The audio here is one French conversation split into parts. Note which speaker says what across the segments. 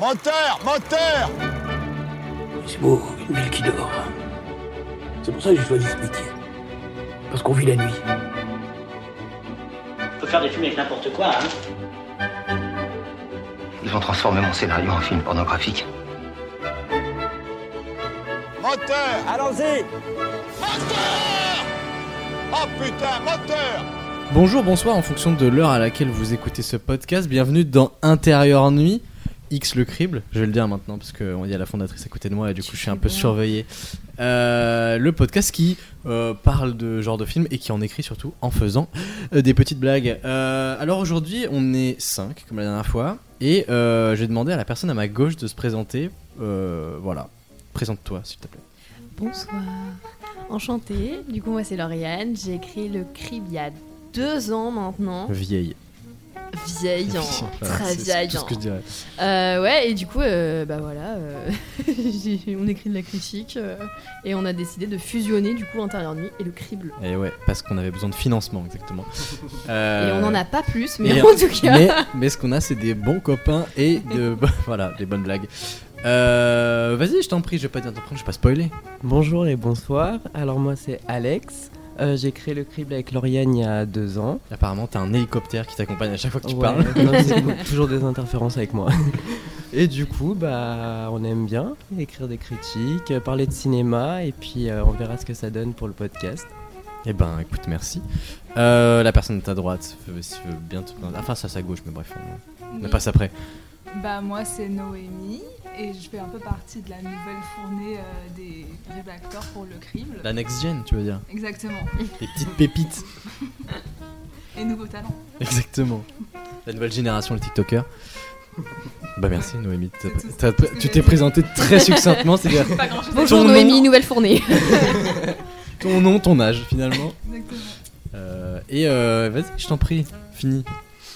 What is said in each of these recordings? Speaker 1: Moteur Moteur
Speaker 2: C'est beau, une ville qui dort. C'est pour ça que j'ai choisi ce métier. Parce qu'on vit la nuit.
Speaker 3: On peut faire des films avec n'importe quoi, hein.
Speaker 4: Ils vont transformer mon scénario en film pornographique.
Speaker 1: Moteur
Speaker 2: Allons-y
Speaker 1: Moteur Oh putain, moteur
Speaker 5: Bonjour, bonsoir, en fonction de l'heure à laquelle vous écoutez ce podcast, bienvenue dans Intérieur Nuit, X le crible, je vais le dire maintenant parce qu'il y a la fondatrice à côté de moi et du coup je suis un peu surveillé. Euh, le podcast qui euh, parle de genre de film et qui en écrit surtout en faisant euh, des petites blagues. Euh, alors aujourd'hui on est 5 comme la dernière fois et euh, j'ai demandé à la personne à ma gauche de se présenter. Euh, voilà, présente-toi s'il te plaît.
Speaker 6: Bonsoir. Enchantée. Du coup, moi, c'est Lauriane. J'ai écrit le crib il y a deux ans maintenant.
Speaker 5: Vieille.
Speaker 6: Vieille, hein.
Speaker 5: Voilà,
Speaker 6: très
Speaker 5: c'est- c'est
Speaker 6: vieille.
Speaker 5: tout ce que je dirais.
Speaker 6: hein. Euh, ouais, et du coup, euh, bah voilà, euh, j'ai- on écrit de la critique euh, et on a décidé de fusionner du coup l'intérieur de nuit et le crible.
Speaker 5: Et ouais, parce qu'on avait besoin de financement exactement.
Speaker 6: Et
Speaker 5: Euh,
Speaker 6: on n'en a pas plus, mais
Speaker 5: et-
Speaker 6: en tout cas.
Speaker 5: mais, mais ce qu'on a, c'est des bons copains et de, voilà, des bonnes blagues. Euh, Vas-y, je t'en prie, je vais pas dire t'en prie, je vais pas spoiler.
Speaker 7: Bonjour et bonsoir. Alors moi c'est Alex. Euh, j'ai créé le crible avec Lauriane il y a deux ans.
Speaker 5: Apparemment, t'as un hélicoptère qui t'accompagne à chaque fois que tu
Speaker 7: Ouais,
Speaker 5: parles.
Speaker 7: non, c'est beaucoup- toujours des interférences avec moi. Et du coup, bah, on aime bien écrire des critiques, euh, parler de cinéma, et puis euh, on verra ce que ça donne pour le podcast.
Speaker 5: Eh ben, écoute, merci. Euh, la personne de ta droite, euh, si tu veux bien te présenter. Enfin, ça, c'est à gauche, mais bref, on, on
Speaker 8: Oui.
Speaker 5: passe après.
Speaker 8: Bah moi c'est Noémie et je fais un peu partie de la nouvelle fournée euh, des rédacteurs pour le crible.
Speaker 5: La next gen, tu veux dire
Speaker 8: Exactement.
Speaker 5: Les petites pépites.
Speaker 8: Et nouveaux talents.
Speaker 5: Exactement. La nouvelle génération, les TikTokers. Bah merci Noémie, t'as-
Speaker 8: C'est tout-
Speaker 5: t'as-
Speaker 8: tout ce que
Speaker 5: tu
Speaker 8: j'ai
Speaker 5: t'es
Speaker 8: dit.
Speaker 5: présenté très succinctement, c'est-à-dire
Speaker 8: Pas grand chose.
Speaker 6: Bonjour
Speaker 5: Ton nom-
Speaker 6: Noémie, nouvelle fournée.
Speaker 5: ton nom, ton âge finalement.
Speaker 8: Exactement.
Speaker 5: Euh, et euh, vas-y, je t'en prie, fini.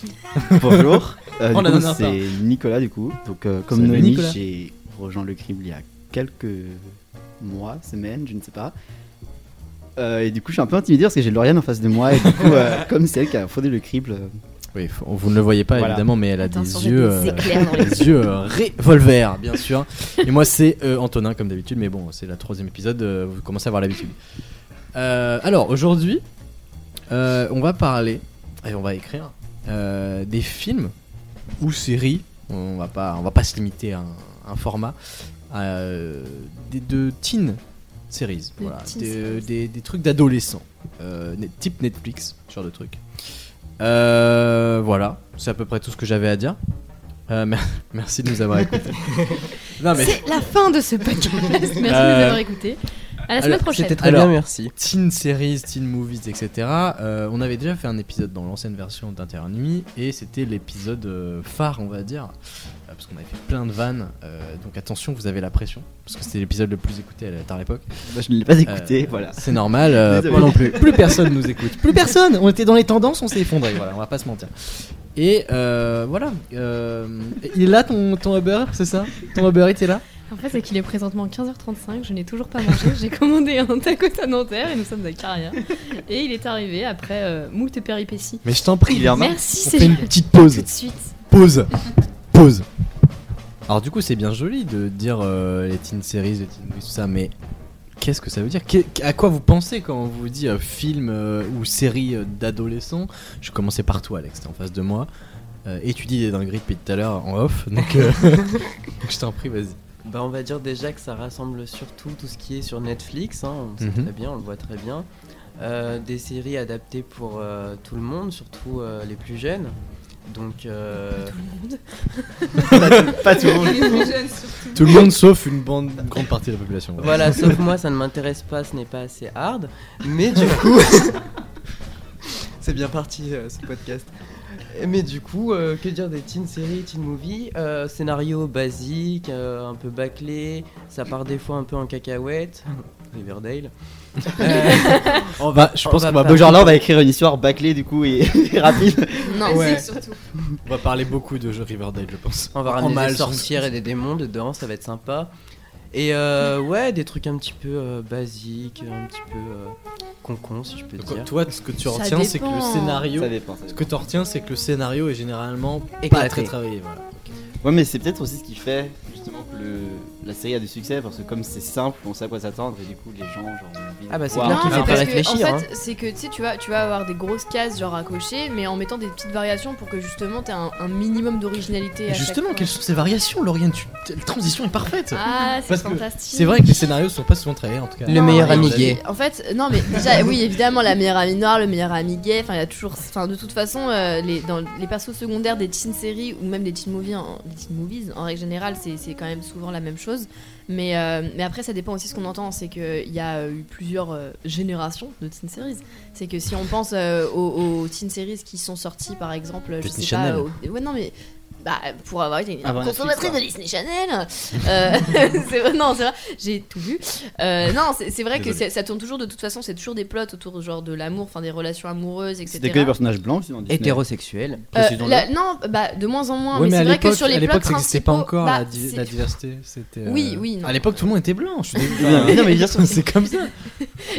Speaker 9: Bonjour, Euh,
Speaker 5: On
Speaker 9: du
Speaker 5: a
Speaker 9: coup,
Speaker 5: donné un
Speaker 9: c'est Nicolas du coup. Donc euh, comme
Speaker 5: Salut,
Speaker 9: Noémie,
Speaker 5: Nicolas.
Speaker 9: j'ai rejoint le crible il y a quelques mois, semaines, je ne sais pas. Euh, et du coup, je suis un peu intimidé parce que j'ai Lauriane en face de moi. Et du coup, euh, comme c'est elle qui a fondé le crible, euh,
Speaker 5: Oui, faut- vous ne le voyez pas
Speaker 9: Voilà.
Speaker 5: évidemment, mais elle a
Speaker 6: Attends,
Speaker 5: des
Speaker 6: sans
Speaker 5: yeux,
Speaker 6: mettre des
Speaker 5: euh,
Speaker 6: éclairs dans les
Speaker 5: des yeux euh, revolver, bien sûr. Et moi, c'est euh, Antonin comme d'habitude, mais bon, c'est la troisième épisode, euh, vous commencez à avoir l'habitude. Euh, alors aujourd'hui, euh, on va parler et on va écrire euh, des films ou séries. On va pas, on va pas se limiter à un, un format euh, des de teen series,
Speaker 6: Des
Speaker 5: voilà,
Speaker 6: teen
Speaker 5: des,
Speaker 6: series.
Speaker 5: des- des trucs d'adolescents, euh, net- type Netflix, ce genre de trucs. Euh, voilà, c'est à peu près tout ce que j'avais à dire. Euh, mer- merci de nous avoir écoutés. non Ah, mais
Speaker 6: C'est la fin de ce podcast. Merci de nous
Speaker 5: Euh,
Speaker 6: avoir écoutés. À la semaine
Speaker 5: alors,
Speaker 6: prochaine.
Speaker 7: C'était très
Speaker 5: Alors-
Speaker 7: bien, merci.
Speaker 5: teen series, teen movies, etc. euh, on avait déjà fait un épisode dans l'ancienne version d'Intérieur Nuit et c'était l'épisode euh, phare, on va dire, euh, parce qu'on avait fait plein de vannes. euh, donc attention, vous avez la pression parce que c'était l'épisode le plus écouté à la tard époque.
Speaker 9: bah, je ne l'ai pas
Speaker 5: Euh,
Speaker 9: écouté. voilà.
Speaker 5: C'est normal. euh,
Speaker 9: Désolé.
Speaker 5: moi non plus. Plus personne nous écoute. Plus personne. On était dans les tendances, on s'est effondré. Voilà, on va pas se mentir. Et euh, voilà. euh, il est là ton, ton Uber, c'est ça Ton Uber, il était là
Speaker 6: En fait, c'est qu'il est présentement 15h35, je n'ai toujours pas mangé, j'ai commandé un tacos à Nanterre et nous sommes à Carrière. Et il est arrivé après euh, moult péripéties.
Speaker 5: Mais je t'en prie,
Speaker 6: Merci,
Speaker 5: On
Speaker 6: c'est
Speaker 5: fait une
Speaker 6: gentil.
Speaker 5: petite
Speaker 6: Tout
Speaker 5: pause.
Speaker 6: de suite.
Speaker 5: Pause. Pause. Alors du coup, c'est bien joli de dire euh, les teen series, les teen movies, tout ça, mais qu'est-ce que ça veut dire Qu'est- À quoi vous pensez quand on vous dit euh, film euh, ou série euh, d'adolescents Je commençais par toi, Alex, t'es en face de moi. Euh, et tu dis des dingueries depuis tout à l'heure en off, donc euh, donc je t'en prie, vas-y.
Speaker 7: Bah, on va dire déjà que ça rassemble surtout tout ce qui est sur Netflix, hein, on le sait
Speaker 5: Mhm.
Speaker 7: très bien, on le voit très bien. Euh, des séries adaptées pour euh, tout le monde, surtout euh, les plus jeunes. Donc, euh,
Speaker 9: Pas tout le monde.
Speaker 8: Les plus jeunes surtout.
Speaker 5: Tout le monde sauf une, bande, une grande partie de la population. ouais.
Speaker 7: Voilà, sauf moi, ça ne m'intéresse pas, ce n'est pas assez hard. Mais du coup. C'est bien parti euh, ce podcast. Mais du coup, euh, que dire des teen séries, teen movies Euh, Scénario basique, euh, un peu bâclé, ça part des fois un peu en cacahuète. Riverdale. Euh,
Speaker 5: On va, je pense qu'on va,
Speaker 7: va
Speaker 9: Bah, genre là, on va écrire une histoire bâclée du coup et, et rapide.
Speaker 6: Non,
Speaker 8: Basique surtout.
Speaker 5: on va parler beaucoup de jeux Riverdale, je pense.
Speaker 7: on va
Speaker 5: En
Speaker 7: ramener
Speaker 5: mal,
Speaker 7: des sorcières et des démons dedans, ça va être sympa. Et euh, ouais, des trucs un petit peu euh, basiques, un petit peu euh, concon, si je peux
Speaker 5: Donc,
Speaker 7: dire.
Speaker 5: toi, ce que tu
Speaker 6: Ça
Speaker 5: retiens, c'est que le
Speaker 6: dépend.
Speaker 5: scénario
Speaker 9: Ça dépend. ça
Speaker 5: Ce
Speaker 9: dépend.
Speaker 5: que tu retiens, c'est que le scénario est généralement pas
Speaker 7: Éclaté.
Speaker 5: très travaillé. Voilà.
Speaker 9: Ouais, mais c'est peut-être aussi ce qui fait justement que le- la série a du succès parce que comme c'est simple, on sait à quoi s'attendre et du coup les gens genre ont envie de
Speaker 7: Ah bah, c'est
Speaker 9: voir.
Speaker 7: clair qu'il
Speaker 6: Non,
Speaker 7: faut pas
Speaker 6: parce que,
Speaker 7: réfléchir,
Speaker 5: hein.
Speaker 6: en fait, c'est que tu sais, tu vas, tu vas avoir des grosses cases genre à cocher, mais en mettant des petites variations pour que justement t'aies un, un minimum d'originalité. à chaque
Speaker 5: Justement,
Speaker 6: fois.
Speaker 5: quelles sont ces variations, Lauriane Tu- La transition est parfaite.
Speaker 6: Ah, c'est
Speaker 5: Parce que
Speaker 6: fantastique.
Speaker 5: C'est vrai que les scénarios sont pas souvent travaillés en tout cas.
Speaker 7: Le meilleur
Speaker 5: mais-
Speaker 7: ami gay.
Speaker 6: En fait, non, mais déjà, oui, évidemment, la meilleure amie noire, le meilleur ami gay. Enfin, il y a toujours. Enfin, de toute façon, euh, les, dans les persos secondaires des teen séries ou même des teen movies, en, des teen movies, en règle générale, c'est c'est quand même souvent la même chose. Mais, euh, mais après, ça dépend aussi de ce qu'on entend. C'est qu'il y a eu plusieurs euh, générations de teen series. C'est que si on pense euh, aux, aux teen series qui sont sorties, par exemple, je
Speaker 5: Disney
Speaker 6: sais pas.
Speaker 5: Channel.
Speaker 6: au- ouais, non, mais. Bah, pour avoir été une
Speaker 9: Avant Netflix,
Speaker 6: consommatrice
Speaker 9: quoi.
Speaker 6: de Disney Channel, euh, c'est vrai- non, c'est vrai, j'ai tout vu. Euh, non, c'est c'est vrai que
Speaker 5: Désolé.
Speaker 6: c'est- ça tourne toujours de toute façon, c'est toujours des plots autour genre de l'amour, enfin des relations amoureuses, etc.
Speaker 9: C'était que des personnages blancs sinon Disney.
Speaker 7: Hétérosexuel.
Speaker 6: Euh,
Speaker 9: Précisons-le.
Speaker 6: la- non, bah de moins en moins.
Speaker 5: Ouais, mais,
Speaker 6: mais
Speaker 5: à
Speaker 6: c'est vrai que
Speaker 5: l'époque,
Speaker 6: sur les
Speaker 5: à
Speaker 6: plots
Speaker 5: l'époque, ça n'existait pas
Speaker 6: principaux,
Speaker 5: encore
Speaker 6: bah,
Speaker 5: la, di-
Speaker 6: c'est-
Speaker 5: la diversité. C'était. euh,
Speaker 6: Oui, oui, non.
Speaker 5: À l'époque, tout le monde était blanc. Je suis désolé.
Speaker 9: Non, mais- non, mais bien sûr.
Speaker 5: c'est comme ça.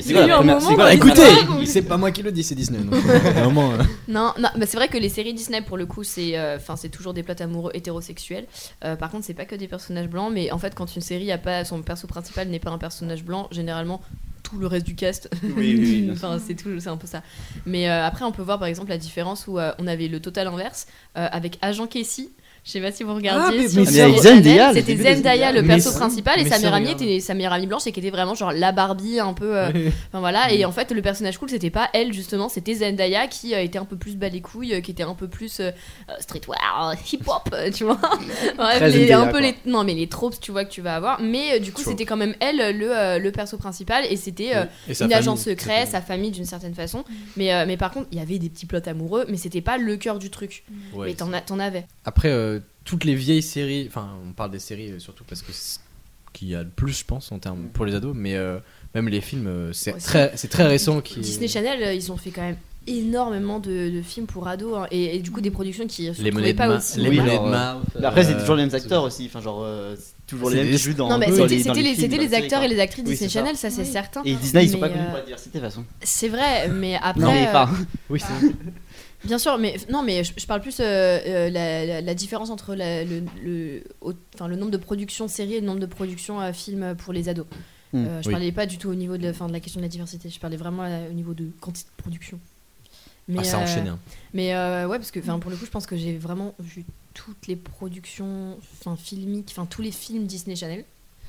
Speaker 9: C'est quoi
Speaker 6: Il y a eu
Speaker 9: la
Speaker 6: un
Speaker 9: première
Speaker 6: moment
Speaker 9: c'est quoi
Speaker 6: dans
Speaker 9: la
Speaker 6: les
Speaker 9: première-
Speaker 5: Écoutez,
Speaker 6: années- Ah, oui.
Speaker 5: c'est pas moi qui le dis, c'est Disney. donc, euh, Vraiment. euh,
Speaker 6: Non, non, bah c'est vrai que les séries Disney pour le coup c'est, euh, enfin c'est toujours des plots amoureux hétérosexuels. Euh, par contre c'est pas que des personnages blancs, mais en fait quand une série a pas son perso principal n'est pas un personnage blanc, généralement tout le reste du cast
Speaker 9: Oui, oui, oui, bien sûr.
Speaker 6: Enfin, c'est tout, c'est un peu ça. Mais euh, après, on peut voir par exemple la différence où euh, on avait le total inverse euh, avec Agent Casey. Je sais pas si vous
Speaker 5: Ah,
Speaker 6: regardiez.
Speaker 5: mais-
Speaker 6: sur
Speaker 5: mais
Speaker 6: Disney
Speaker 9: avec
Speaker 6: Channel.
Speaker 9: Zendaya, le
Speaker 6: C'était
Speaker 9: début de
Speaker 6: Zendaya le
Speaker 5: Mais
Speaker 6: perso
Speaker 5: si,
Speaker 6: principal et
Speaker 5: mais
Speaker 6: sa
Speaker 5: ça,
Speaker 6: meilleure amie
Speaker 5: regarde.
Speaker 6: était sa meilleure amie blanche et qui était vraiment genre la Barbie un peu. euh, Enfin voilà,
Speaker 5: Mm.
Speaker 6: et en fait, le personnage cool, c'était pas elle justement, c'était Zendaya qui euh, était un peu plus bas les couilles, euh, qui était un peu plus euh, euh, streetwear, euh, hip-hop, euh, tu vois.
Speaker 5: Mm.
Speaker 6: Bref,
Speaker 9: Très
Speaker 6: les-
Speaker 9: Zendaya,
Speaker 6: un peu
Speaker 9: quoi.
Speaker 6: les, non, mais les tropes, tu vois, que tu vas avoir. Mais euh, du coup,
Speaker 5: Trop.
Speaker 6: c'était quand même elle euh, le, euh, le perso principal et c'était euh,
Speaker 5: et sa
Speaker 6: une
Speaker 5: famille,
Speaker 6: agence secret,
Speaker 5: sa
Speaker 6: sa famille d'une certaine façon. Mais, euh, mais par contre, il y avait des petits plots amoureux, mais c'était pas le cœur du truc.
Speaker 5: famille.
Speaker 6: mais
Speaker 5: Ouais,
Speaker 6: t'en, as- t'en avais.
Speaker 5: Après, euh, toutes les vieilles séries, enfin, on parle des séries euh, surtout parce que c'est ce qu'il y a le plus, je pense, en termes pour les ados, mais euh, même les films, euh, c'est
Speaker 6: Aussi.
Speaker 5: très, c'est très récent. Qui...
Speaker 6: Disney Channel, euh, ils ont fait quand même énormément de, de films pour ados hein, et, et du coup des productions qui se
Speaker 5: Les
Speaker 6: retrouvaient
Speaker 5: monnaies de
Speaker 6: pas
Speaker 5: Ma-
Speaker 6: aussi.
Speaker 5: les
Speaker 9: Oui,
Speaker 5: Monnaies de
Speaker 9: alors, euh,
Speaker 5: Mouth,
Speaker 9: Mais Après, c'est
Speaker 5: euh,
Speaker 9: toujours les mêmes acteurs aussi. Enfin, genre, euh, c'est toujours les
Speaker 5: C'est
Speaker 9: mêmes
Speaker 5: des-
Speaker 9: qui jouent dans.
Speaker 6: non mais
Speaker 9: dans
Speaker 6: c'était,
Speaker 9: les- dans
Speaker 6: c'était les,
Speaker 9: films,
Speaker 6: c'était
Speaker 9: dans
Speaker 6: les acteurs et
Speaker 9: séries,
Speaker 6: les actrices
Speaker 9: Oui,
Speaker 6: Disney
Speaker 9: c'est ça.
Speaker 6: Channel, ça c'est certain.
Speaker 9: quoi. Et Disney, ils sont
Speaker 6: Mais,
Speaker 9: pas connus pour
Speaker 6: euh,
Speaker 9: la diversité de toute façon.
Speaker 6: C'est vrai, mais après,
Speaker 9: Non, mais
Speaker 6: euh,
Speaker 9: enfin,
Speaker 5: Oui, c'est
Speaker 6: bien sûr, mais non, mais je, je parle plus euh, euh, la, la- la différence entre la- le, le, au- enfin, le nombre de productions séries et le nombre de productions euh, films pour les ados.
Speaker 9: Mm.
Speaker 6: Euh, je
Speaker 5: Oui.
Speaker 6: parlais pas du tout au niveau de la, fin, de la question de la diversité, je parlais vraiment euh, au niveau de quantité de production. Mais,
Speaker 5: Ah, ça
Speaker 6: euh,
Speaker 5: enchaîne. hein.
Speaker 6: mais euh, ouais, parce que enfin, pour le coup, je pense que j'ai vraiment vu toutes les productions enfin, filmiques, enfin tous les films Disney Channel.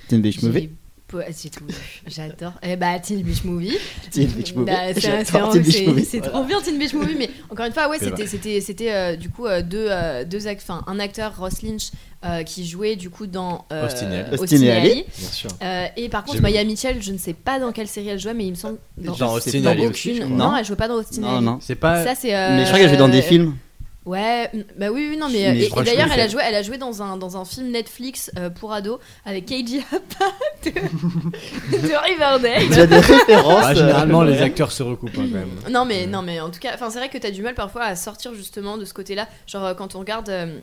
Speaker 9: t'es une bitch movie.
Speaker 6: J'ai- Ouais, C'est tout, vu. j'adore. Eh bah, Teen Beach Movie.
Speaker 9: T'es une bitch movie.
Speaker 6: Bah, c'est- c'est-
Speaker 9: J'adore Teen Beach
Speaker 6: C'est
Speaker 9: Movie.
Speaker 6: c'est trop bien Teen Beach Movie, mais encore une fois, ouais,
Speaker 5: C'est
Speaker 6: c'était c'était c'était euh, du coup euh, deux euh, deux act- enfin, un acteur Ross Lynch euh, qui jouait du coup dans euh,
Speaker 5: Austin et Ali.
Speaker 9: Austin et Ali.
Speaker 5: Bien sûr.
Speaker 6: Euh, et par contre,
Speaker 5: J'aime
Speaker 6: Maya Mitchell, je ne sais pas dans quelle série elle jouait, mais il me semble dans,
Speaker 5: Dans
Speaker 9: Je sais
Speaker 5: Austin
Speaker 9: pas.
Speaker 6: dans
Speaker 5: Ali aussi, je
Speaker 6: aucune.
Speaker 5: crois.
Speaker 6: non,
Speaker 9: Non.
Speaker 6: elle jouait pas dans Austin
Speaker 9: Non,
Speaker 6: Ali.
Speaker 9: non.
Speaker 5: C'est pas.
Speaker 6: Ça c'est. euh,
Speaker 9: Mais je crois qu'elle joue dans des films.
Speaker 6: Ouais, m- bah oui, oui, non, mais,
Speaker 9: Mais
Speaker 6: euh,
Speaker 9: je
Speaker 6: et-
Speaker 5: crois
Speaker 6: et
Speaker 5: que je peux
Speaker 6: d'ailleurs,
Speaker 5: le
Speaker 6: elle a
Speaker 5: faire.
Speaker 6: joué, elle a joué dans un dans un film Netflix euh, pour ados avec Keiji Apa de, de Riverdale.
Speaker 9: Tu as des références.
Speaker 5: Ah,
Speaker 9: euh,
Speaker 5: généralement, les acteurs se recoupent hein, quand même.
Speaker 6: Non mais non mais en tout cas, enfin c'est vrai que t'as du mal parfois à sortir justement de ce côté-là. Genre euh, quand on regarde, euh,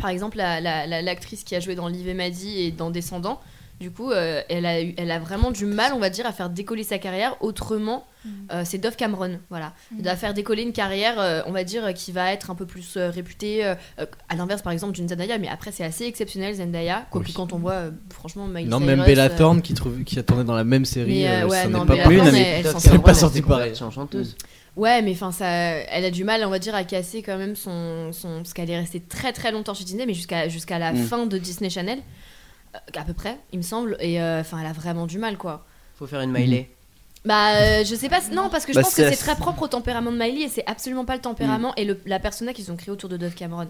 Speaker 6: par exemple la- la- la- l'actrice qui a joué dans Liv et Maddy et dans Descendants, du coup euh, elle a eu- elle a vraiment du mal, on va dire, à faire décoller sa carrière autrement. euh, c'est Dove Cameron, voilà, à faire décoller une carrière, euh, on va dire, euh, qui va être un peu plus euh, réputée. euh, euh, à l'inverse par exemple d'une Zendaya, mais après c'est assez exceptionnel Zendaya, quoique
Speaker 5: Oui.
Speaker 6: quand on voit euh, franchement Miley
Speaker 5: Non,
Speaker 6: Cyrus,
Speaker 5: même Bella
Speaker 6: euh,
Speaker 5: Thorne qui, trouve, qui a tourné dans la même série,
Speaker 6: Mais, euh,
Speaker 5: euh,
Speaker 6: ouais,
Speaker 5: ça
Speaker 6: non,
Speaker 5: n'est pas
Speaker 6: mais
Speaker 5: pour
Speaker 9: Oui,
Speaker 5: lui.
Speaker 9: non,
Speaker 6: mais
Speaker 9: mais
Speaker 6: elle s'en
Speaker 5: c'est
Speaker 6: sort
Speaker 5: pas
Speaker 6: bien.
Speaker 5: sorti pareil.
Speaker 7: C'est chanteuse.
Speaker 6: Ouais, mais enfin, ça, elle a du mal, on va dire, à casser quand même son, son parce qu'elle est restée très très longtemps chez Disney, mais jusqu'à jusqu'à la
Speaker 9: Mm.
Speaker 6: fin de Disney Channel, euh, à peu près, il me semble. Et euh, enfin, elle a vraiment du mal, quoi.
Speaker 7: Faut faire une Miley.
Speaker 5: Mmh.
Speaker 6: Bah, euh, je sais pas, si- non, parce que je
Speaker 9: Bah,
Speaker 6: pense
Speaker 9: c'est
Speaker 6: que c'est
Speaker 9: assez-
Speaker 6: très propre au tempérament de Miley et c'est absolument pas le tempérament et le- la persona qu'ils ont créé autour de Dove Cameron.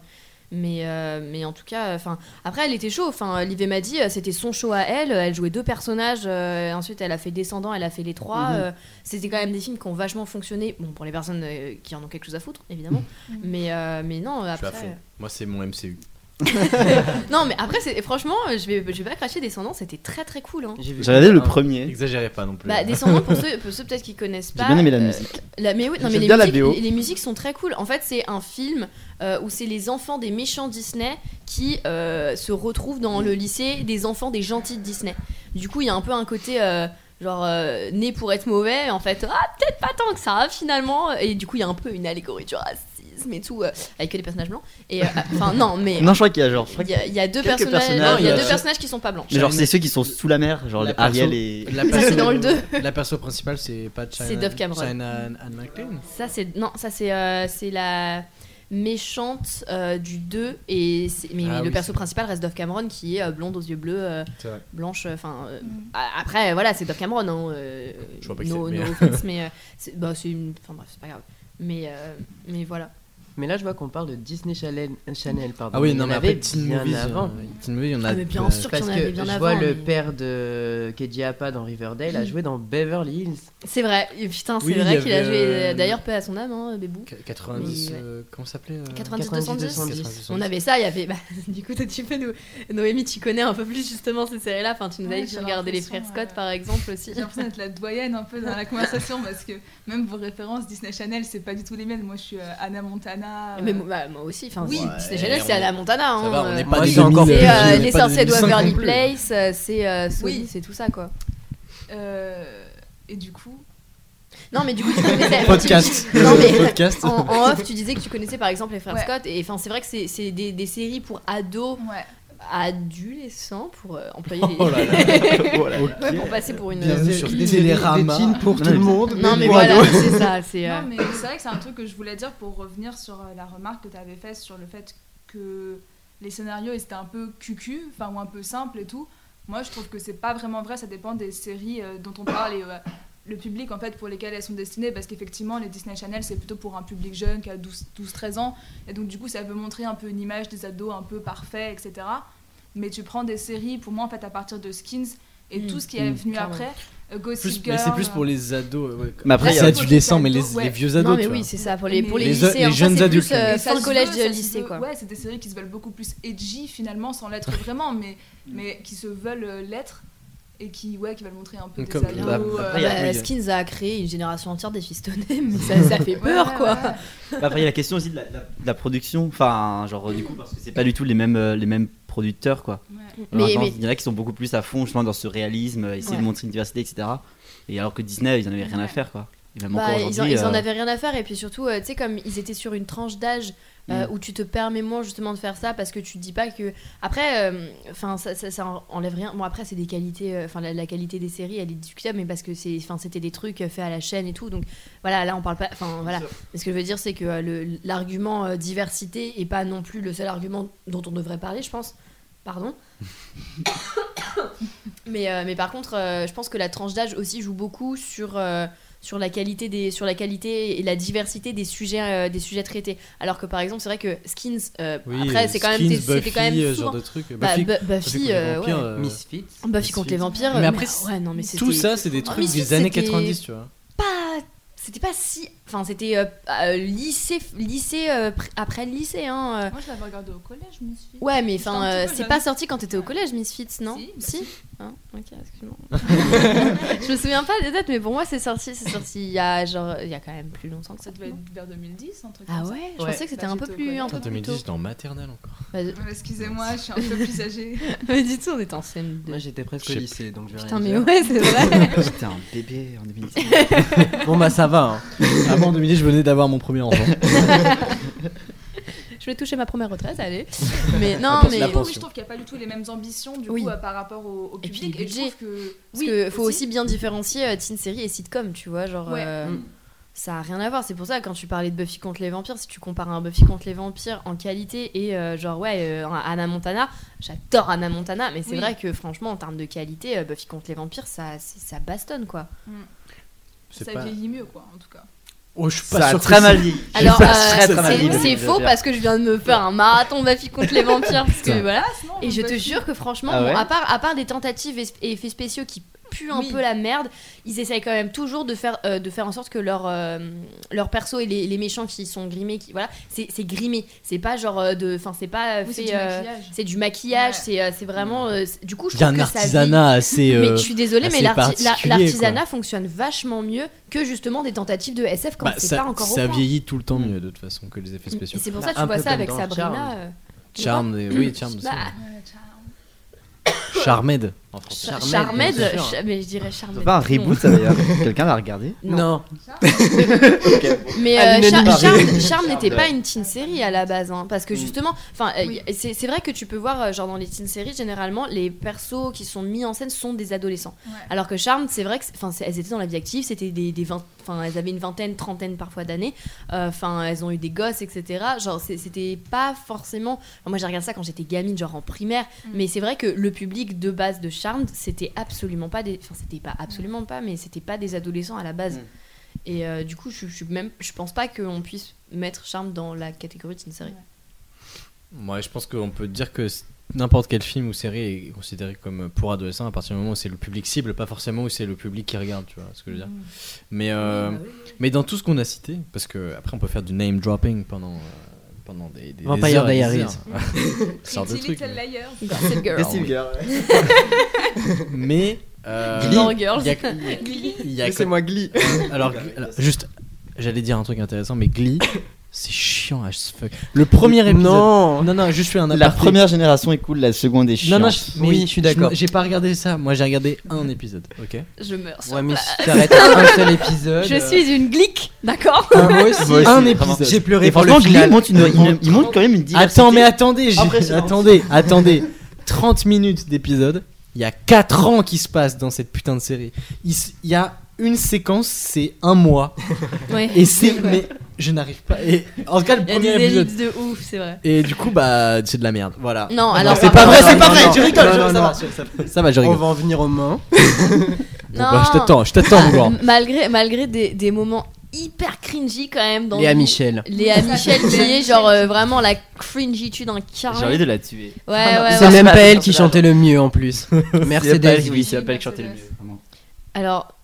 Speaker 6: Mais, euh, mais en tout cas, enfin, après, elle était chaud. Enfin, Liv m'a dit, c'était son show à elle. Elle jouait deux personnages. euh, ensuite, elle a fait Descendant, elle a fait Les Trois.
Speaker 9: Mhm.
Speaker 6: euh, C'était quand même des films qui ont vachement fonctionné. Bon, pour les personnes euh, qui en ont quelque chose à foutre, évidemment.
Speaker 8: Mhm.
Speaker 6: Mais, euh, mais non,
Speaker 5: Je suis à
Speaker 6: après. euh,
Speaker 5: fond. Moi, c'est mon MCU.
Speaker 6: Non, mais après, c'est- franchement, je vais, je vais pas cracher Descendant. C'était très très cool. hein.
Speaker 7: J'ai vu
Speaker 9: J'ai regardé le
Speaker 7: un-
Speaker 9: premier.
Speaker 5: N'exagérez pas non plus.
Speaker 6: Bah, Descendant, pour ceux, pour ceux peut-être qui connaissent
Speaker 9: Mmh. J'ai
Speaker 6: pas.
Speaker 9: bien aimé la
Speaker 6: euh,
Speaker 9: musique.
Speaker 6: La- mais oui, non, mais
Speaker 9: J'aime
Speaker 6: les
Speaker 9: bien la
Speaker 6: musiques,
Speaker 9: BO.
Speaker 6: les, les musiques sont très cool. En fait, c'est un film euh, où c'est les enfants des méchants Disney qui euh, se retrouvent dans le lycée des enfants des gentils de Disney. Du coup, il y a un peu un côté euh, genre euh, né pour être mauvais. En fait, ah peut-être pas tant que ça finalement. Et du coup, il y a un peu une allégorie du racisme racisme et tout, euh, avec que des personnages blancs. Et euh, enfin, non, mais
Speaker 10: Non, je crois qu'il y a genre. je crois
Speaker 6: il
Speaker 10: que-
Speaker 6: y, a- il y a deux
Speaker 10: Quelques
Speaker 6: personnages,
Speaker 10: personnages,
Speaker 6: non, il y a
Speaker 10: euh,
Speaker 6: deux personnages qui sont pas blancs.
Speaker 10: Mais genre, c'est ceux qui sont sous la mer, genre
Speaker 5: La
Speaker 10: Ariel
Speaker 5: perso-
Speaker 10: et.
Speaker 5: La
Speaker 6: Ça, c'est dans le deux.
Speaker 5: La perso principale, c'est pas China.
Speaker 6: C'est Dove Cameron.
Speaker 5: China Anne- Anne McLean.
Speaker 6: Ça, c'est non, ça c'est euh, c'est la méchante euh, du 2 et c'est- mais,
Speaker 5: Ah
Speaker 6: mais
Speaker 5: oui,
Speaker 6: le perso
Speaker 5: c'est-
Speaker 6: principal reste Dove Cameron qui est euh, blonde aux yeux bleus euh,
Speaker 5: C'est vrai.
Speaker 6: blanche enfin euh,
Speaker 8: Mm.
Speaker 6: a- après voilà c'est Dove Cameron hein, euh,
Speaker 5: Je vois pas qui
Speaker 6: no,
Speaker 5: c'est, mais-
Speaker 6: no offense, mais euh, c'est bah, c'est une enfin bref c'est pas grave mais euh, mais voilà
Speaker 7: Mais là, je vois qu'on parle de Disney Channel, Channel pardon.
Speaker 5: Ah oui,
Speaker 7: Il y
Speaker 5: non,
Speaker 7: en
Speaker 5: mais
Speaker 7: avait
Speaker 5: après, Teen
Speaker 7: bien
Speaker 5: Movies,
Speaker 7: avant.
Speaker 5: euh, Teen Movies, il y en a.
Speaker 6: Ah, mais bien
Speaker 5: euh,
Speaker 6: sûr. qu'il y en
Speaker 7: Parce
Speaker 6: avait
Speaker 7: que je
Speaker 6: bien
Speaker 7: vois
Speaker 6: avant,
Speaker 7: le
Speaker 6: mais- Mmh.
Speaker 7: père de Keiji Apa dans Riverdale a joué dans Beverly Hills.
Speaker 6: c'est vrai et putain c'est
Speaker 5: Oui, il y
Speaker 6: vrai qu'il a
Speaker 5: avait,
Speaker 6: joué
Speaker 5: euh,
Speaker 6: d'ailleurs paix à son âme hein, Bébou
Speaker 5: qu- 90.
Speaker 6: Oui, ouais.
Speaker 5: euh, comment ça s'appelait euh,
Speaker 6: 90
Speaker 7: 90.
Speaker 6: 210
Speaker 5: 90.
Speaker 6: on avait ça, il y avait. bah, du coup, toi, tu peux nous. Noémie, tu connais un peu plus justement ces séries-là. Enfin, tu nous as
Speaker 8: Ouais,
Speaker 6: dit que tu
Speaker 8: j'ai
Speaker 6: regardais les frères
Speaker 8: l'impression,
Speaker 6: Scott,
Speaker 8: euh,
Speaker 6: par exemple, aussi.
Speaker 8: J'ai l'impression d'être la doyenne un peu dans la conversation parce que même vos références Disney Channel, c'est pas du tout les miennes. Moi, je suis euh, Anna Montana. euh,
Speaker 6: Mais moi- bah, moi aussi, enfin,
Speaker 8: Oui.
Speaker 6: oui,
Speaker 5: Ah Ouais,
Speaker 6: Disney Channel,
Speaker 5: on-
Speaker 6: c'est à la Montana.
Speaker 5: Ça
Speaker 6: hein,
Speaker 5: va, on
Speaker 6: euh,
Speaker 5: n'est pas
Speaker 7: moi,
Speaker 5: des
Speaker 7: j'ai encore-
Speaker 5: mille,
Speaker 6: C'est
Speaker 5: on
Speaker 6: euh,
Speaker 5: n'est
Speaker 6: les
Speaker 5: pas des
Speaker 6: sorciers de
Speaker 5: 2005 non
Speaker 6: Waverly
Speaker 5: plus.
Speaker 6: Place, euh, c'est euh, Sony,
Speaker 8: Oui.
Speaker 6: c'est tout ça quoi.
Speaker 8: euh, et du coup,
Speaker 6: Non mais du coup tu connaissais.
Speaker 5: Podcast.
Speaker 6: Non, mais-
Speaker 5: Podcast.
Speaker 6: En, en off, tu disais que tu connaissais par exemple les frères
Speaker 8: Ouais.
Speaker 6: Scott, et enfin c'est vrai que c'est c'est des, des séries pour ados,
Speaker 8: ouais.
Speaker 6: adolescents, pour euh, employer les.
Speaker 5: Oh là
Speaker 10: Voilà.
Speaker 6: ouais, pour passer pour une.
Speaker 5: Bien sûr, Télérama.
Speaker 7: pour
Speaker 10: tout le
Speaker 7: monde.
Speaker 6: Non mais voilà, c'est ça, c'est. euh,
Speaker 8: Non, mais c'est vrai que c'est un truc que je voulais dire pour revenir sur euh, la remarque que tu avais faite sur le fait que les scénarios ils étaient un peu cucu, enfin ou un peu simples et tout. Moi, je trouve que c'est pas vraiment vrai. Ça dépend des séries euh, dont on parle et euh, le public en fait pour lesquelles elles sont destinées. Parce qu'effectivement, les Disney Channel c'est plutôt pour un public jeune qui a 12-13 ans. Et donc du coup, ça veut montrer un peu une image des ados un peu parfait, etc. Mais tu prends des séries, pour moi en fait, à partir de Skins et
Speaker 6: Mm.
Speaker 8: tout ce qui est
Speaker 5: Mm.
Speaker 8: venu
Speaker 6: Clairement.
Speaker 8: après, euh, Gossip
Speaker 5: Plus- mais c'est
Speaker 8: Girl,
Speaker 5: plus pour
Speaker 8: euh,
Speaker 5: les ados. ouais.
Speaker 10: Mais après,
Speaker 5: Là,
Speaker 10: il y a-
Speaker 5: c'est adolescent, mais les,
Speaker 8: Ouais.
Speaker 5: les vieux ados.
Speaker 6: Non mais
Speaker 5: tu
Speaker 6: oui,
Speaker 5: vois.
Speaker 6: c'est ça, pour les, pour les,
Speaker 8: Les-
Speaker 6: lycées,
Speaker 5: les
Speaker 6: en
Speaker 5: jeunes
Speaker 6: fait, c'est
Speaker 5: adultes,
Speaker 6: plus euh,
Speaker 8: Mais ça
Speaker 6: fin
Speaker 8: se
Speaker 6: collège,
Speaker 8: veut, ça se
Speaker 6: lycée
Speaker 8: veut.
Speaker 6: quoi.
Speaker 8: Ouais, c'est des séries qui se veulent beaucoup plus edgy finalement sans l'être vraiment, mais,
Speaker 5: Mm.
Speaker 8: mais qui se veulent euh, l'être et qui, ouais, qui veulent montrer un peu des
Speaker 5: Comme-
Speaker 8: ados,
Speaker 5: bah,
Speaker 8: euh,
Speaker 10: après, il y a-
Speaker 6: Bah,
Speaker 5: oui.
Speaker 6: Skins a créé une génération entière des fistonnés, mais ça, ça fait
Speaker 8: ouais,
Speaker 6: peur
Speaker 8: ouais,
Speaker 6: quoi.
Speaker 8: ouais.
Speaker 10: Bah, Après, il y a la question aussi de la, de la- de la production. Enfin, genre, du coup, parce que c'est pas du tout les mêmes, euh, les mêmes producteurs, quoi.
Speaker 6: Mais,
Speaker 10: Maintenant,
Speaker 6: mais
Speaker 10: Il y en a qui sont beaucoup plus à fond, justement, dans ce réalisme, euh, essayer
Speaker 6: Ouais.
Speaker 10: de montrer une diversité, etc. Et alors que Disney, ils en avaient rien à
Speaker 8: Ouais.
Speaker 10: faire, quoi. Et même
Speaker 6: bah,
Speaker 10: encore
Speaker 6: ils, en,
Speaker 10: aujourd'hui,
Speaker 6: ils en
Speaker 10: euh,
Speaker 6: avaient rien à faire, et puis surtout, euh, tu sais, comme ils étaient sur une tranche d'âge euh, où tu te permets moins justement de faire ça parce que tu te dis pas que. Après, euh, enfin, ça, ça, ça en- enlève rien. Bon, après, c'est des qualités, euh, enfin, la, la qualité des séries, elle est discutable, mais parce que c'est, enfin, c'était des trucs euh, faits à la chaîne et tout, donc voilà, là, on parle pas. Enfin, voilà. Mais ce que je veux dire, c'est que euh, le- l'argument euh, diversité est pas non plus le seul argument dont on devrait parler, je pense. Pardon. mais, euh, mais par contre, euh, je pense que la tranche d'âge aussi joue beaucoup sur, euh, sur, la qualité des, sur la qualité et la diversité des sujets, euh, des sujets traités. Alors que par exemple, c'est vrai que Skins, euh,
Speaker 5: Oui,
Speaker 6: après,
Speaker 5: euh,
Speaker 6: c'est quand même,
Speaker 5: Skins,
Speaker 6: des- c'était
Speaker 5: Buffy,
Speaker 6: quand même
Speaker 5: euh,
Speaker 6: souvent-
Speaker 5: genre de trucs.
Speaker 6: Bah,
Speaker 5: Buffy,
Speaker 6: Bu-
Speaker 5: Buffy
Speaker 6: Buffy,
Speaker 5: contre les
Speaker 6: euh,
Speaker 5: vampires,
Speaker 6: ouais.
Speaker 5: euh,
Speaker 7: Misfits.
Speaker 6: Buffy contre les vampires.
Speaker 5: Mais
Speaker 6: euh,
Speaker 5: après,
Speaker 6: ouais, non, mais
Speaker 5: tout
Speaker 6: c'était-
Speaker 5: ça, c'est des
Speaker 6: Oh,
Speaker 5: trucs
Speaker 6: Misfits,
Speaker 5: des années
Speaker 6: c'était-
Speaker 5: 90, tu vois.
Speaker 6: pas c'était pas si enfin c'était euh, euh, lycée lycée euh, pr- après le lycée hein euh.
Speaker 8: Moi, je l'avais regardé au collège, je me suis
Speaker 6: ouais mais
Speaker 8: J'étais
Speaker 6: enfin
Speaker 8: un
Speaker 6: euh,
Speaker 8: petit peu
Speaker 6: c'est
Speaker 8: jeune.
Speaker 6: pas sorti quand t'étais au collège Misfits non
Speaker 8: Si, bah
Speaker 6: Hein ok excuse-moi je me souviens pas des dates mais pour moi c'est sorti c'est sorti il y a genre il y a quand même plus longtemps que ça
Speaker 8: Ça devait être vers 2010, un truc
Speaker 6: ah
Speaker 8: comme ça.
Speaker 6: ouais je
Speaker 7: Ouais.
Speaker 6: pensais que c'était
Speaker 8: Bah,
Speaker 6: un peu
Speaker 8: j'étais au
Speaker 6: plus
Speaker 8: collège.
Speaker 6: un peu
Speaker 5: Putain,
Speaker 6: plus tôt
Speaker 5: 2010, j'étais en maternelle encore.
Speaker 6: Bah, je-
Speaker 8: Ouais, Excusez-moi, je suis un peu plus âgée.
Speaker 6: mais du tout on était en scène
Speaker 7: Moi,
Speaker 6: de
Speaker 7: j'étais presque
Speaker 5: Je
Speaker 7: au
Speaker 5: sais
Speaker 7: lycée, donc je vais
Speaker 6: putain
Speaker 7: rien
Speaker 6: mais ouais
Speaker 7: dire.
Speaker 6: c'est vrai
Speaker 10: J'étais un bébé en 2010.
Speaker 7: Bon, bah, ça va. hein.
Speaker 5: Avant 2010, je venais d'avoir mon premier enfant.
Speaker 6: je vais toucher ma première retraite allez mais non
Speaker 5: pension,
Speaker 6: mais
Speaker 5: la
Speaker 8: Oui,
Speaker 5: pension.
Speaker 8: je trouve qu'il n'y a pas du tout les mêmes ambitions du
Speaker 6: Oui.
Speaker 8: coup, euh, par rapport au, au
Speaker 6: Et puis
Speaker 8: public.
Speaker 6: les
Speaker 8: et je trouve
Speaker 6: budgets.
Speaker 8: que.
Speaker 6: Parce que faut aussi bien différencier euh, teen série et sitcom, tu vois, genre
Speaker 8: Ouais.
Speaker 6: euh,
Speaker 7: Mm.
Speaker 6: ça a rien à voir. C'est pour ça quand tu parlais de Buffy contre les vampires, si tu compares un Buffy contre les vampires en qualité et euh, genre ouais euh, un Hannah Montana, j'adore Hannah Montana, mais c'est
Speaker 8: Oui.
Speaker 6: vrai que franchement en termes de qualité, euh, Buffy contre les vampires, ça c'est- ça bastonne quoi.
Speaker 5: C'est
Speaker 8: Ça
Speaker 5: pas-
Speaker 8: vieillit mieux, quoi, en tout cas.
Speaker 5: Oh, je suis
Speaker 10: Ça
Speaker 5: pas
Speaker 10: a
Speaker 5: sûr.
Speaker 10: très mal dit. Je
Speaker 6: Alors
Speaker 10: suis
Speaker 6: euh,
Speaker 10: pas sûr que ça a mal dit,
Speaker 6: c'est
Speaker 10: mais
Speaker 6: c'est
Speaker 10: je veux
Speaker 6: faux
Speaker 10: dire.
Speaker 6: parce que je viens de me faire un marathon Buffy contre les vampires parce que
Speaker 5: Putain.
Speaker 6: voilà.
Speaker 8: Sinon,
Speaker 6: Ah, Et je te
Speaker 8: Buffy-
Speaker 6: jure que franchement,
Speaker 10: Ah
Speaker 6: bon,
Speaker 10: ouais
Speaker 6: à, part, à part des tentatives et et effets spéciaux qui puent un
Speaker 8: Oui.
Speaker 6: peu la merde, ils essayent quand même toujours de faire, euh, de faire en sorte que leur, euh, leur perso et les, les méchants qui sont grimés, qui, voilà, c'est c'est grimé. C'est pas genre euh, de. Enfin, c'est pas euh,
Speaker 8: Oui, c'est
Speaker 6: fait,
Speaker 8: du
Speaker 6: euh,
Speaker 8: maquillage.
Speaker 6: c'est du maquillage,
Speaker 8: Ouais.
Speaker 6: c'est euh, c'est vraiment. euh, c'est- du coup, je
Speaker 5: Il y a
Speaker 6: trouve
Speaker 5: un
Speaker 6: que
Speaker 5: artisanat assez.
Speaker 6: ça. vit-
Speaker 5: euh,
Speaker 6: Mais je suis désolée, mais
Speaker 5: assez
Speaker 6: l'arti- la-
Speaker 5: particulier,
Speaker 6: l'artisanat fonctionne vachement mieux que justement des tentatives de SF quand
Speaker 5: bah,
Speaker 6: c'est
Speaker 5: ça,
Speaker 6: pas encore au
Speaker 5: ça
Speaker 6: point.
Speaker 5: vieillit tout le temps mieux de toute façon que les effets spéciaux.
Speaker 6: Et c'est pour
Speaker 7: Bah,
Speaker 6: ça que
Speaker 7: un
Speaker 6: tu vois
Speaker 7: peu
Speaker 6: ça
Speaker 7: comme
Speaker 6: avec
Speaker 7: dans
Speaker 6: Sabrina.
Speaker 7: Charmed.
Speaker 6: euh, tu vois.
Speaker 5: Charmed, et- oui, Charmed. c'est-
Speaker 6: Bah,
Speaker 8: Ouais, ciao.
Speaker 5: Charmed. en français.
Speaker 6: Char-
Speaker 7: Charmed,
Speaker 6: Charmed,
Speaker 7: bien sûr.
Speaker 6: Cha- mais je dirais Charmed.
Speaker 9: C'est pas un reboot, ça d'ailleurs. Quelqu'un l'a regardé
Speaker 7: Non.
Speaker 6: Mais
Speaker 7: À
Speaker 6: euh, Char-
Speaker 7: l'unanimité.
Speaker 6: Charme, Charme n'était
Speaker 9: Charme,
Speaker 6: pas
Speaker 9: ouais.
Speaker 6: une teen série à la base, hein, parce que
Speaker 7: Mm.
Speaker 6: justement, enfin, euh,
Speaker 8: Oui.
Speaker 6: y- c'est c'est vrai que tu peux voir, euh, genre dans les teen séries, généralement, les persos qui sont mis en scène sont des adolescents.
Speaker 8: Ouais.
Speaker 6: Alors que Charme, c'est vrai que, c'est- enfin, c'est- elles étaient dans la vie active, c'était des, des 20 enfin, elles avaient une vingtaine, trentaine parfois d'années. Euh, Enfin, elles ont eu des gosses, etc. Genre, c'est- c'était pas forcément. enfin, moi, j'ai regardé ça quand j'étais gamine, genre en primaire.
Speaker 8: Mm.
Speaker 6: Mais c'est vrai que le public de base de Charmed, c'était absolument pas des. Enfin, c'était pas absolument pas, mais c'était pas des adolescents à la base.
Speaker 7: Mm.
Speaker 6: Et euh, du coup, je, je suis même, je pense pas qu'on puisse mettre Charme dans la catégorie teen série.
Speaker 5: Moi, je pense qu'on peut dire que c- n'importe quel film ou série est considéré comme pour adolescents à partir du moment où c'est le public cible, pas forcément où c'est le public qui regarde, tu vois ce que je veux dire.
Speaker 6: Mm.
Speaker 5: Mais, euh,
Speaker 6: bah
Speaker 5: mais dans tout ce qu'on a cité, parce que après on peut faire du name dropping pendant, euh, pendant des, des,
Speaker 7: Vampire
Speaker 5: des heures et des
Speaker 7: Diaries.
Speaker 5: heures. Sorte de
Speaker 8: Pretty
Speaker 5: truc.
Speaker 8: Little
Speaker 5: Mais,
Speaker 8: Liars.
Speaker 6: Gossip Girl.
Speaker 10: Gossip Girl, ouais.
Speaker 5: mais, euh,
Speaker 7: Glee.
Speaker 6: Gilmore
Speaker 5: il y a-
Speaker 6: Girls.
Speaker 5: il y a que-
Speaker 7: Laissez-moi Glee.
Speaker 5: alors, Glee- alors, juste, j'allais dire un truc intéressant, mais Glee, c'est chiant as fuck. Le premier épisode.
Speaker 7: Non.
Speaker 5: non, non, je suis un
Speaker 10: La
Speaker 5: aparté.
Speaker 10: première génération est cool, la seconde est chiante.
Speaker 5: Non, non, je- mais
Speaker 7: Oui, je suis d'accord.
Speaker 5: J'ai pas regardé ça. Moi, j'ai regardé un épisode. Ok.
Speaker 6: Je meurs. sur
Speaker 7: Ouais, mais
Speaker 6: place.
Speaker 7: si t'arrêtes à un seul épisode.
Speaker 5: euh,
Speaker 6: Je suis une glique, d'accord
Speaker 7: euh, moi aussi.
Speaker 10: Moi aussi,
Speaker 7: un
Speaker 10: vraiment.
Speaker 7: épisode. J'ai
Speaker 10: Et
Speaker 7: pleuré pour
Speaker 10: franchement,
Speaker 7: le
Speaker 10: Glee
Speaker 7: final.
Speaker 10: montre, une- une- il montre quand même une diversité.
Speaker 5: Attends, mais attendez, j'ai-
Speaker 10: Impressionnant.
Speaker 5: attendez, attendez. 30 minutes d'épisode. Il y a 4 ans qui se passent dans cette putain de série. Il s- il y a une séquence, c'est un mois.
Speaker 6: Ouais.
Speaker 5: Et c'est.
Speaker 6: Ouais.
Speaker 5: Mais je n'arrive pas. Et, en tout cas, le
Speaker 6: Il y a des
Speaker 5: premier épisode.
Speaker 6: ellipses de ouf, c'est vrai.
Speaker 5: Et du coup, bah, c'est de la merde. Voilà.
Speaker 6: Non, alors.
Speaker 5: c'est
Speaker 6: par
Speaker 5: pas vrai,
Speaker 6: contre-
Speaker 5: c'est pas vrai,
Speaker 7: non,
Speaker 5: tu
Speaker 7: non,
Speaker 5: rigoles,
Speaker 7: non,
Speaker 5: je-
Speaker 7: non,
Speaker 5: ça va,
Speaker 7: non.
Speaker 5: Ça va, je
Speaker 7: On
Speaker 5: rigole.
Speaker 7: va en venir aux mains.
Speaker 5: Bon, bah, je t'attends, je t'attends, mon grand.
Speaker 6: Malgré, malgré des, des moments hyper cringy quand même dans
Speaker 7: Léa Michel.
Speaker 6: Léa Michel qui est genre euh, vraiment la cringitude
Speaker 10: J'ai
Speaker 6: incarnée.
Speaker 10: envie de la tuer.
Speaker 6: Ouais, Eh ouais,
Speaker 7: c'est
Speaker 6: ouais.
Speaker 7: même pas elle qui
Speaker 10: personnage.
Speaker 7: chantait le mieux en plus.
Speaker 10: C'est pas
Speaker 7: Mercedes.
Speaker 10: elle- Oui, c'est pas elle qui chantait le mieux.
Speaker 8: Mercedes.
Speaker 10: vraiment.
Speaker 6: Alors,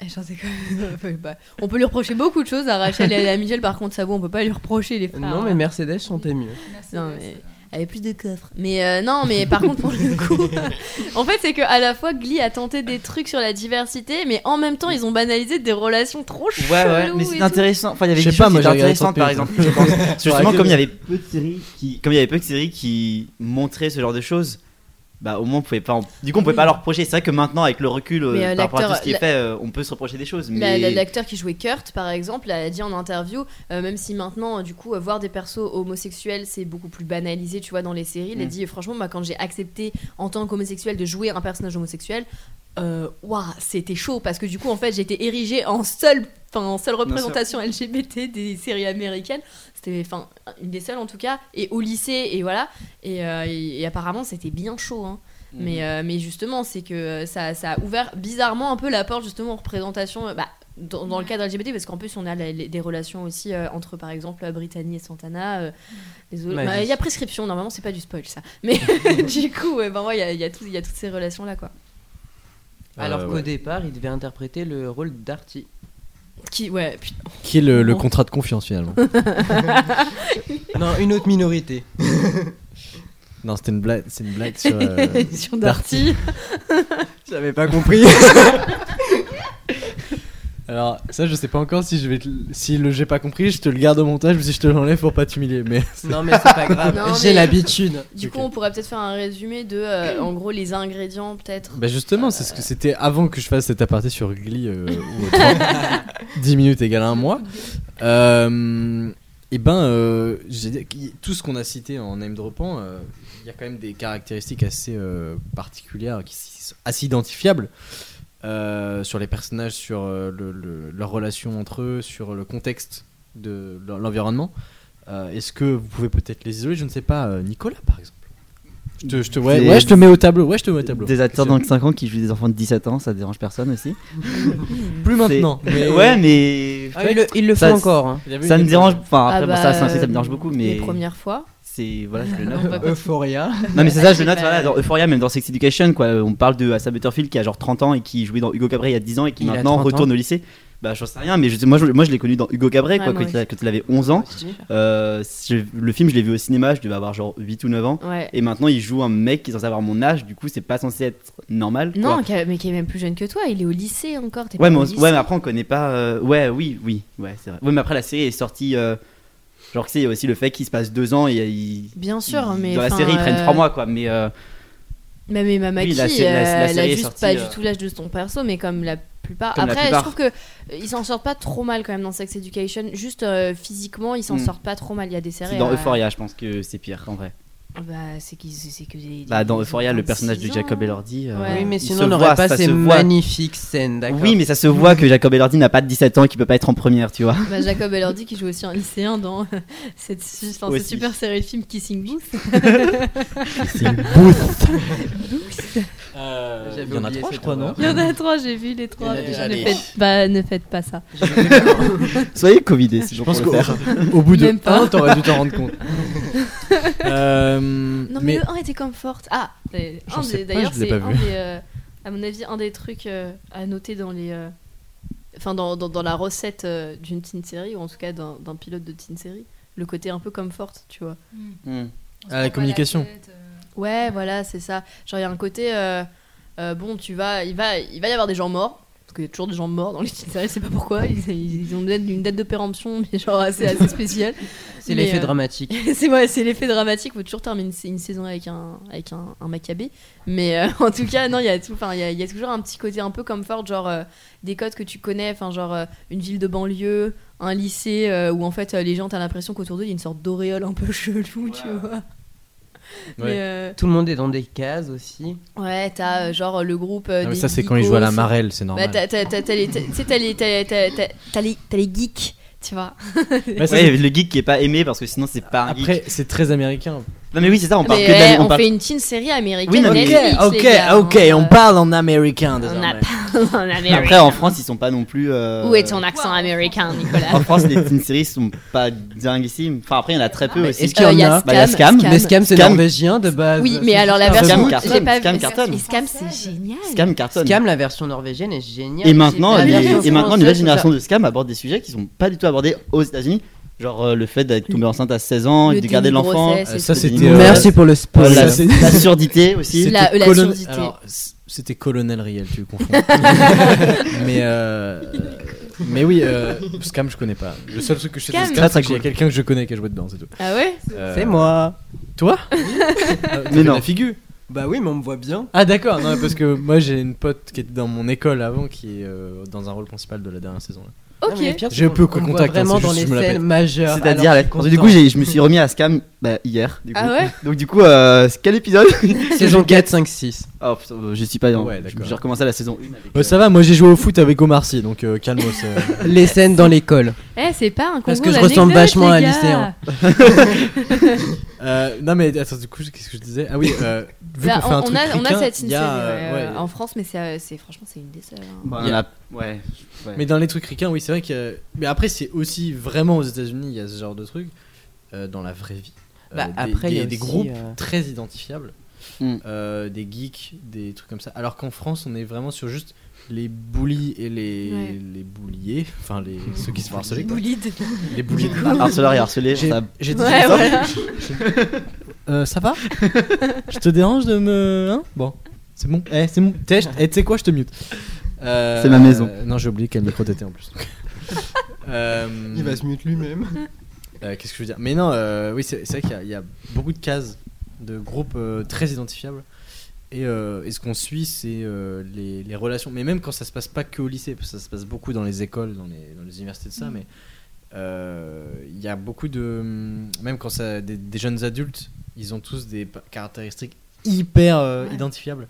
Speaker 6: eh, j'en sais quand même. enfin, bah, on peut lui reprocher beaucoup de choses à Rachel et à Léa Michel, par contre, ça vaut, on peut pas lui reprocher les frères.
Speaker 7: Non, mais Mercedes chantait mieux.
Speaker 8: Merci,
Speaker 6: Non,
Speaker 8: merci.
Speaker 6: mais- Elle avait plus de coffres. Mais euh, non, mais par contre, pour le coup, en fait, c'est que à la fois Glee a tenté des trucs sur la diversité, mais en même temps, ils ont banalisé des relations trop cheloues.
Speaker 10: Ouais, ouais, mais
Speaker 6: et
Speaker 10: c'est
Speaker 6: tout.
Speaker 10: intéressant. Enfin, il y avait
Speaker 5: Je sais
Speaker 10: des
Speaker 5: pas,
Speaker 10: choses
Speaker 5: moi,
Speaker 10: qui étaient
Speaker 5: j'ai regardé
Speaker 10: intéressantes, par
Speaker 5: Tortue.
Speaker 10: exemple. Je pense. Justement,
Speaker 5: laquelle-
Speaker 10: comme il y avait peu de séries qui, comme il y avait peu de séries qui montraient ce genre de choses, bah au moins on pouvait pas. en- Du coup, on pouvait pas leur reprocher. C'est vrai que maintenant, avec le recul euh,
Speaker 6: Mais, euh,
Speaker 10: par rapport à tout
Speaker 6: l'acteur-
Speaker 10: ce qui
Speaker 6: la-
Speaker 10: est fait, euh, on peut se reprocher des choses.
Speaker 6: La-
Speaker 10: Mais
Speaker 6: la- L'acteur qui jouait Kurt, par exemple, a dit en interview, euh, même si maintenant, euh, du coup, euh, voir des persos homosexuels, c'est beaucoup plus banalisé, tu vois, dans les séries, il a
Speaker 10: Mm.
Speaker 6: dit, franchement, moi, quand j'ai accepté en tant qu'homosexuel de jouer un personnage homosexuel, euh, waouh, c'était chaud, parce que du coup, en fait, j'ai été érigée en seule, enfin, en seule représentation LGBT des séries américaines. C'était, enfin, une des seules en tout cas, et au lycée, et voilà. Et, euh, et- et apparemment, c'était bien chaud, hein. Mais, euh, mais justement, c'est que euh, ça, ça a ouvert bizarrement un peu la porte justement aux représentations euh, bah, dans, dans le cadre LGBT, parce qu'en plus on a la- les- des relations aussi euh, entre par exemple euh, Brittany et Santana. euh, désolé.
Speaker 7: Ouais,
Speaker 6: Bah,
Speaker 7: juste.
Speaker 6: il y a prescription, normalement c'est pas du spoil ça. Mais du coup, ouais, ben, ouais, il y, a- il y a tout- il y a toutes ces relations là quoi.
Speaker 7: Alors
Speaker 5: Euh,
Speaker 7: qu'au
Speaker 5: ouais.
Speaker 7: départ, il devait interpréter le rôle d'Artie.
Speaker 6: Qui, ouais, putain,
Speaker 5: Qui est le, le contrat de confiance finalement
Speaker 7: Non, une autre minorité.
Speaker 5: Non, c'était une blague, c'est une blague sur. euh,
Speaker 6: sur Darty.
Speaker 7: J'avais pas compris.
Speaker 5: Alors ça je sais pas encore si je vais te- si le j'ai pas compris je te le garde au montage ou si je te l'enlève pour pas t'humilier mais
Speaker 7: non, mais c'est pas
Speaker 6: Non,
Speaker 7: grave. J'ai
Speaker 6: mais-
Speaker 7: l'habitude.
Speaker 6: Du
Speaker 5: Ok.
Speaker 6: coup, on pourrait peut-être faire un résumé de euh, en gros les ingrédients peut-être.
Speaker 5: bah justement c'est ce que c'était avant que je fasse cet aparté sur Glee euh, ou autre. 10 minutes égale un mois euh, et ben euh, j'ai dit qu'il- tout ce qu'on a cité en name droppant euh, il y a quand même des caractéristiques assez euh, particulières qui s- assez identifiables euh, sur les personnages sur euh, le- le- leurs relations entre eux sur le contexte de l'en- l'environnement Euh, est-ce que vous pouvez peut-être les isoler je ne sais pas euh, Nicolas par exemple je te, je te- ouais,
Speaker 10: Des-
Speaker 5: ouais, je te mets au tableau ouais je te mets au tableau
Speaker 10: des acteurs dans 5 ans qui jouent des enfants de 17 ans, ça dérange personne aussi.
Speaker 5: plus maintenant
Speaker 10: C'est-
Speaker 5: mais
Speaker 10: Ouais, mais
Speaker 7: il le, il le
Speaker 10: Ça,
Speaker 7: fait
Speaker 10: c'est-
Speaker 7: encore. hein.
Speaker 5: Il y avait
Speaker 10: ça
Speaker 5: une
Speaker 10: me
Speaker 5: époque-
Speaker 10: dérange. Enfin,
Speaker 6: Ah
Speaker 10: après, bon,
Speaker 6: bah,
Speaker 10: ça, c'est un truc, ça me
Speaker 6: euh,
Speaker 10: dérange beaucoup, mais
Speaker 6: Les premières fois.
Speaker 10: c'est voilà, je le
Speaker 6: On va
Speaker 10: note.
Speaker 6: pas-
Speaker 7: Euphoria.
Speaker 10: Non mais c'est ça, je
Speaker 6: C'est
Speaker 10: le note,
Speaker 6: pas-
Speaker 10: voilà, dans Euphoria, même dans Sex Education, quoi. euh, On parle de Asa Butterfield qui a genre 30 ans et qui jouait dans Hugo Cabret il y a 10 ans et qui
Speaker 7: Il a
Speaker 10: maintenant
Speaker 7: 30 ans.
Speaker 10: retourne au lycée. Bah j'en sais rien, mais je, moi, je, moi je l'ai connu dans Hugo Cabret,
Speaker 6: Ouais,
Speaker 10: quoi,
Speaker 6: moi
Speaker 10: quand il a- quand il avait 11 ans. Euh, je- le film, je l'ai vu au cinéma, je devais avoir genre 8 ou 9 ans.
Speaker 6: Ouais.
Speaker 10: Et maintenant, il joue un mec qui est censé avoir mon âge, du coup, c'est pas censé être normal. quoi.
Speaker 6: Non, qui a- mais qui est même plus jeune que toi, il est au lycée encore. t'es
Speaker 10: Ouais
Speaker 6: pas
Speaker 10: mais,
Speaker 6: au
Speaker 10: on-
Speaker 6: lycée.
Speaker 10: ouais, mais après, on connaît pas. euh, Ouais, oui, oui, ouais, c'est vrai. Ouais, mais après, la série est sortie. euh, Genre, tu sais, il y a aussi le fait qu'il se passe 2 ans et euh, il.
Speaker 6: Bien sûr,
Speaker 10: il-
Speaker 6: mais.
Speaker 10: Dans la
Speaker 6: enfin,
Speaker 10: série, ils prennent
Speaker 6: euh,
Speaker 10: 3 mois, quoi. Mais. euh,
Speaker 6: Mais, mais Mamaki,
Speaker 10: Oui, la sé- la- la
Speaker 6: euh, elle
Speaker 10: série
Speaker 6: a
Speaker 10: est
Speaker 6: juste
Speaker 10: sortie,
Speaker 6: pas
Speaker 10: euh,
Speaker 6: du tout l'âge de son perso, mais comme la plupart.
Speaker 10: Comme la
Speaker 6: Après,
Speaker 10: plupart.
Speaker 6: je trouve que euh, ils s'en sortent pas trop mal quand même dans Sex Education. Juste euh, physiquement, ils s'en
Speaker 10: Mm.
Speaker 6: sortent pas trop mal. Il y a des séries.
Speaker 10: Dans
Speaker 6: euh,
Speaker 10: Euphoria, je pense que c'est pire en vrai.
Speaker 6: Bah, c'est qu'ils- c'est que des-
Speaker 10: Bah, dans
Speaker 6: des-
Speaker 10: Euphoria, le personnage de
Speaker 6: 26
Speaker 10: Jacob
Speaker 6: ans.
Speaker 10: Elordi. euh,
Speaker 6: Ouais.
Speaker 7: Oui, mais
Speaker 10: il
Speaker 7: sinon,
Speaker 10: se
Speaker 7: on n'aurait
Speaker 10: voit,
Speaker 7: pas
Speaker 10: ça
Speaker 7: ces
Speaker 10: se voit.
Speaker 7: magnifiques scènes, d'accord
Speaker 10: Oui, mais ça se voit que Jacob Elordi n'a pas 17 ans et qu'il peut pas être en première, tu vois.
Speaker 6: Bah, Jacob Elordi qui joue aussi un lycéen dans cette, su- enfin, cette
Speaker 10: Aussi.
Speaker 6: super série de films Kissing Booth.
Speaker 7: J'avais
Speaker 2: Il y en a
Speaker 7: oublié
Speaker 2: trois, je
Speaker 7: cette
Speaker 2: crois, non
Speaker 7: horreur.
Speaker 6: Il y en a trois, j'ai vu les trois.
Speaker 2: Il y en a déjà
Speaker 6: mais ne
Speaker 2: des-
Speaker 6: faites, bah, ne faites pas ça.
Speaker 10: Soyez Covidés, si je
Speaker 5: pense
Speaker 10: pense
Speaker 5: qu'au- Au bout de
Speaker 6: Même pas.
Speaker 5: un, t'aurais dû t'en rendre compte. Euh,
Speaker 6: Non, mais,
Speaker 5: mais
Speaker 6: le 1 était comfort. Ah, et
Speaker 5: J'en
Speaker 6: un
Speaker 5: sais
Speaker 6: des-
Speaker 5: pas,
Speaker 6: d'ailleurs,
Speaker 5: je l'ai
Speaker 6: c'est
Speaker 5: pas
Speaker 6: un
Speaker 5: vu.
Speaker 6: des, euh, à mon avis, un des trucs euh, à noter dans les. euh, Enfin, dans, dans, dans la recette euh, d'une teen série, ou en tout cas d'un d'un pilote de teen série, le côté un peu comfort, tu vois.
Speaker 8: On se
Speaker 10: Mm.
Speaker 5: Ah, la
Speaker 8: prend pas
Speaker 5: communication.
Speaker 8: tête, euh.
Speaker 6: Ouais, voilà, c'est ça. Genre, il y a un côté. euh, euh, bon, tu vas. Il va, il va y avoir des gens morts. Parce qu'il y a toujours des gens morts dans les teen séries, je sais pas pourquoi. Ils, ils ont une date, une date de péremption, mais genre assez, assez spéciale.
Speaker 7: C'est
Speaker 6: Mais,
Speaker 7: l'effet
Speaker 6: euh,
Speaker 7: dramatique.
Speaker 6: c'est ouais, c'est l'effet dramatique. Faut toujours terminer une, sa- une saison avec un avec un, un Maccabée. Mais euh, en tout cas, non, il y a tout. Enfin, il y, a- il y a toujours un petit côté un peu comme Ford, genre euh, des codes que tu connais. Enfin, genre euh, une ville de banlieue, un lycée euh, où en fait euh, les gens t'as l'impression qu'autour d'eux il y a une sorte d'auréole un peu chelou, tu vois. Mais, euh,
Speaker 7: Tout le monde est dans des cases aussi.
Speaker 6: ouais, t'as euh, genre le groupe. euh,
Speaker 5: Ah, mais
Speaker 6: des
Speaker 5: ça, c'est quand il joue à la marelle, c'est
Speaker 6: Bah,
Speaker 5: normal.
Speaker 6: t'as t'as- t'as- t'as les t'as- tu sais, t'as les t'as- t'as- t'as- t'as les t'as les geeks, tu vois.
Speaker 5: Mais ça,
Speaker 10: Ouais, le geek qui est pas aimé parce que sinon c'est pas un geek.
Speaker 5: Après, c'est très américain.
Speaker 10: Non, mais oui, c'est
Speaker 5: Oh,
Speaker 10: ça, on
Speaker 5: bah,
Speaker 10: parle
Speaker 6: Mais,
Speaker 10: que de
Speaker 6: ouais,
Speaker 10: la-
Speaker 6: on,
Speaker 10: parle-
Speaker 6: fait une teen série américaine.
Speaker 10: Oui, non, mais-
Speaker 6: Netflix, les gars, hein, euh.
Speaker 5: parle en américain
Speaker 6: On a pas en Amérique.
Speaker 10: Après, en France, ils sont pas non plus. euh,
Speaker 6: Où est ton accent
Speaker 8: Wow.
Speaker 6: américain, Nicolas
Speaker 10: En France, les teen séries sont pas dinguissimes. Enfin, après, il y en a très peu
Speaker 7: Ah, Mais
Speaker 10: aussi.
Speaker 7: est-ce qu'il y
Speaker 6: Euh,
Speaker 7: en
Speaker 6: y a
Speaker 7: a
Speaker 10: Bah, il y a Scam.
Speaker 7: Mais Scam, c'est
Speaker 10: Scam.
Speaker 7: norvégien de base.
Speaker 6: Oui,
Speaker 7: C'est
Speaker 6: mais
Speaker 7: juste
Speaker 6: alors la
Speaker 7: un
Speaker 6: version.
Speaker 10: Scam cartonne,
Speaker 6: j'ai pas vu-
Speaker 10: Scam cartonne.
Speaker 6: Et Scam, c'est génial.
Speaker 10: Scam cartonne.
Speaker 7: Scam, la version norvégienne est géniale.
Speaker 10: Et maintenant,
Speaker 7: J'ai-
Speaker 10: les-
Speaker 7: la version
Speaker 10: et maintenant, une
Speaker 7: française,
Speaker 10: nouvelle
Speaker 7: je
Speaker 10: génération de scam aborde des sujets qui sont pas du tout abordés aux États-Unis. Genre euh, le fait d'être tombé enceinte à 16 ans et
Speaker 6: Le
Speaker 10: de garder
Speaker 6: déni de
Speaker 10: l'enfant.
Speaker 6: grossesse et
Speaker 5: Ça,
Speaker 6: tout.
Speaker 10: c'était,
Speaker 7: trouve ça-
Speaker 10: euh,
Speaker 7: Merci pour le
Speaker 10: Euh,
Speaker 7: spoil.
Speaker 10: la,
Speaker 5: c'est-
Speaker 10: la surdité aussi.
Speaker 6: C'est la-
Speaker 5: C'était
Speaker 6: la
Speaker 5: colonel-
Speaker 6: surdité.
Speaker 5: alors, c- c'était colonel Riel, tu le confonds. mais euh, mais oui, euh, Scam, je connais pas. Le seul truc que je sais de
Speaker 6: Scam.
Speaker 5: Scam,
Speaker 10: Très,
Speaker 5: c'est
Speaker 10: très
Speaker 5: qu'il y a
Speaker 10: cool.
Speaker 5: quelqu'un que je connais qui a joué dedans, c'est tout. Euh,
Speaker 6: Ah ouais
Speaker 7: C'est moi.
Speaker 5: Toi Euh, t'as
Speaker 10: Mais non.
Speaker 5: la figure.
Speaker 7: Bah oui, mais on me voit bien.
Speaker 5: Ah d'accord, non parce que moi j'ai une pote qui était dans mon école avant qui est euh, dans un rôle principal de la dernière saison. là.
Speaker 10: Ah,
Speaker 7: Non,
Speaker 6: Ok.
Speaker 7: mais le pire, c'est
Speaker 5: J'ai
Speaker 7: qu'on-
Speaker 5: peu que
Speaker 7: on me voit
Speaker 5: contact, hein,
Speaker 7: Vraiment
Speaker 5: c'est
Speaker 7: dans
Speaker 5: juste
Speaker 7: les
Speaker 5: que je me la
Speaker 7: scènes
Speaker 5: pète.
Speaker 7: majeures.
Speaker 10: C'est-à-dire,
Speaker 7: Alors,
Speaker 10: parce que du coup, j'ai- je me suis remis à Scam bah, hier. Du coup.
Speaker 6: Ah ouais
Speaker 10: Donc, du coup, euh, quel épisode
Speaker 7: saison 4, 5, 6.
Speaker 10: Oh putain, euh, je suis pas dans.
Speaker 5: Ouais, d'accord.
Speaker 10: J'ai recommencé la saison 1.
Speaker 5: Euh, ça va, moi j'ai joué au foot avec Omar Sy donc euh, calmos. euh.
Speaker 7: Les scènes dans l'école.
Speaker 6: Eh, c'est pas un concours.
Speaker 7: Parce que je ressemble
Speaker 6: d'anecdotes,
Speaker 7: vachement à un
Speaker 6: les gars.
Speaker 7: lycéen.
Speaker 5: Euh, non mais attends du coup qu'est-ce que je disais Ah oui, euh, vu
Speaker 6: Bah,
Speaker 5: qu'on fait un
Speaker 6: on, on
Speaker 5: truc
Speaker 6: a, on a
Speaker 5: ricain,
Speaker 6: cette teen
Speaker 5: il y a,
Speaker 6: série,
Speaker 5: euh,
Speaker 6: ouais, euh,
Speaker 5: ouais, Bah,
Speaker 6: en France, mais c'est, euh, c'est franchement c'est une des seules. hein.
Speaker 5: il y a-
Speaker 10: Ouais.
Speaker 5: Mais dans les trucs ricains, oui, c'est vrai que. Mais après, c'est aussi vraiment aux États-Unis, il y a ce genre de trucs euh, dans la vraie vie. Euh,
Speaker 7: Bah,
Speaker 5: des,
Speaker 7: après, il y
Speaker 5: des,
Speaker 7: a
Speaker 5: des
Speaker 7: aussi,
Speaker 5: groupes
Speaker 7: euh,
Speaker 5: très identifiables,
Speaker 10: Mm.
Speaker 5: euh, des geeks, des trucs comme ça. Alors qu'en France, on est vraiment sur juste les bullies et les,
Speaker 6: Ouais.
Speaker 5: les bouliers, enfin les, ceux qui se font harceler. quoi.
Speaker 6: Boulide.
Speaker 5: Les bouliers.
Speaker 10: Harceleur et harcelé,
Speaker 5: J'ai
Speaker 10: ça-
Speaker 5: j'ai dit
Speaker 6: Ouais,
Speaker 5: ça
Speaker 6: voilà.
Speaker 5: Euh, Ça va Je te dérange de me. Hein bon, c'est bon. Eh, c'est bon. T'es- je- eh, tu sais quoi, je te mute. Euh,
Speaker 10: C'est ma maison.
Speaker 5: euh, non, j'ai oublié quel micro t'étais en plus. Euh,
Speaker 7: mute lui-même.
Speaker 5: euh, Qu'est-ce que je veux dire Mais non, euh, oui, c'est c'est vrai qu'il y a- il y, a beaucoup de cases de groupes euh, très identifiables. Et, euh, et ce qu'on suit, c'est euh, les, les relations. Mais même quand ça se passe pas que au lycée, parce que ça se passe beaucoup dans les écoles, dans les, dans les universités, de
Speaker 6: Mm.
Speaker 5: ça. Mais euh, il y a beaucoup de. mm, Même quand ça, des, des jeunes adultes, ils ont tous des pa- caractéristiques hyper euh,
Speaker 6: Ouais.
Speaker 5: identifiables.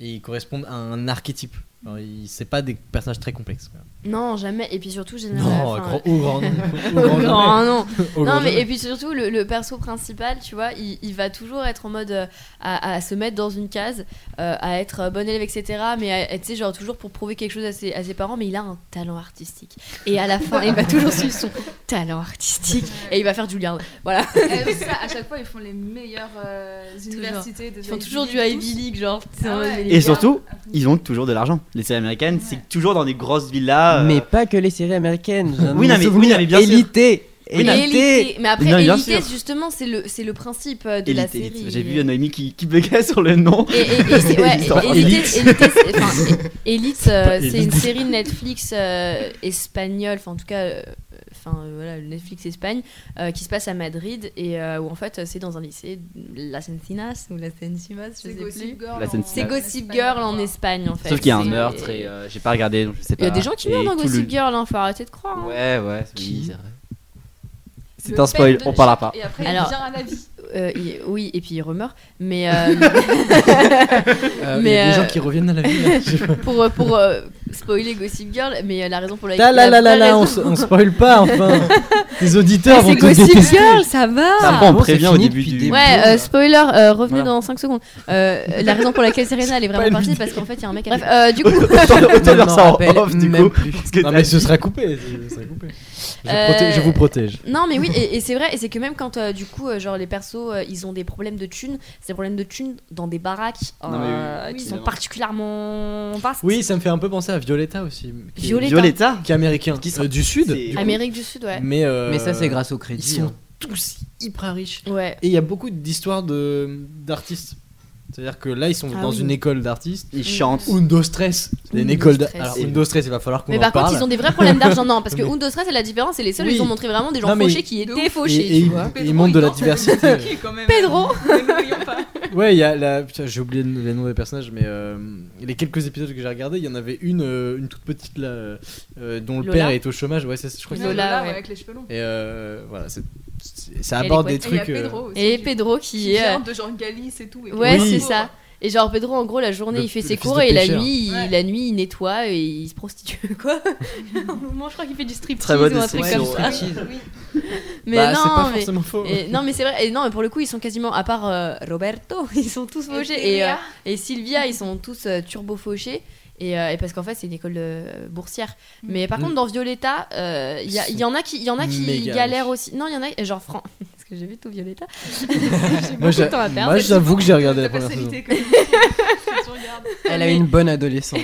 Speaker 5: Et ils correspondent à un archétype. Alors, ils- C'est pas des personnages très complexes. quoi.
Speaker 6: Non, jamais. Et puis surtout, généralement.
Speaker 5: Non,
Speaker 6: enfin,
Speaker 5: grand, au grand nom.
Speaker 6: au grand, non.
Speaker 5: Au
Speaker 6: Non,
Speaker 5: grand
Speaker 6: mais
Speaker 5: jamais.
Speaker 6: et puis surtout, le, le perso principal, tu vois, il, il va toujours être en mode euh, à, à se mettre dans une case, euh, à être bon élève, etc. Mais à- à, tu sais, genre toujours pour prouver quelque chose à ses, à ses parents, mais il a un talent artistique. Et à la fin, il va toujours suivre son talent artistique et il va faire du lien. Voilà.
Speaker 8: Eh, mais c'est ça, à chaque fois, ils font les meilleures euh, universités. Des
Speaker 6: Ils font toujours du Ivy League, genre. c'est
Speaker 8: Ah
Speaker 6: en mode,
Speaker 8: ouais.
Speaker 6: mais les
Speaker 10: Et
Speaker 6: gars,
Speaker 10: surtout, ils ont toujours de l'argent. Les séries américaines, c'est toujours dans des grosses villas. euh,
Speaker 7: Mais pas que les séries américaines. j'ai un
Speaker 10: Oui, non, mais-
Speaker 7: souvenir.
Speaker 10: oui, non, mais bien sûr.
Speaker 7: Élité.
Speaker 10: Oui, non,
Speaker 7: Élité.
Speaker 6: Élité. Mais après,
Speaker 10: Non, bien
Speaker 6: élité,
Speaker 10: sûr.
Speaker 6: justement, c'est le, c'est le principe euh, de
Speaker 10: Elite,
Speaker 6: la
Speaker 10: Elite.
Speaker 6: série.
Speaker 10: J'ai vu Noémie qui, qui bugait sur le nom.
Speaker 6: Et, et- et c'est- ouais,
Speaker 10: Ils ont
Speaker 6: et- Elite,
Speaker 10: Elite.
Speaker 6: Elite, c'est- enfin, et- Elite, euh,
Speaker 10: pas
Speaker 6: c'est
Speaker 10: Elite.
Speaker 6: une série Netflix euh, espagnole, enfin en tout cas euh, enfin euh, voilà, le Netflix Espagne, euh, qui se passe à Madrid et euh, où en fait c'est dans un lycée, Las Encinas ou Las Encimas, je
Speaker 8: C'est
Speaker 6: sais plus.
Speaker 8: Gossip Girl.
Speaker 10: La
Speaker 8: en-
Speaker 10: scène-
Speaker 6: C'est
Speaker 8: en
Speaker 6: Gossip
Speaker 8: Espagne.
Speaker 6: Girl en Espagne en fait.
Speaker 10: Sauf qu'il y a un
Speaker 6: C'est-
Speaker 10: meurtre et euh, j'ai pas regardé donc je sais
Speaker 6: Il
Speaker 10: pas.
Speaker 6: y a des gens qui
Speaker 10: Et
Speaker 6: meurent dans
Speaker 10: tout le-
Speaker 6: Gossip Girl, hein, faut arrêter de croire. hein.
Speaker 10: Ouais, ouais, c'est-
Speaker 7: Qui
Speaker 10: oui, c'est vrai.
Speaker 8: Le
Speaker 10: C'est un spoil,
Speaker 8: père de
Speaker 10: on parlera
Speaker 8: Jack,
Speaker 10: pas.
Speaker 8: Et après,
Speaker 6: Alors-
Speaker 8: il vient à la vie.
Speaker 6: Euh, il- oui, et puis il remeurt. Mais euh,
Speaker 5: Euh,
Speaker 6: Mais,
Speaker 5: il y a des
Speaker 6: euh,
Speaker 5: gens qui reviennent à la vie. là. Je sais pas.
Speaker 6: pour, euh, pour euh, spoiler Gossip Girl, mais euh, la raison pour laquelle.
Speaker 5: Là, là, là, là,
Speaker 6: la
Speaker 5: là, on,
Speaker 6: raison-
Speaker 5: s- on spoil pas, enfin. Les auditeurs vont
Speaker 6: C'est
Speaker 5: te
Speaker 6: Gossip
Speaker 5: détester.
Speaker 6: Girl, ça va
Speaker 10: Après, on
Speaker 7: Ah, bon, c'est
Speaker 10: prévient au
Speaker 7: fini
Speaker 10: début
Speaker 7: depuis
Speaker 10: du.
Speaker 7: des-
Speaker 6: Ouais,
Speaker 7: Voilà.
Speaker 6: euh, spoiler, euh, revenez
Speaker 10: Voilà.
Speaker 6: dans 5 secondes. Euh, la raison pour laquelle Serena elle est vraiment
Speaker 5: Spoil
Speaker 6: partie,
Speaker 5: vite.
Speaker 6: parce qu'en fait il y a un mec. Bref, euh, du coup,
Speaker 10: Autant autant
Speaker 5: Je
Speaker 10: dire
Speaker 5: m'en
Speaker 10: ça en
Speaker 5: rappelle
Speaker 10: off du
Speaker 5: même
Speaker 10: coup. parce que
Speaker 5: Non,
Speaker 10: t'as-
Speaker 5: mais ce sera coupé. ce sera coupé. Je,
Speaker 6: Euh,
Speaker 5: proté- je vous protège.
Speaker 6: non mais oui, et, et c'est vrai, et c'est que même quand euh, du coup, euh, genre les persos, euh, ils ont des problèmes de thunes, c'est des problèmes de thunes dans des baraques
Speaker 10: Non, mais oui,
Speaker 6: euh,
Speaker 10: oui,
Speaker 6: qui sont
Speaker 10: évidemment.
Speaker 6: particulièrement vastes.
Speaker 5: Oui, ça me fait un peu penser à Violetta aussi. Qui,
Speaker 6: Violetta.
Speaker 10: Violetta
Speaker 5: qui est américain.
Speaker 10: Qui sera-
Speaker 5: Euh, du Sud.
Speaker 10: c'est-
Speaker 5: du coup.
Speaker 6: Amérique du Sud, ouais.
Speaker 5: Mais, euh,
Speaker 7: Mais ça, c'est grâce au
Speaker 5: Ils
Speaker 7: crédit.
Speaker 5: sont
Speaker 7: hein.
Speaker 5: tous hyper riches.
Speaker 6: Ouais.
Speaker 5: Et il y a beaucoup d'histoires de- d'artistes. C'est-à-dire que là, ils sont
Speaker 6: Ah
Speaker 5: dans
Speaker 6: oui.
Speaker 5: une école d'artistes.
Speaker 10: Il chante.
Speaker 5: Undo Stress. C'est une
Speaker 6: Undo
Speaker 5: école d'artistes.
Speaker 6: Stress.
Speaker 5: Alors, Undo Stress, il va falloir qu'on
Speaker 6: Mais
Speaker 5: en
Speaker 6: par
Speaker 5: parle.
Speaker 6: contre, ils ont des vrais problèmes d'argent, non, parce que
Speaker 5: Mais-
Speaker 6: Undo Stress, c'est la différence, et les seuls,
Speaker 5: Oui.
Speaker 6: ils ont montré vraiment des gens
Speaker 5: Non, mais-
Speaker 6: fauchés qui étaient fauchés,
Speaker 5: et, et
Speaker 6: tu
Speaker 5: ils-
Speaker 6: vois.
Speaker 5: et ils montrent de la
Speaker 8: il danse avec
Speaker 5: diversité.
Speaker 8: Mickey, quand même.
Speaker 6: Pedro.
Speaker 8: Ne l'oublions pas.
Speaker 5: Ouais, il y a la. putain, j'ai oublié les noms des personnages, mais euh, les quelques épisodes que j'ai regardés, il y en avait une, euh, une toute petite là, euh, euh, dont le
Speaker 6: Lola.
Speaker 5: père est au chômage. Ouais, c'est- je crois que
Speaker 6: Lola,
Speaker 5: c'est.
Speaker 8: Lola,
Speaker 6: ouais.
Speaker 8: ouais, avec les cheveux longs.
Speaker 5: Et euh, voilà, c'est- c'est- ça
Speaker 6: Elle est
Speaker 5: aborde
Speaker 6: quoi-
Speaker 5: des
Speaker 8: Et il y a
Speaker 5: trucs. euh,
Speaker 8: Pedro aussi.
Speaker 6: Et
Speaker 8: qui-
Speaker 6: Pedro
Speaker 8: qui
Speaker 6: qui est. euh,
Speaker 8: vient de genre Galice et tout. et
Speaker 6: Ouais,
Speaker 8: Pedro, euh,
Speaker 5: Oui.
Speaker 6: c'est ça. Et genre Pedro, en gros, la journée,
Speaker 5: Le-
Speaker 6: il fait
Speaker 5: le
Speaker 6: ses
Speaker 5: fils de
Speaker 6: cours et la
Speaker 5: pêcheur.
Speaker 6: nuit, il-
Speaker 8: Ouais.
Speaker 6: la nuit, il nettoie et il se prostitue, quoi. À un moment, je crois qu'il fait du striptease
Speaker 10: Très bonne
Speaker 6: ou un truc
Speaker 10: description.
Speaker 6: comme
Speaker 7: Ils sont
Speaker 6: ça.
Speaker 7: petits.
Speaker 6: Mais
Speaker 5: bah, c'est pas
Speaker 6: non, mais...
Speaker 5: forcément faux.
Speaker 6: et- non mais c'est vrai et non mais pour le coup ils sont quasiment à part euh, Roberto ils sont tous fauchés et, euh, et Sylvia ils sont tous turbo fauchés et, euh, et parce qu'en fait c'est une école euh, boursière
Speaker 8: Mm.
Speaker 6: mais par
Speaker 5: Mm.
Speaker 6: contre dans Violetta euh, il y, a- il y en a qui il y en a qui
Speaker 5: Méga
Speaker 6: galèrent
Speaker 5: riches.
Speaker 6: aussi non il y en a genre Fran parce que j'ai vu tout Violetta j'ai beaucoup
Speaker 5: j'a-
Speaker 6: de temps à perdre
Speaker 5: moi, j'avoue que j'ai regardé la
Speaker 8: Ta
Speaker 5: première saison.
Speaker 8: personnalité, quand même. Tu regardes.
Speaker 7: Elle a une bonne adolescence.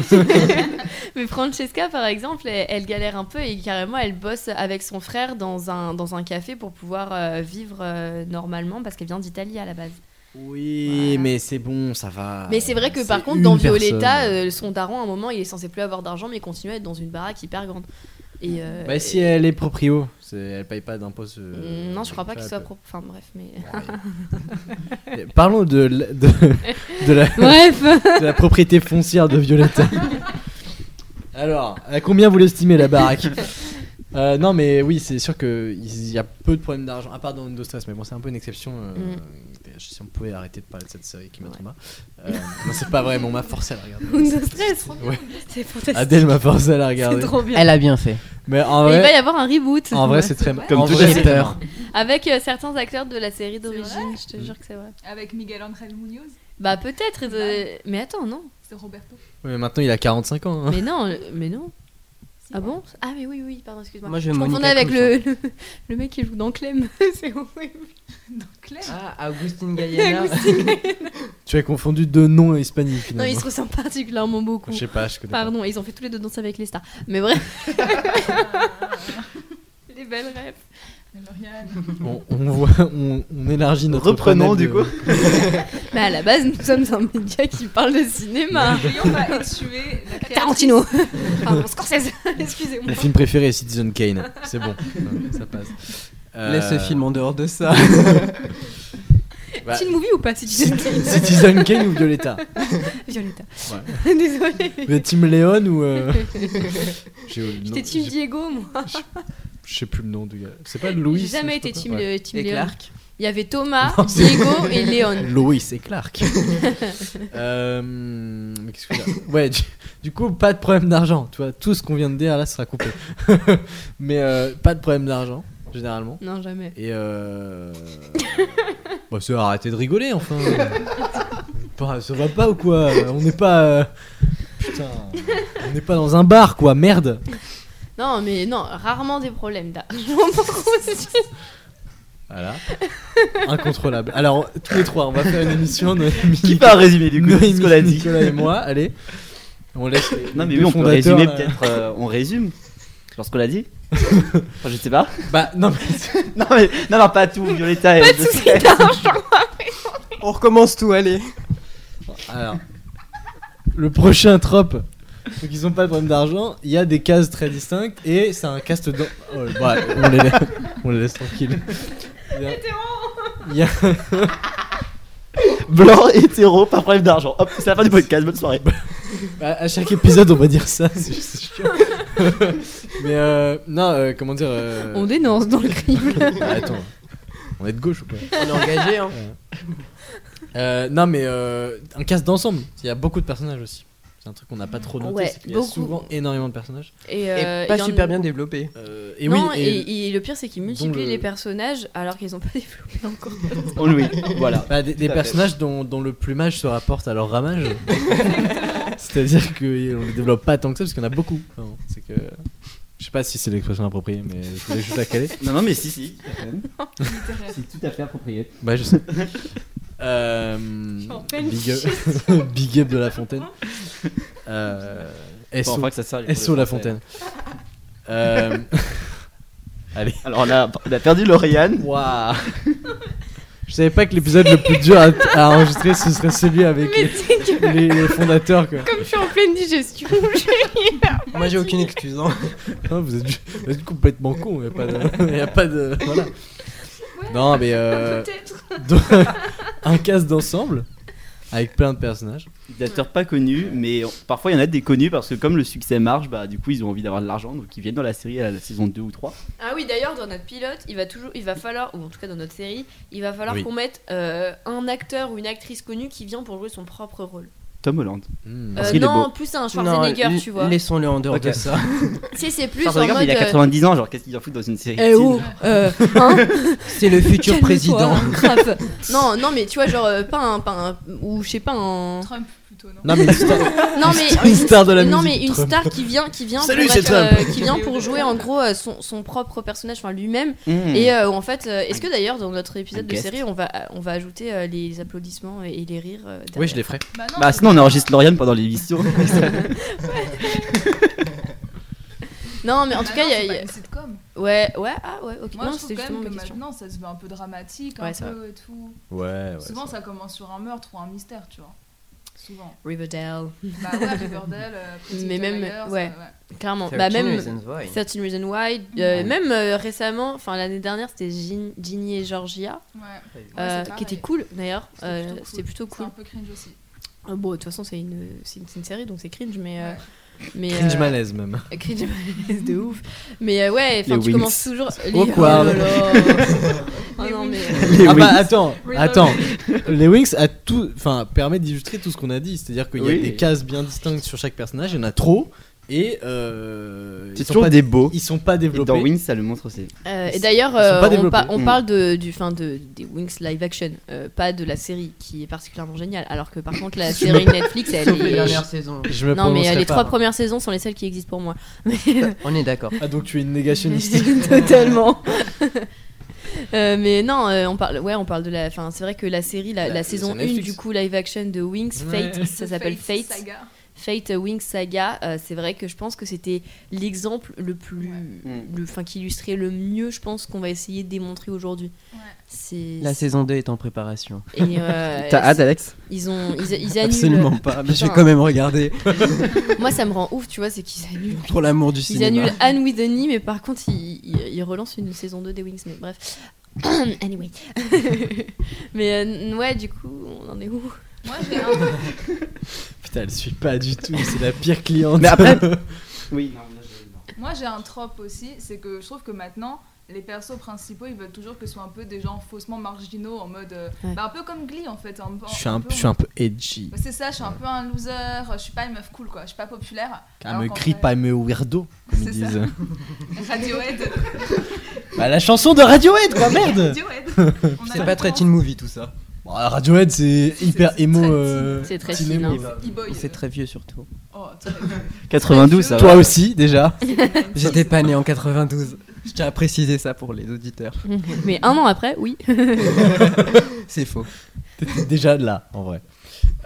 Speaker 6: Mais Francesca, par exemple, elle, elle galère un peu et carrément, elle bosse avec son frère dans un, dans un café pour pouvoir euh, vivre euh, normalement parce qu'elle vient d'Italie à la base.
Speaker 5: Oui,
Speaker 6: Voilà.
Speaker 5: mais c'est bon, ça va.
Speaker 6: Mais c'est vrai que par contre,
Speaker 5: Ah, une
Speaker 6: dans
Speaker 5: personne.
Speaker 6: Violetta, euh, son daron, à un moment, il est censé plus avoir d'argent, mais il continue à être dans une baraque hyper grande. Et, euh,
Speaker 5: Bah, si elle euh, est proprio, c'est- elle paye pas d'impôts. ce-
Speaker 6: Mm, Non, je crois pas
Speaker 5: ça,
Speaker 6: qu'il soit
Speaker 5: elle
Speaker 6: propre. Enfin, bref, mais.
Speaker 5: peut- Ouais. Parlons de, l- de, de la,
Speaker 6: Bref
Speaker 5: de la propriété foncière de Violetta. Alors, à combien vous l'estimez la baraque Euh, non mais oui c'est sûr que il y a peu de problèmes d'argent à part dans Windows Stress mais bon c'est un peu une exception euh,
Speaker 6: Mm.
Speaker 5: si on pouvait arrêter de parler de cette série qui me tombe euh, non c'est pas vrai mais on m'a forcé à la regarder
Speaker 6: Undo stress
Speaker 5: Ouais.
Speaker 6: C'est fantastique.
Speaker 5: Adèle m'a forcé à la
Speaker 6: C'est
Speaker 5: regarder
Speaker 6: trop bien.
Speaker 7: Elle a bien fait.
Speaker 5: mais en
Speaker 6: Mais il va y
Speaker 5: vrai
Speaker 6: avoir un reboot.
Speaker 5: en vrai c'est très
Speaker 10: Comme
Speaker 5: en
Speaker 10: tout
Speaker 5: vrai,
Speaker 10: à
Speaker 5: c'est
Speaker 10: l'heure.
Speaker 5: marrant.
Speaker 6: Avec euh, certains acteurs de la série d'origine, je te
Speaker 5: Mm.
Speaker 6: jure que c'est vrai.
Speaker 8: Avec Miguel Angel Munoz,
Speaker 6: Bah peut-être, euh, mais attends, non.
Speaker 8: c'est Roberto.
Speaker 5: Oui, mais maintenant il a 45 ans hein.
Speaker 6: Mais non, le- mais non. Ah bon Ah mais oui, oui, pardon, excuse-moi.
Speaker 7: Moi, je
Speaker 6: je
Speaker 7: vais
Speaker 6: confondais
Speaker 7: Monica
Speaker 6: avec
Speaker 7: Cruz,
Speaker 6: le, le, le mec qui joue dans Clem. C'est horrible.
Speaker 8: Donc Clem,
Speaker 7: Ah, Augustine Gaillard.
Speaker 5: tu as confondu deux noms hispaniques
Speaker 6: Non,
Speaker 5: finalement
Speaker 6: ils se ressemblent particulièrement beaucoup.
Speaker 5: je sais pas je connais pas.
Speaker 6: Pardon, ils ont fait tous les deux danser avec les stars. Mais bref. Ah. les belles rêves.
Speaker 8: Lauriane.
Speaker 5: Bon, on voit on, on élargit notre
Speaker 10: Reprenons,
Speaker 5: panel
Speaker 10: du
Speaker 5: de-
Speaker 10: coup.
Speaker 6: Mais à la base, nous sommes un média qui parle de cinéma.
Speaker 8: Voyons pas tuer la créatrice.
Speaker 6: Tarantino. Pardon, Scorsese. Excusez-moi.
Speaker 5: Mon film préféré est Citizen Kane. C'est bon, ça passe. Euh,
Speaker 7: Laisse ce film en dehors de ça.
Speaker 5: bah,
Speaker 6: C'est une movie ou pas Si tu
Speaker 5: Citizen Kane ou Violetta
Speaker 6: Violetta.
Speaker 5: Ouais.
Speaker 6: Désolée.
Speaker 5: Vous êtes Team Léon ou. Euh... J'ai oublié le nom.
Speaker 6: J'étais Team
Speaker 5: J'ai-
Speaker 6: Diego, moi.
Speaker 5: Je sais plus le nom du gars. C'est pas Louis
Speaker 6: J'ai jamais
Speaker 5: je
Speaker 6: été
Speaker 5: sais pas
Speaker 6: Team,
Speaker 5: quoi.
Speaker 6: le- team
Speaker 7: Et
Speaker 6: Léon.
Speaker 7: Clark.
Speaker 6: Il y avait Thomas,
Speaker 5: Non, c'est-
Speaker 6: Diego et Léon.
Speaker 5: Louis et Clark. Euh, mais qu'est-ce que je veux dire Ouais, du, du coup, pas de problème d'argent. Tu vois, tout ce qu'on vient de dire là sera coupé. mais euh, pas de problème d'argent, généralement.
Speaker 6: Non, jamais.
Speaker 5: Et euh. bah, c'est arrêtez de rigoler enfin Bah, Ça va pas ou quoi On n'est pas. euh, Putain. On n'est pas dans un bar quoi, merde
Speaker 6: Non, mais non, rarement des problèmes d'argent. Pourquoi c'est-
Speaker 5: Voilà. Incontrôlable. Alors, tous les trois, on va faire une émission. Noémie,
Speaker 10: Qui peut un résumé du coup de
Speaker 5: Noémie,
Speaker 10: ce qu'on a dit
Speaker 5: Nicolas et moi, allez. On laisse. les-
Speaker 10: Non, mais
Speaker 5: les
Speaker 10: oui,
Speaker 5: deux
Speaker 10: on peut
Speaker 5: fondateurs,
Speaker 10: résumer
Speaker 5: là.
Speaker 10: peut-être. euh, on résume lorsqu'on l'a dit Enfin, Je sais pas.
Speaker 5: Bah, non, mais.
Speaker 10: Non, mais non, non, pas tout, Violetta. et-
Speaker 7: On recommence tout, allez.
Speaker 5: Alors. Le prochain trope Donc ils ont pas de problème d'argent. Il y a des cases très distinctes et c'est un cast dans. Oh, bah, on, les laisse, on les laisse tranquilles. Il y a- Il y a-
Speaker 10: Blanc, hétéro, pas problème d'argent. Hop, c'est la fin du podcast, bonne soirée.
Speaker 5: à, à chaque épisode, on va dire ça. C'est c'est chiant. Mais euh, non, euh, comment dire. euh,
Speaker 11: On dénonce dans le crible.
Speaker 5: Ah, attends, on est de gauche ou quoi
Speaker 7: On est engagé, hein.
Speaker 5: Euh, Non, mais euh, un cast d'ensemble. Il y a beaucoup de personnages aussi. C'est un truc qu'on n'a pas trop noté.
Speaker 6: Ouais,
Speaker 5: c'est qu'il y a
Speaker 6: beaucoup.
Speaker 5: souvent énormément de personnages.
Speaker 6: Et,
Speaker 7: Et
Speaker 6: euh,
Speaker 7: pas
Speaker 6: il y en-
Speaker 7: super bien développé.
Speaker 5: Euh, et
Speaker 6: non,
Speaker 5: oui,
Speaker 6: et, et le pire, c'est qu'ils
Speaker 5: dont
Speaker 6: multiplient
Speaker 5: le-
Speaker 6: les personnages alors qu'ils ont pas développé encore.
Speaker 10: On Louis, Oh voilà.
Speaker 5: Bah, des, des
Speaker 10: Tout à fait.
Speaker 5: personnages dont, dont le plumage se rapporte à leur ramage. C'est-à-dire qu'on ne développe pas tant que ça parce qu'il y en a beaucoup. Enfin, c'est que... Je sais pas si c'est l'expression appropriée, mais je voulais juste la caler.
Speaker 10: Non, non, mais si, si.
Speaker 9: C'est tout à fait approprié.
Speaker 5: Bah, je sais. Euh, big, up. Big up de la fontaine. Euh, SO,
Speaker 10: Enfin, que ça sert, les
Speaker 5: SO la
Speaker 10: Français.
Speaker 5: fontaine. Euh,
Speaker 10: Alors, on a, on a perdu Lauriane.
Speaker 5: Waouh Je savais pas que l'épisode le plus dur à, à enregistrer ce serait celui avec
Speaker 11: Mais tu sais que
Speaker 5: les, les fondateurs quoi.
Speaker 11: comme je suis en pleine digestion, j'ai
Speaker 7: Moi, j'ai aucune excuse. hein.
Speaker 5: Non, vous, êtes, ju- vous êtes complètement con, il n'y a pas de. y a pas de voilà. Non, mais. euh,
Speaker 8: Peut-être.
Speaker 5: donc, un casse d'ensemble avec plein de personnages.
Speaker 10: Des acteurs pas connus, mais on- parfois il y en a des connus parce que comme le succès marche, bah du coup ils ont envie d'avoir de l'argent donc ils viennent dans la série à la saison 2 ou 3.
Speaker 6: Ah oui, d'ailleurs, dans notre pilote, il va toujours, il va falloir, ou en tout cas dans notre série, il va falloir
Speaker 5: Oui.
Speaker 6: qu'on mette euh, un acteur ou une actrice connue qui vient pour jouer son propre rôle.
Speaker 10: Tom Holland.
Speaker 5: Hmm.
Speaker 10: Parce
Speaker 6: Euh,
Speaker 10: qu'il est
Speaker 6: non,
Speaker 10: beau.
Speaker 6: plus c'est un
Speaker 7: Non,
Speaker 6: Schwarzenegger,
Speaker 7: l-
Speaker 6: tu vois.
Speaker 7: Laissons-le en dehors
Speaker 10: Ok.
Speaker 7: de ça.
Speaker 6: Si c'est plus en
Speaker 10: Schwarzenegger, mais
Speaker 6: mode.
Speaker 10: il a
Speaker 6: euh,
Speaker 10: 90 ans, genre qu'est-ce qu'il en fout dans une série
Speaker 11: Eh
Speaker 10: teen
Speaker 11: oh euh, hein,
Speaker 7: C'est le futur
Speaker 11: calme-toi,
Speaker 7: président.
Speaker 11: hein, grave.
Speaker 6: Non, non, mais tu vois, genre euh, pas un, pas un- ou je sais pas un.
Speaker 8: Trump plutôt, non
Speaker 5: Non, mais l'histoire-
Speaker 6: Non mais
Speaker 5: Une star de la
Speaker 6: non
Speaker 5: musique,
Speaker 6: mais une
Speaker 5: Trump.
Speaker 6: star qui vient, qui vient,
Speaker 5: Salut,
Speaker 6: pour
Speaker 5: c'est
Speaker 6: être,
Speaker 5: Trump.
Speaker 6: euh, qui vient pour jouer en gros euh, son, son propre personnage, enfin lui-même.
Speaker 10: Hmm.
Speaker 6: Et euh, en fait, euh, est-ce que d'ailleurs dans notre épisode
Speaker 10: Un
Speaker 6: de
Speaker 10: guest.
Speaker 6: série, on va on va ajouter euh, les applaudissements et, et les rires. euh,
Speaker 5: Oui,
Speaker 6: derrière
Speaker 5: je les ferai.
Speaker 8: Bah non.
Speaker 10: Bah sinon on enregistre Lauriane pendant l'émission.
Speaker 6: Non mais en
Speaker 8: Bah
Speaker 6: tout
Speaker 8: non,
Speaker 6: cas, il y a- il
Speaker 8: c'est
Speaker 6: y
Speaker 8: pas
Speaker 6: a,
Speaker 8: une sitcom.
Speaker 6: Ouais, ouais, ah ouais, ok.
Speaker 8: Moi,
Speaker 6: non,
Speaker 8: je trouve
Speaker 6: c'était
Speaker 8: quand
Speaker 6: justement
Speaker 8: même que
Speaker 6: ma question.
Speaker 8: maintenant, ça se veut un peu dramatique,
Speaker 6: Ouais,
Speaker 8: un
Speaker 6: c'est
Speaker 8: peu et tout.
Speaker 5: Ouais, ouais.
Speaker 8: Souvent, ça commence sur un meurtre ou un mystère, tu vois. Souvent.
Speaker 6: Riverdale.
Speaker 8: Bah ouais, Riverdale, euh, Pretty
Speaker 6: Mais
Speaker 8: Little
Speaker 6: même-
Speaker 8: Liars,
Speaker 6: ouais.
Speaker 8: euh,
Speaker 6: Clairement. Bah
Speaker 7: 13
Speaker 6: même
Speaker 7: Reasons Why.
Speaker 6: 13 Reasons Why. euh, Même euh, récemment, enfin l'année dernière, c'était Gin- Ginny et Georgia,
Speaker 8: ouais. Ouais,
Speaker 6: euh,
Speaker 8: c'est
Speaker 6: qui était
Speaker 8: pareil.
Speaker 6: cool d'ailleurs.
Speaker 8: C'était
Speaker 6: euh,
Speaker 8: plutôt cool.
Speaker 6: C'était plutôt
Speaker 8: C'est
Speaker 6: cool.
Speaker 8: un peu cringe aussi.
Speaker 6: Euh, Bon, de toute façon, c'est une, c'est une, c'est une série, donc c'est cringe, mais. euh,
Speaker 8: Ouais.
Speaker 6: mais
Speaker 5: Cringe
Speaker 6: euh,
Speaker 5: malaise même.
Speaker 6: Cringe malaise de ouf. Mais euh, ouais, enfin,
Speaker 10: Les
Speaker 6: tu
Speaker 10: wings.
Speaker 6: commences toujours. Les...
Speaker 5: Awkward.
Speaker 6: Oh là là. Ah non, mais.
Speaker 10: Les
Speaker 5: ah bah
Speaker 10: Wings.
Speaker 5: attends,
Speaker 8: Reloaded.
Speaker 5: attends. Les Wings a tout, enfin permet d'illustrer tout ce qu'on a dit, c'est-à-dire qu'il y a
Speaker 10: Oui.
Speaker 5: des cases bien distinctes sur chaque personnage, il y en a trop et euh, ils
Speaker 10: C'est
Speaker 5: sont
Speaker 10: toujours
Speaker 5: pas-
Speaker 10: des beaux.
Speaker 5: ils sont pas
Speaker 10: Et dans
Speaker 5: développés.
Speaker 10: Wings ça le montre aussi.
Speaker 6: Euh,
Speaker 5: Ils
Speaker 6: et d'ailleurs,
Speaker 5: sont pas
Speaker 6: euh, on,
Speaker 5: développés.
Speaker 6: par- on
Speaker 10: Mm.
Speaker 6: parle de, du, fin, de, des Wings live action, euh, pas de la série qui est particulièrement géniale. Alors que par contre, la série Netflix, elle
Speaker 7: Sauf les
Speaker 6: est.
Speaker 7: dernières saisons.
Speaker 5: Je me
Speaker 6: Non, mais euh,
Speaker 5: prononcerai
Speaker 6: les
Speaker 5: pas.
Speaker 6: trois premières saisons sont les seules qui existent pour moi. Mais-
Speaker 7: On est d'accord.
Speaker 5: Ah donc tu es une négationniste.
Speaker 6: Totalement. Euh, mais non, euh, on parle, ouais, on parle de la. Enfin, c'est vrai que la série, la,
Speaker 5: La-
Speaker 6: la
Speaker 5: la
Speaker 6: saison 1
Speaker 5: Netflix.
Speaker 6: du coup live action de Wings,
Speaker 5: Ouais.
Speaker 6: Fate, ça s'appelle Fate.
Speaker 8: Fate Saga.
Speaker 6: Fate euh, Wings Saga, euh, c'est vrai que je pense que c'était l'exemple le plus.
Speaker 10: Ouais.
Speaker 6: le- Enfin, qui illustrait le mieux, je pense, qu'on va essayer de démontrer aujourd'hui.
Speaker 8: Ouais.
Speaker 6: C'est.
Speaker 7: La saison 2 est en préparation.
Speaker 6: Et, euh,
Speaker 10: T'as hâte Alex
Speaker 6: Ils ont. Ils, ils annulent.
Speaker 7: Absolument pas, mais je vais
Speaker 6: Putain.
Speaker 7: quand même regarder
Speaker 6: Moi, ça me rend ouf, tu vois, c'est qu'ils annulent.
Speaker 7: pour l'amour du
Speaker 6: Ils
Speaker 7: cinéma.
Speaker 6: annulent Anne with an E, mais par contre, ils, ils- ils relancent une saison 2 des Wings, mais bref. anyway. mais euh, ouais, du coup, on en est où
Speaker 8: Moi, j'ai un.
Speaker 5: Putain, elle suit pas du tout, c'est la pire cliente.
Speaker 10: Mais après- Oui,
Speaker 8: Moi, j'ai un trope aussi, c'est que je trouve que maintenant, les persos principaux, ils veulent toujours que ce soit un peu des gens faussement marginaux, en mode. euh,
Speaker 6: Ouais.
Speaker 8: bah, un peu comme Glee, en fait. Un, peu-
Speaker 5: je suis un,
Speaker 8: peu-
Speaker 5: je suis un peu edgy.
Speaker 8: Bah, C'est ça, je suis un peu un loser, je suis pas une meuf cool, quoi. Je suis pas populaire.
Speaker 5: Elle
Speaker 8: Alors
Speaker 5: me
Speaker 8: qu'en
Speaker 5: crie
Speaker 8: vrai-
Speaker 5: pas, me weirdo, comme ils
Speaker 8: C'est ça.
Speaker 5: disent.
Speaker 8: Radiohead,
Speaker 5: Bah la chanson de Radiohead,
Speaker 6: Bah,
Speaker 5: quoi, merde.
Speaker 8: Radiohead. On a
Speaker 7: C'est
Speaker 8: le
Speaker 7: pas très
Speaker 8: temps.
Speaker 7: teen movie tout ça.
Speaker 5: Bon, Radiohead, c'est hyper
Speaker 8: c'est
Speaker 5: émo.
Speaker 8: très
Speaker 5: euh,
Speaker 6: C'est très
Speaker 5: teen
Speaker 6: teen,
Speaker 5: emo.
Speaker 6: hein.
Speaker 8: E-boy.
Speaker 7: C'est très vieux surtout.
Speaker 8: Oh, très-
Speaker 10: 92 ça
Speaker 5: Toi
Speaker 10: va.
Speaker 5: aussi, déjà.
Speaker 7: J'étais pas né en 92. Je tiens à préciser ça pour les auditeurs.
Speaker 6: mais un an après, oui.
Speaker 7: C'est faux.
Speaker 5: T'étais déjà là, en vrai.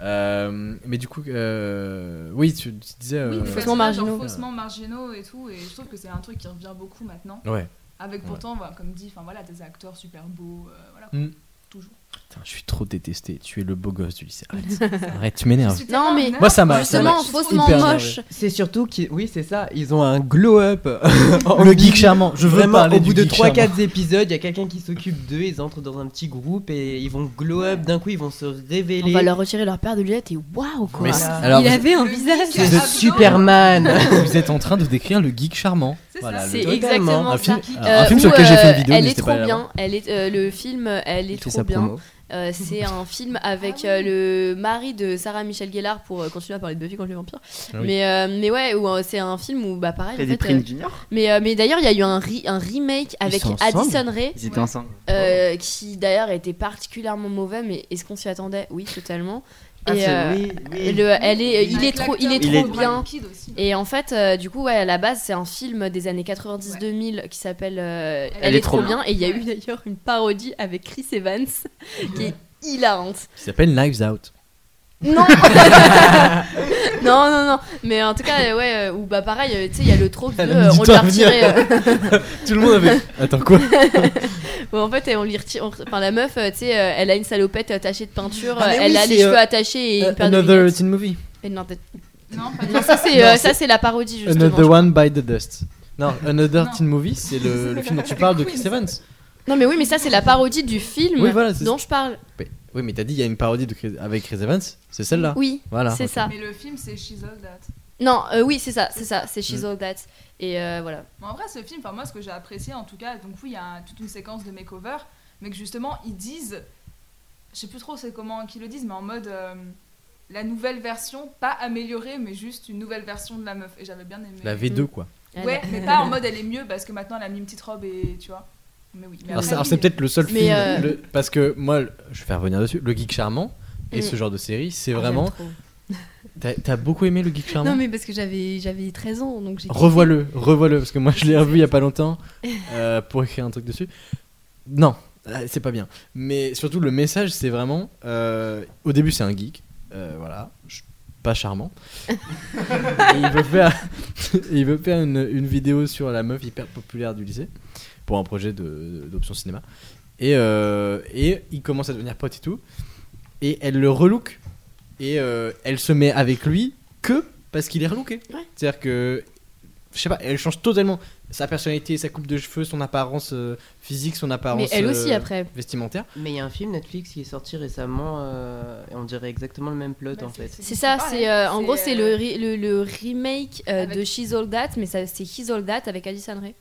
Speaker 5: Euh, mais du coup, euh, oui, tu, tu disais.
Speaker 8: Oui,
Speaker 5: euh,
Speaker 8: des
Speaker 6: Faussement
Speaker 8: faussement
Speaker 6: marginaux.
Speaker 8: marginaux. Faussement marginaux et tout, et je trouve que c'est un truc qui revient beaucoup maintenant.
Speaker 5: Ouais.
Speaker 8: Avec
Speaker 5: Ouais.
Speaker 8: pourtant, voilà, comme dit, enfin voilà, des acteurs super beaux, euh, voilà.
Speaker 5: Mm.
Speaker 8: toujours.
Speaker 5: Putain, je suis trop détesté. Tu es le beau gosse du lycée. Arrête, Arrête tu m'énerves.
Speaker 6: Non, mais
Speaker 5: Moi, ça m'a-
Speaker 6: justement,
Speaker 5: ça m'a
Speaker 6: faussement
Speaker 5: hyper énervé.
Speaker 6: moche.
Speaker 7: C'est surtout qu'ils, oui, c'est ça, ils ont un glow-up.
Speaker 5: Le geek charmant. Je veux
Speaker 7: Vraiment,
Speaker 5: parler
Speaker 7: au bout
Speaker 5: du
Speaker 7: de
Speaker 5: geek charmant.
Speaker 7: 3-4 épisodes, il y a quelqu'un qui s'occupe d'eux, ils entrent dans un petit groupe et ils vont glow-up, d'un coup ils vont se révéler.
Speaker 6: On va leur retirer leur paire de lunettes et waouh quoi.
Speaker 5: Mais c'est-
Speaker 7: Voilà.
Speaker 5: alors,
Speaker 11: Il
Speaker 5: vous,
Speaker 11: avait un visage.
Speaker 8: Ah,
Speaker 7: C'est Superman
Speaker 5: vous êtes en train de décrire le geek charmant.
Speaker 8: C'est
Speaker 5: Voilà,
Speaker 8: ça.
Speaker 5: le-
Speaker 6: Ah, C'est
Speaker 7: totalement.
Speaker 6: exactement
Speaker 5: un
Speaker 6: ça.
Speaker 5: film, un film sur
Speaker 6: où,
Speaker 5: lequel j'ai fait
Speaker 6: euh,
Speaker 5: une vidéo.
Speaker 6: elle est
Speaker 5: n'hésitez pas à la
Speaker 6: trop
Speaker 5: voir.
Speaker 6: bien. Elle est euh, le film, elle
Speaker 7: Il
Speaker 6: est
Speaker 7: fait
Speaker 6: trop
Speaker 7: sa
Speaker 6: bien.
Speaker 7: promo.
Speaker 6: Euh, c'est un film avec euh, le mari de Sarah Michelle Gellar pour euh, continuer à parler de Buffy contre les vampires.
Speaker 5: Ah oui.
Speaker 6: Mais euh, mais ouais, où, euh, c'est un film où bah pareil.
Speaker 10: Fait
Speaker 6: en
Speaker 10: des
Speaker 6: fait,
Speaker 10: primes
Speaker 6: euh,
Speaker 10: junior
Speaker 6: mais euh, mais d'ailleurs, il y a eu un, re- un remake avec
Speaker 7: sont ensemble
Speaker 6: Addison Rae
Speaker 10: Ils étaient ensemble.
Speaker 6: euh, qui d'ailleurs était particulièrement mauvais. Mais est-ce qu'on s'y attendait Oui, totalement.
Speaker 7: Ah,
Speaker 6: Et,
Speaker 7: c'est-
Speaker 6: euh,
Speaker 7: oui, oui.
Speaker 6: le- elle est, euh, il est
Speaker 8: Avec
Speaker 6: trop, il est
Speaker 8: l'acteur
Speaker 10: Il
Speaker 6: trop
Speaker 10: est-
Speaker 6: bien.
Speaker 8: Brad Pitt aussi.
Speaker 6: Et en fait, euh, du coup, ouais, à la base, c'est un film des années 90-2000 qui s'appelle euh, Elle, est, trop bien. Et il y a eu d'ailleurs une parodie avec Chris Evans qui est hilarante.
Speaker 5: Il s'appelle Knives Out.
Speaker 6: Non Non, non, non. Mais en tout cas, euh, ouais, euh, ou bah pareil, euh, tu sais, il y a le trope de.
Speaker 5: Elle a
Speaker 6: euh,
Speaker 5: mis du
Speaker 6: on
Speaker 5: temps
Speaker 6: lui a
Speaker 5: à venir.
Speaker 6: retiré. euh,
Speaker 5: Tout le monde avait. Attends quoi
Speaker 6: ouais, en fait, euh, on lui retire. on- Enfin, la meuf, euh, tu sais, euh, elle a une salopette euh, tachée de peinture,
Speaker 5: Ah, mais
Speaker 6: euh, elle
Speaker 5: oui,
Speaker 6: a les
Speaker 5: c'est,
Speaker 6: cheveux
Speaker 5: euh,
Speaker 6: attachés et une paire de
Speaker 5: Another
Speaker 6: lunettes.
Speaker 5: teen movie.
Speaker 6: Et non, t'as-
Speaker 8: Non, pas
Speaker 6: non, ça, c'est euh, ça, c'est la parodie, justement.
Speaker 5: Another One by the Dust. Non, Another
Speaker 8: Non.
Speaker 5: Teen Movie, c'est le, le film dont tu parles de Chris Evans.
Speaker 6: Non, mais oui, mais ça, c'est la parodie du film
Speaker 5: Oui, voilà, c'est-
Speaker 6: dont je parle.
Speaker 5: Oui, mais t'as dit il y a une parodie de Chris- avec Chris Evans, c'est celle-là.
Speaker 6: Oui,
Speaker 5: Ah. Voilà.
Speaker 6: c'est ça.
Speaker 8: Mais le film, c'est She's All That.
Speaker 6: Non, euh, oui, c'est ça, c'est ça, c'est
Speaker 5: Mm.
Speaker 6: She's All That. Et euh, voilà.
Speaker 8: Mais en vrai, ce film, enfin moi, ce que j'ai apprécié en tout cas, donc oui, il y a un- toute une séquence de makeover, mais que justement, ils disent, je sais plus trop c'est comment qu'ils le disent, mais en mode euh, la nouvelle version, pas améliorée, mais juste une nouvelle version de la meuf. Et j'avais bien aimé.
Speaker 5: La V2 quoi.
Speaker 6: Elle-
Speaker 8: Ouais, mais pas en mode elle est mieux parce que maintenant elle a mis une petite robe et tu vois. Mais oui. Mais
Speaker 5: Alors, c'est
Speaker 8: après,
Speaker 5: alors,
Speaker 8: oui,
Speaker 5: c'est peut-être le seul
Speaker 6: Mais,
Speaker 5: film.
Speaker 6: euh,
Speaker 5: le- parce que moi, le- je vais faire revenir dessus. Le Geek Charmant et
Speaker 6: Mm.
Speaker 5: ce genre de série, c'est
Speaker 6: Ah,
Speaker 5: vraiment.
Speaker 6: j'aime trop.
Speaker 5: T'as t'as beaucoup aimé le Geek Charmant
Speaker 11: Non, mais parce que j'avais j'avais 13 ans, donc j'ai.
Speaker 5: Revois-le, revois-le, parce que moi je l'ai revu il y a pas longtemps euh, pour écrire un truc dessus. Non, euh, c'est pas bien. Mais surtout, le message, c'est vraiment. euh, au début, c'est un geek. euh, voilà. je- Pas charmant. Et il veut faire, il veut faire une, une vidéo sur la meuf hyper populaire du lycée pour un projet de- d'option cinéma. Et, euh, et il commence à devenir pote et tout. Et elle le relook. Et euh, elle se met avec lui que parce qu'il est relooké.
Speaker 6: Ouais.
Speaker 5: C'est-à-dire que je sais pas, elle change totalement sa personnalité, sa coupe de cheveux, son apparence euh, physique, son apparence
Speaker 6: Mais elle aussi
Speaker 5: euh,
Speaker 6: après.
Speaker 5: vestimentaire.
Speaker 7: Mais il y a un film Netflix qui est sorti récemment euh, et on dirait exactement le même plot
Speaker 8: Bah,
Speaker 7: en fait.
Speaker 6: C'est ça,
Speaker 8: pareil,
Speaker 6: c'est euh, en gros c'est le,
Speaker 8: euh,
Speaker 6: re- le, le remake euh, de
Speaker 8: Avec-
Speaker 6: She's All That, mais ça c'est She's All That avec Alice Rae.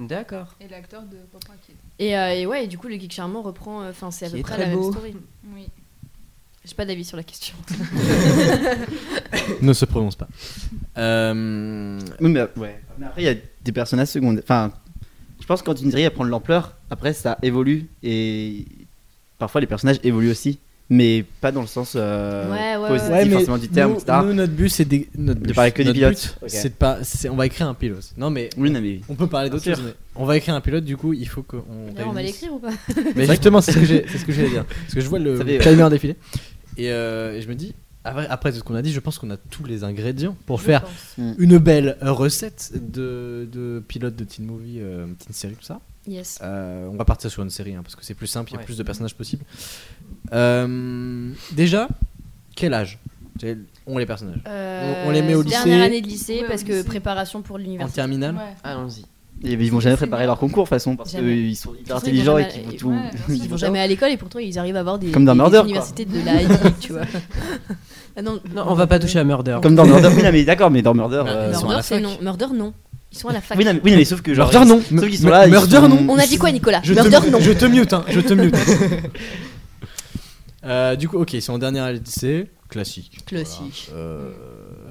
Speaker 7: D'accord.
Speaker 8: Et l'acteur de Pop Kid.
Speaker 6: Et, euh, et ouais, et du coup le geek charmant reprend, euh, enfin c'est à
Speaker 7: Qui
Speaker 6: peu
Speaker 7: est
Speaker 6: près
Speaker 7: très
Speaker 6: la même
Speaker 7: beau.
Speaker 6: story.
Speaker 8: Oui.
Speaker 6: J'ai pas d'avis sur la question.
Speaker 5: ne se prononce pas. Euh,
Speaker 9: Oui, mais
Speaker 10: Ouais.
Speaker 9: Mais
Speaker 10: Après,
Speaker 9: après, il y a des personnages secondaires. Enfin, je pense que quand une série elle prend de l'ampleur, après ça évolue et parfois les personnages évoluent aussi, mais pas dans le sens euh,
Speaker 6: Ouais, ouais,
Speaker 9: positif
Speaker 6: ouais.
Speaker 9: forcément du terme,
Speaker 5: nous,
Speaker 9: etc.
Speaker 5: nous, notre but c'est d'é- notre
Speaker 9: De
Speaker 5: but,
Speaker 9: parler que des
Speaker 5: notre
Speaker 9: pilotes.
Speaker 5: but,
Speaker 9: Ok.
Speaker 5: C'est de pas, c'est- on va écrire un pilote. Non mais
Speaker 9: Oui, non, mais
Speaker 5: on peut parler d'autres
Speaker 9: Bien
Speaker 5: choses. mais On va écrire un pilote, du coup il faut qu'on.
Speaker 6: D'ailleurs on va
Speaker 5: réunisse-
Speaker 6: l'écrire ou pas
Speaker 5: Mais justement, c'est ce que j'ai- c'est ce que j'allais dire. Parce que je vois le
Speaker 9: Ça fait-
Speaker 5: timer défiler. Et, euh, et je me dis, après, après tout ce qu'on a dit, je pense qu'on a tous les ingrédients pour faire
Speaker 6: Je pense.
Speaker 5: une belle recette de, de pilote de teen movie, euh, teen série, tout ça.
Speaker 6: Yes.
Speaker 5: Euh, on va partir sur une série, hein, parce que c'est plus simple, il y a
Speaker 7: Ouais.
Speaker 5: plus de personnages possibles. Euh, déjà, quel âge C'est- Ont les personnages Euh, On- on les met au lycée.
Speaker 6: Euh, Dernière année de lycée
Speaker 8: Ouais, au
Speaker 6: parce que
Speaker 8: lycée.
Speaker 6: préparation pour
Speaker 5: En
Speaker 6: l'université.
Speaker 5: terminale
Speaker 8: Ouais.
Speaker 7: Allons-y.
Speaker 9: Et ils vont jamais préparer leur concours de toute façon parce
Speaker 6: Jamais.
Speaker 9: qu'ils sont hyper
Speaker 6: Ils sont
Speaker 9: intelligents et
Speaker 6: hyper
Speaker 9: qu'ils
Speaker 6: mal-
Speaker 9: vont tout.
Speaker 8: Ouais, bien sûr.
Speaker 6: Ils vont jamais à l'école et pourtant ils arrivent à avoir des,
Speaker 9: Comme dans
Speaker 6: des- des
Speaker 9: Murder, quoi.
Speaker 6: universités de la Haye, tu vois. Ah non,
Speaker 7: Non, on va pas toucher à Murder.
Speaker 9: Comme dans Murder. Oui, non, mais d'accord, mais dans Murder.
Speaker 5: Bah,
Speaker 9: euh,
Speaker 5: ils sont à la
Speaker 6: Murder, c'est
Speaker 5: fac.
Speaker 6: non. Murder, non. Ils sont à la fac.
Speaker 10: oui, non, mais, oui, non, mais sauf que genre.
Speaker 5: Murder non
Speaker 10: Sauf qu'ils sont
Speaker 5: Mur-
Speaker 10: là. ils
Speaker 5: Murder
Speaker 10: sont-
Speaker 5: non
Speaker 6: On a dit quoi, Nicolas
Speaker 5: Je
Speaker 6: Murder,
Speaker 5: te,
Speaker 6: Ah, non.
Speaker 5: je te mute, hein, je te mute. Euh, du coup, ok, ils sont en dernière année de lycée, classique.
Speaker 6: Classique.
Speaker 5: Euh,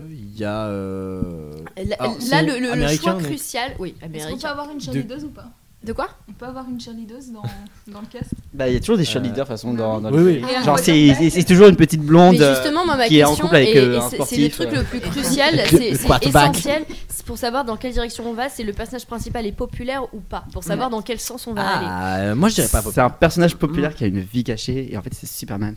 Speaker 5: Il y a. euh,
Speaker 6: Là,
Speaker 5: Alors,
Speaker 6: là,
Speaker 5: c'est
Speaker 6: le, le- le
Speaker 5: américain,
Speaker 6: choix
Speaker 5: donc.
Speaker 6: crucial. Oui,
Speaker 8: Est-ce qu'on peut
Speaker 6: américain.
Speaker 8: avoir une cheerleaders ou pas
Speaker 6: De quoi
Speaker 8: On peut avoir une cheerleaders dans, dans le cast
Speaker 9: Bah, il y a toujours des cheerleaders de toute façon dans. dans
Speaker 5: Oui,
Speaker 9: le-
Speaker 5: oui.
Speaker 8: Et un
Speaker 9: Genre,
Speaker 8: modèle
Speaker 9: c'est
Speaker 8: black.
Speaker 9: c'est- c'est toujours une petite blonde. euh,
Speaker 6: Ah, Mais
Speaker 5: euh,
Speaker 6: justement, moi, ma
Speaker 9: qui est en
Speaker 6: question,
Speaker 9: couple avec,
Speaker 6: et-
Speaker 9: euh,
Speaker 6: et
Speaker 9: un
Speaker 6: c'est- c'est le
Speaker 9: sportif,
Speaker 6: truc
Speaker 9: euh.
Speaker 6: le plus crucial,
Speaker 5: Le
Speaker 6: c'est c'est
Speaker 5: quarterback.
Speaker 6: essentiel c'est pour savoir dans quelle direction on va, c'est le personnage principal est populaire ou pas, pour savoir dans quel sens on va aller.
Speaker 5: Ah, euh, moi je dirais pas.
Speaker 9: C'est un personnage populaire
Speaker 6: Mmh.
Speaker 9: qui a une vie cachée et en fait c'est Superman.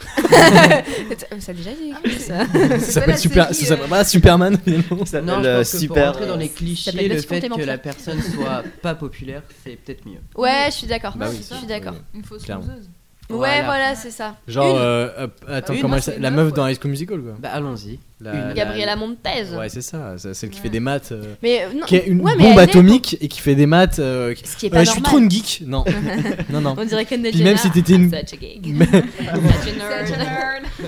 Speaker 6: Ça a déjà été écrit, Ah,
Speaker 5: Ça
Speaker 6: ça.
Speaker 5: s'appelle Super- ça
Speaker 8: euh,
Speaker 6: euh
Speaker 5: s'appelle pas Superman finalement.
Speaker 9: Ça
Speaker 7: Non, je
Speaker 9: s'appelle, euh,
Speaker 7: pense que pour rentrer dans les
Speaker 6: Ça
Speaker 7: clichés,
Speaker 6: s'appelle
Speaker 7: le
Speaker 6: Petit
Speaker 7: fait que
Speaker 6: Complémentaire.
Speaker 7: la personne soit pas populaire, c'est peut-être mieux.
Speaker 6: Ouais, je suis d'accord.
Speaker 5: Bah oui,
Speaker 6: je suis d'accord.
Speaker 5: oui.
Speaker 8: Une fausse
Speaker 5: Clairement.
Speaker 8: loseuse.
Speaker 6: Ouais,
Speaker 7: Voilà.
Speaker 6: voilà, c'est ça.
Speaker 5: Genre,
Speaker 6: Une.
Speaker 5: euh, hop, attends,
Speaker 6: Une,
Speaker 5: comment elle
Speaker 6: c'est
Speaker 5: s'appelle
Speaker 6: une
Speaker 5: La
Speaker 6: meuf,
Speaker 5: meuf dans High School Musical, quoi.
Speaker 7: Bah, allons-y.
Speaker 6: Une. Gabriela Montez.
Speaker 5: Ouais, c'est ça, c'est celle qui fait des maths. euh,
Speaker 6: Mais, euh, non,
Speaker 5: Qui est une
Speaker 6: ouais, mais
Speaker 5: bombe
Speaker 6: elle est-
Speaker 5: atomique et qui fait des maths. euh, qui-
Speaker 6: Ce qui est pas
Speaker 5: Euh, Je suis
Speaker 6: normal.
Speaker 5: trop une geek. Non, non, non.
Speaker 6: On dirait que
Speaker 5: Puis même si t'étais une.
Speaker 6: Such a geek.
Speaker 5: Même-
Speaker 6: Such a nerd.
Speaker 8: Such a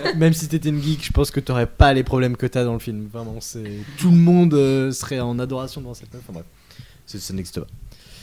Speaker 8: nerd.
Speaker 5: Même si t'étais une geek, je pense que t'aurais pas les problèmes que t'as dans le film. Vraiment, c'est tout le monde euh, serait en adoration devant cette meuf. Enfin bref, C'est- ça n'existe pas.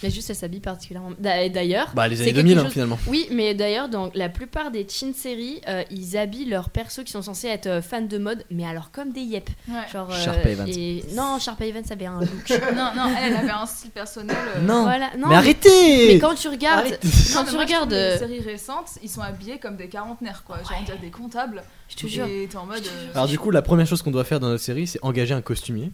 Speaker 6: Mais juste, elle s'habille particulièrement. D'a- et D'ailleurs.
Speaker 5: Bah, les
Speaker 6: c'est
Speaker 5: années
Speaker 6: quelque
Speaker 5: 2000, hein, finalement.
Speaker 6: Oui, mais d'ailleurs, dans la plupart des teen séries, euh, ils habillent leurs persos qui sont censés être euh, fans de mode, mais alors comme des yep. Genre. euh,
Speaker 5: Sharpay Evans.
Speaker 6: et- Non, Sharpay Evans avait un look.
Speaker 8: non, non, elle, elle avait un style personnel. euh,
Speaker 5: Non.
Speaker 6: Voilà, non,
Speaker 5: mais arrêtez
Speaker 6: Mais quand tu regardes.
Speaker 5: Arrêtez.
Speaker 6: Quand
Speaker 8: Non, mais
Speaker 6: tu
Speaker 8: moi, je
Speaker 6: regardes.
Speaker 8: trouve que
Speaker 6: euh,
Speaker 8: les séries récentes, ils sont habillés comme des quarantenaires, quoi. Genre, on dirait des comptables.
Speaker 6: Je te jure.
Speaker 8: Et t'es en mode. euh,
Speaker 5: Alors, du coup, la première chose qu'on doit faire dans notre série, c'est engager un costumier.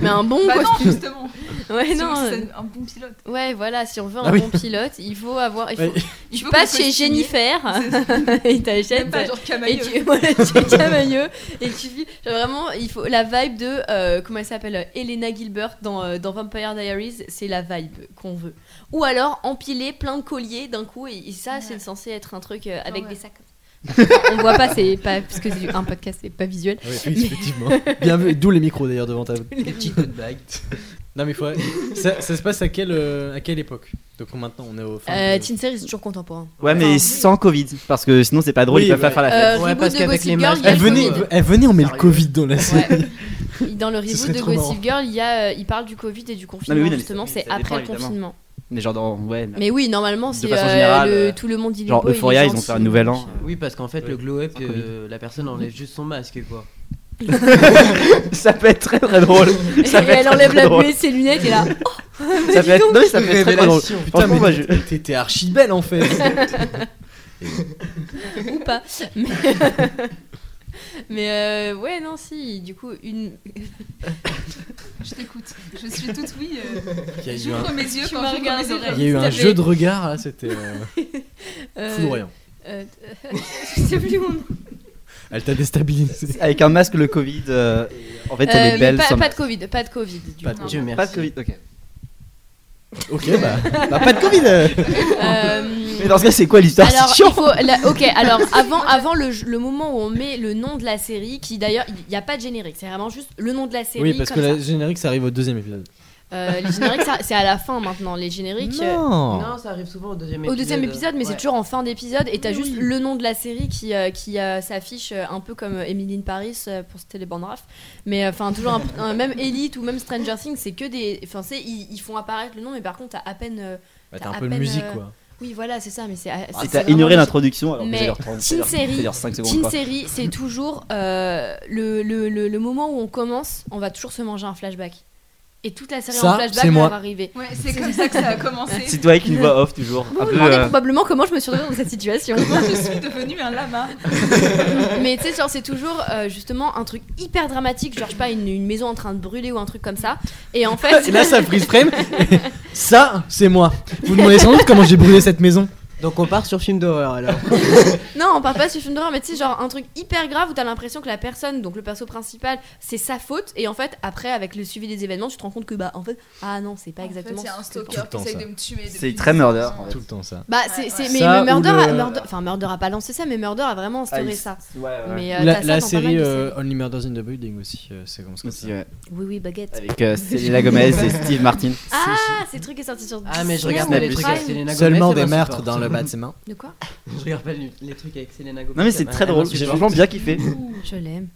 Speaker 6: Mais un bon
Speaker 8: Bah non,
Speaker 6: costume.
Speaker 8: justement.
Speaker 6: Ouais,
Speaker 8: Sinon,
Speaker 6: non. euh,
Speaker 8: C'est un bon pilote.
Speaker 6: Ouais, voilà, si on veut un
Speaker 5: Ah oui.
Speaker 6: bon pilote, il faut avoir. Il faut...
Speaker 5: Ouais.
Speaker 8: Il
Speaker 6: Tu
Speaker 8: faut
Speaker 6: passes
Speaker 8: que le
Speaker 6: chez
Speaker 8: costumier-
Speaker 6: Jennifer et
Speaker 8: Même
Speaker 6: t'achètes.
Speaker 8: pas genre
Speaker 6: Et
Speaker 8: camailleux.
Speaker 6: tu, voilà, tu es camailleux et tu vis genre vraiment il faut la vibe de euh, comment elle s'appelle euh, Elena Gilbert dans, euh, dans Vampire Diaries c'est la vibe qu'on veut ou alors empiler plein de colliers d'un coup et, et ça c'est
Speaker 8: Ouais. Ah
Speaker 6: censé être un truc euh, avec
Speaker 8: ouais.
Speaker 6: des sacs on voit pas c'est pas parce que c'est un podcast c'est pas visuel
Speaker 5: Oui, effectivement. Bien vu. D'où les micros d'ailleurs devant ta.
Speaker 7: Les petites de bagues.
Speaker 5: Non, mais faut. Ça, ça se passe à quelle, euh, à quelle époque Donc on- maintenant, on est au. fin
Speaker 6: euh,
Speaker 5: de-
Speaker 6: Teen Series c'est toujours contemporain
Speaker 10: Ouais, mais sans Covid, parce que sinon c'est pas drôle,
Speaker 5: Oui,
Speaker 10: ils peuvent
Speaker 5: ouais.
Speaker 10: pas faire la fête.
Speaker 6: euh,
Speaker 7: Ouais,
Speaker 6: reboot
Speaker 7: parce
Speaker 6: de
Speaker 7: qu'avec
Speaker 6: Gossip
Speaker 7: les
Speaker 6: Girl
Speaker 7: matchs,
Speaker 6: il y a
Speaker 5: Elle
Speaker 6: le
Speaker 5: venait,
Speaker 6: Covid.
Speaker 5: elle venait, on met le Covid dans la série.
Speaker 6: dans le reboot
Speaker 5: serait
Speaker 6: de
Speaker 5: trop
Speaker 6: Gossip
Speaker 5: marrant.
Speaker 6: Girl il y a euh, il parle du Covid et du confinement
Speaker 10: oui, non, mais
Speaker 6: justement
Speaker 10: ça-
Speaker 6: c'est
Speaker 10: ça dépend,
Speaker 6: après le
Speaker 10: évidemment.
Speaker 6: confinement
Speaker 10: Mais genre dans. Ouais, là.
Speaker 6: euh, mais oui normalement
Speaker 10: De
Speaker 6: c'est
Speaker 10: façon
Speaker 6: euh,
Speaker 10: générale,
Speaker 6: le-
Speaker 10: euh,
Speaker 6: tout le monde il est
Speaker 10: genre
Speaker 6: beau, il est
Speaker 10: Euphoria, ils ont
Speaker 6: gentil.
Speaker 10: fait un nouvel an.
Speaker 7: Oui, parce qu'en fait, le glow-up,
Speaker 10: Sans
Speaker 7: euh, la personne enlève juste son masque, quoi.
Speaker 10: ça peut être très très drôle.
Speaker 6: Et
Speaker 10: Ça peut être
Speaker 6: elle enlève
Speaker 10: très
Speaker 6: la
Speaker 10: drôle.
Speaker 6: buée de ses lunettes et là.
Speaker 10: Ça peut être. Non, mais ça peut être très très drôle.
Speaker 7: Révélation.
Speaker 5: Putain,
Speaker 10: Franchement, moi,
Speaker 5: mais
Speaker 10: je-
Speaker 5: t'étais- t'étais archi belle en fait.
Speaker 6: ou pas. Mais, mais euh, ouais, non, si. Du coup, une.
Speaker 8: Je t'écoute. Je suis toute oui. euh,
Speaker 5: Il y a eu un,
Speaker 8: J'ouvre mes yeux
Speaker 6: Tu
Speaker 8: quand
Speaker 6: m'as
Speaker 8: j'ouvre mes
Speaker 6: regardé.
Speaker 8: oreilles.
Speaker 5: il y a eu un
Speaker 6: Ça fait-
Speaker 5: jeu de regard là, c'était euh,
Speaker 6: euh,
Speaker 5: foudroyant.
Speaker 6: euh, je sais plus mon nom.
Speaker 5: Elle t'a déstabilisé.
Speaker 10: Avec un masque, le Covid. euh, En fait,
Speaker 6: Euh,
Speaker 10: elle est
Speaker 6: mais
Speaker 10: belle.
Speaker 6: pas,
Speaker 10: sans
Speaker 6: pas
Speaker 10: masque.
Speaker 6: de Covid, pas de Covid. Du
Speaker 5: Pas
Speaker 6: coup.
Speaker 5: de-
Speaker 7: Dieu merci.
Speaker 10: Pas de Covid, ok.
Speaker 5: Ok, bah.
Speaker 10: Bah, pas de Covid euh.
Speaker 6: Euh,
Speaker 10: Mais dans ce cas, c'est quoi l'histoire
Speaker 6: alors,
Speaker 10: C'est
Speaker 6: il
Speaker 10: chiant
Speaker 6: faut, la- ok, alors avant, avant le, le moment où on met le nom de la série, qui d'ailleurs, il n'y a pas de générique, c'est vraiment juste le nom de la série.
Speaker 5: Oui, parce que
Speaker 6: comme
Speaker 5: le
Speaker 6: ça.
Speaker 5: générique ça arrive au deuxième épisode.
Speaker 6: Euh, les génériques, ça- c'est à la fin maintenant. Les génériques. euh,
Speaker 7: Non, ça arrive souvent au deuxième
Speaker 6: Au
Speaker 7: épisode.
Speaker 6: deuxième épisode, mais c'est
Speaker 7: Ouais.
Speaker 6: toujours en fin d'épisode, et t'as juste le nom de la série qui, euh, qui euh, s'affiche euh, un peu comme euh, Emily in Paris euh, pour citer les bandes raf. Mais euh, enfin, toujours un, un- même Elite ou même Stranger Things, c'est que des. Enfin, c'est- ils, ils font apparaître le nom, mais par contre, t'as à peine. euh,
Speaker 5: Bah, t'as un
Speaker 6: à
Speaker 5: peu de
Speaker 6: peine,
Speaker 5: musique
Speaker 6: euh,
Speaker 5: quoi.
Speaker 6: Oui, voilà, c'est ça, mais c'est. c'est-
Speaker 10: Ah,
Speaker 6: c'est
Speaker 10: T'as
Speaker 6: vraiment
Speaker 10: ignoré
Speaker 6: logique.
Speaker 10: l'introduction alors que
Speaker 6: Mais
Speaker 10: c'est leur 30
Speaker 6: teen série,
Speaker 10: C'est leur 5 secondes.
Speaker 6: Teen
Speaker 10: quoi.
Speaker 6: série, c'est toujours euh, le, le, le, le moment où on commence, on va toujours se manger un flashback. Et toute la série
Speaker 5: Ça,
Speaker 6: en flashback
Speaker 5: c'est
Speaker 6: va
Speaker 5: moi.
Speaker 6: arriver.
Speaker 8: Ouais, c'est comme ça que ça a commencé.
Speaker 10: C'est toi avec une voix off toujours.
Speaker 6: Vous
Speaker 10: un
Speaker 6: vous
Speaker 10: peu,
Speaker 6: demandez
Speaker 10: euh,
Speaker 6: probablement comment je me suis retrouvée dans cette situation.
Speaker 8: Je suis devenue un lama.
Speaker 6: Bah, Mais tu sais, genre, c'est toujours euh, justement un truc hyper dramatique, genre, je sais pas, une, une maison en train de brûler ou un truc comme ça. Et en fait.
Speaker 5: Et là, ça freeze frame. et ça, c'est moi. Vous demandez sans doute comment j'ai brûlé cette maison.
Speaker 7: Donc on part sur film d'horreur alors.
Speaker 6: Non, on parle pas sur film d'horreur, mais tu sais, genre, un truc hyper grave où t'as l'impression que la personne, donc le perso principal, c'est sa faute. Et en fait, après, avec le suivi des événements, tu te rends compte que, bah, en fait, ah non, c'est pas
Speaker 8: En fait,
Speaker 6: exactement.
Speaker 8: il y a un
Speaker 6: ce que t'en-
Speaker 5: Tout le
Speaker 8: stalker qui
Speaker 5: temps,
Speaker 8: essaye
Speaker 5: ça.
Speaker 8: de me tuer.
Speaker 10: C'est
Speaker 8: depuis
Speaker 10: très
Speaker 8: dix
Speaker 10: murder,
Speaker 8: ans.
Speaker 10: Ah, en fait.
Speaker 5: Tout le temps ça.
Speaker 6: Bah,
Speaker 8: Ouais,
Speaker 6: c'est, c'est-
Speaker 8: ouais.
Speaker 6: mais,
Speaker 5: Ça
Speaker 6: mais Murder,
Speaker 5: ou le-
Speaker 6: Murder- enfin Murder a pas lancé ça, mais Murder a vraiment
Speaker 10: Ah,
Speaker 6: instauré
Speaker 10: il-
Speaker 6: ça.
Speaker 10: Ouais, ouais.
Speaker 6: Mais, euh,
Speaker 5: La,
Speaker 6: t'as ça
Speaker 5: la
Speaker 6: dans pas mal
Speaker 5: série
Speaker 6: de
Speaker 5: euh,
Speaker 6: séries.
Speaker 5: Only Murders in the Building aussi, euh, c'est comme ça.
Speaker 10: Aussi, ouais.
Speaker 6: Oui, oui, baguette.
Speaker 10: Avec euh, Selena Gomez et Steve Martin.
Speaker 6: Ah, c'est le truc qui est sorti sur.
Speaker 7: Ah, mais je
Speaker 6: Disney
Speaker 7: regarde
Speaker 6: ou
Speaker 7: pas les
Speaker 10: Snap
Speaker 7: trucs
Speaker 6: Prime.
Speaker 7: avec Selena Gomez.
Speaker 5: Seulement
Speaker 7: elle
Speaker 5: des
Speaker 7: m'insupporte.
Speaker 5: maîtres dans le bâtiment.
Speaker 6: De quoi
Speaker 7: Je regarde pas les les trucs avec Selena Gomez.
Speaker 10: Non mais c'est
Speaker 7: elle
Speaker 10: très drôle, j'ai
Speaker 7: m'insupporte.
Speaker 10: vraiment bien kiffé.
Speaker 6: Je l'aime.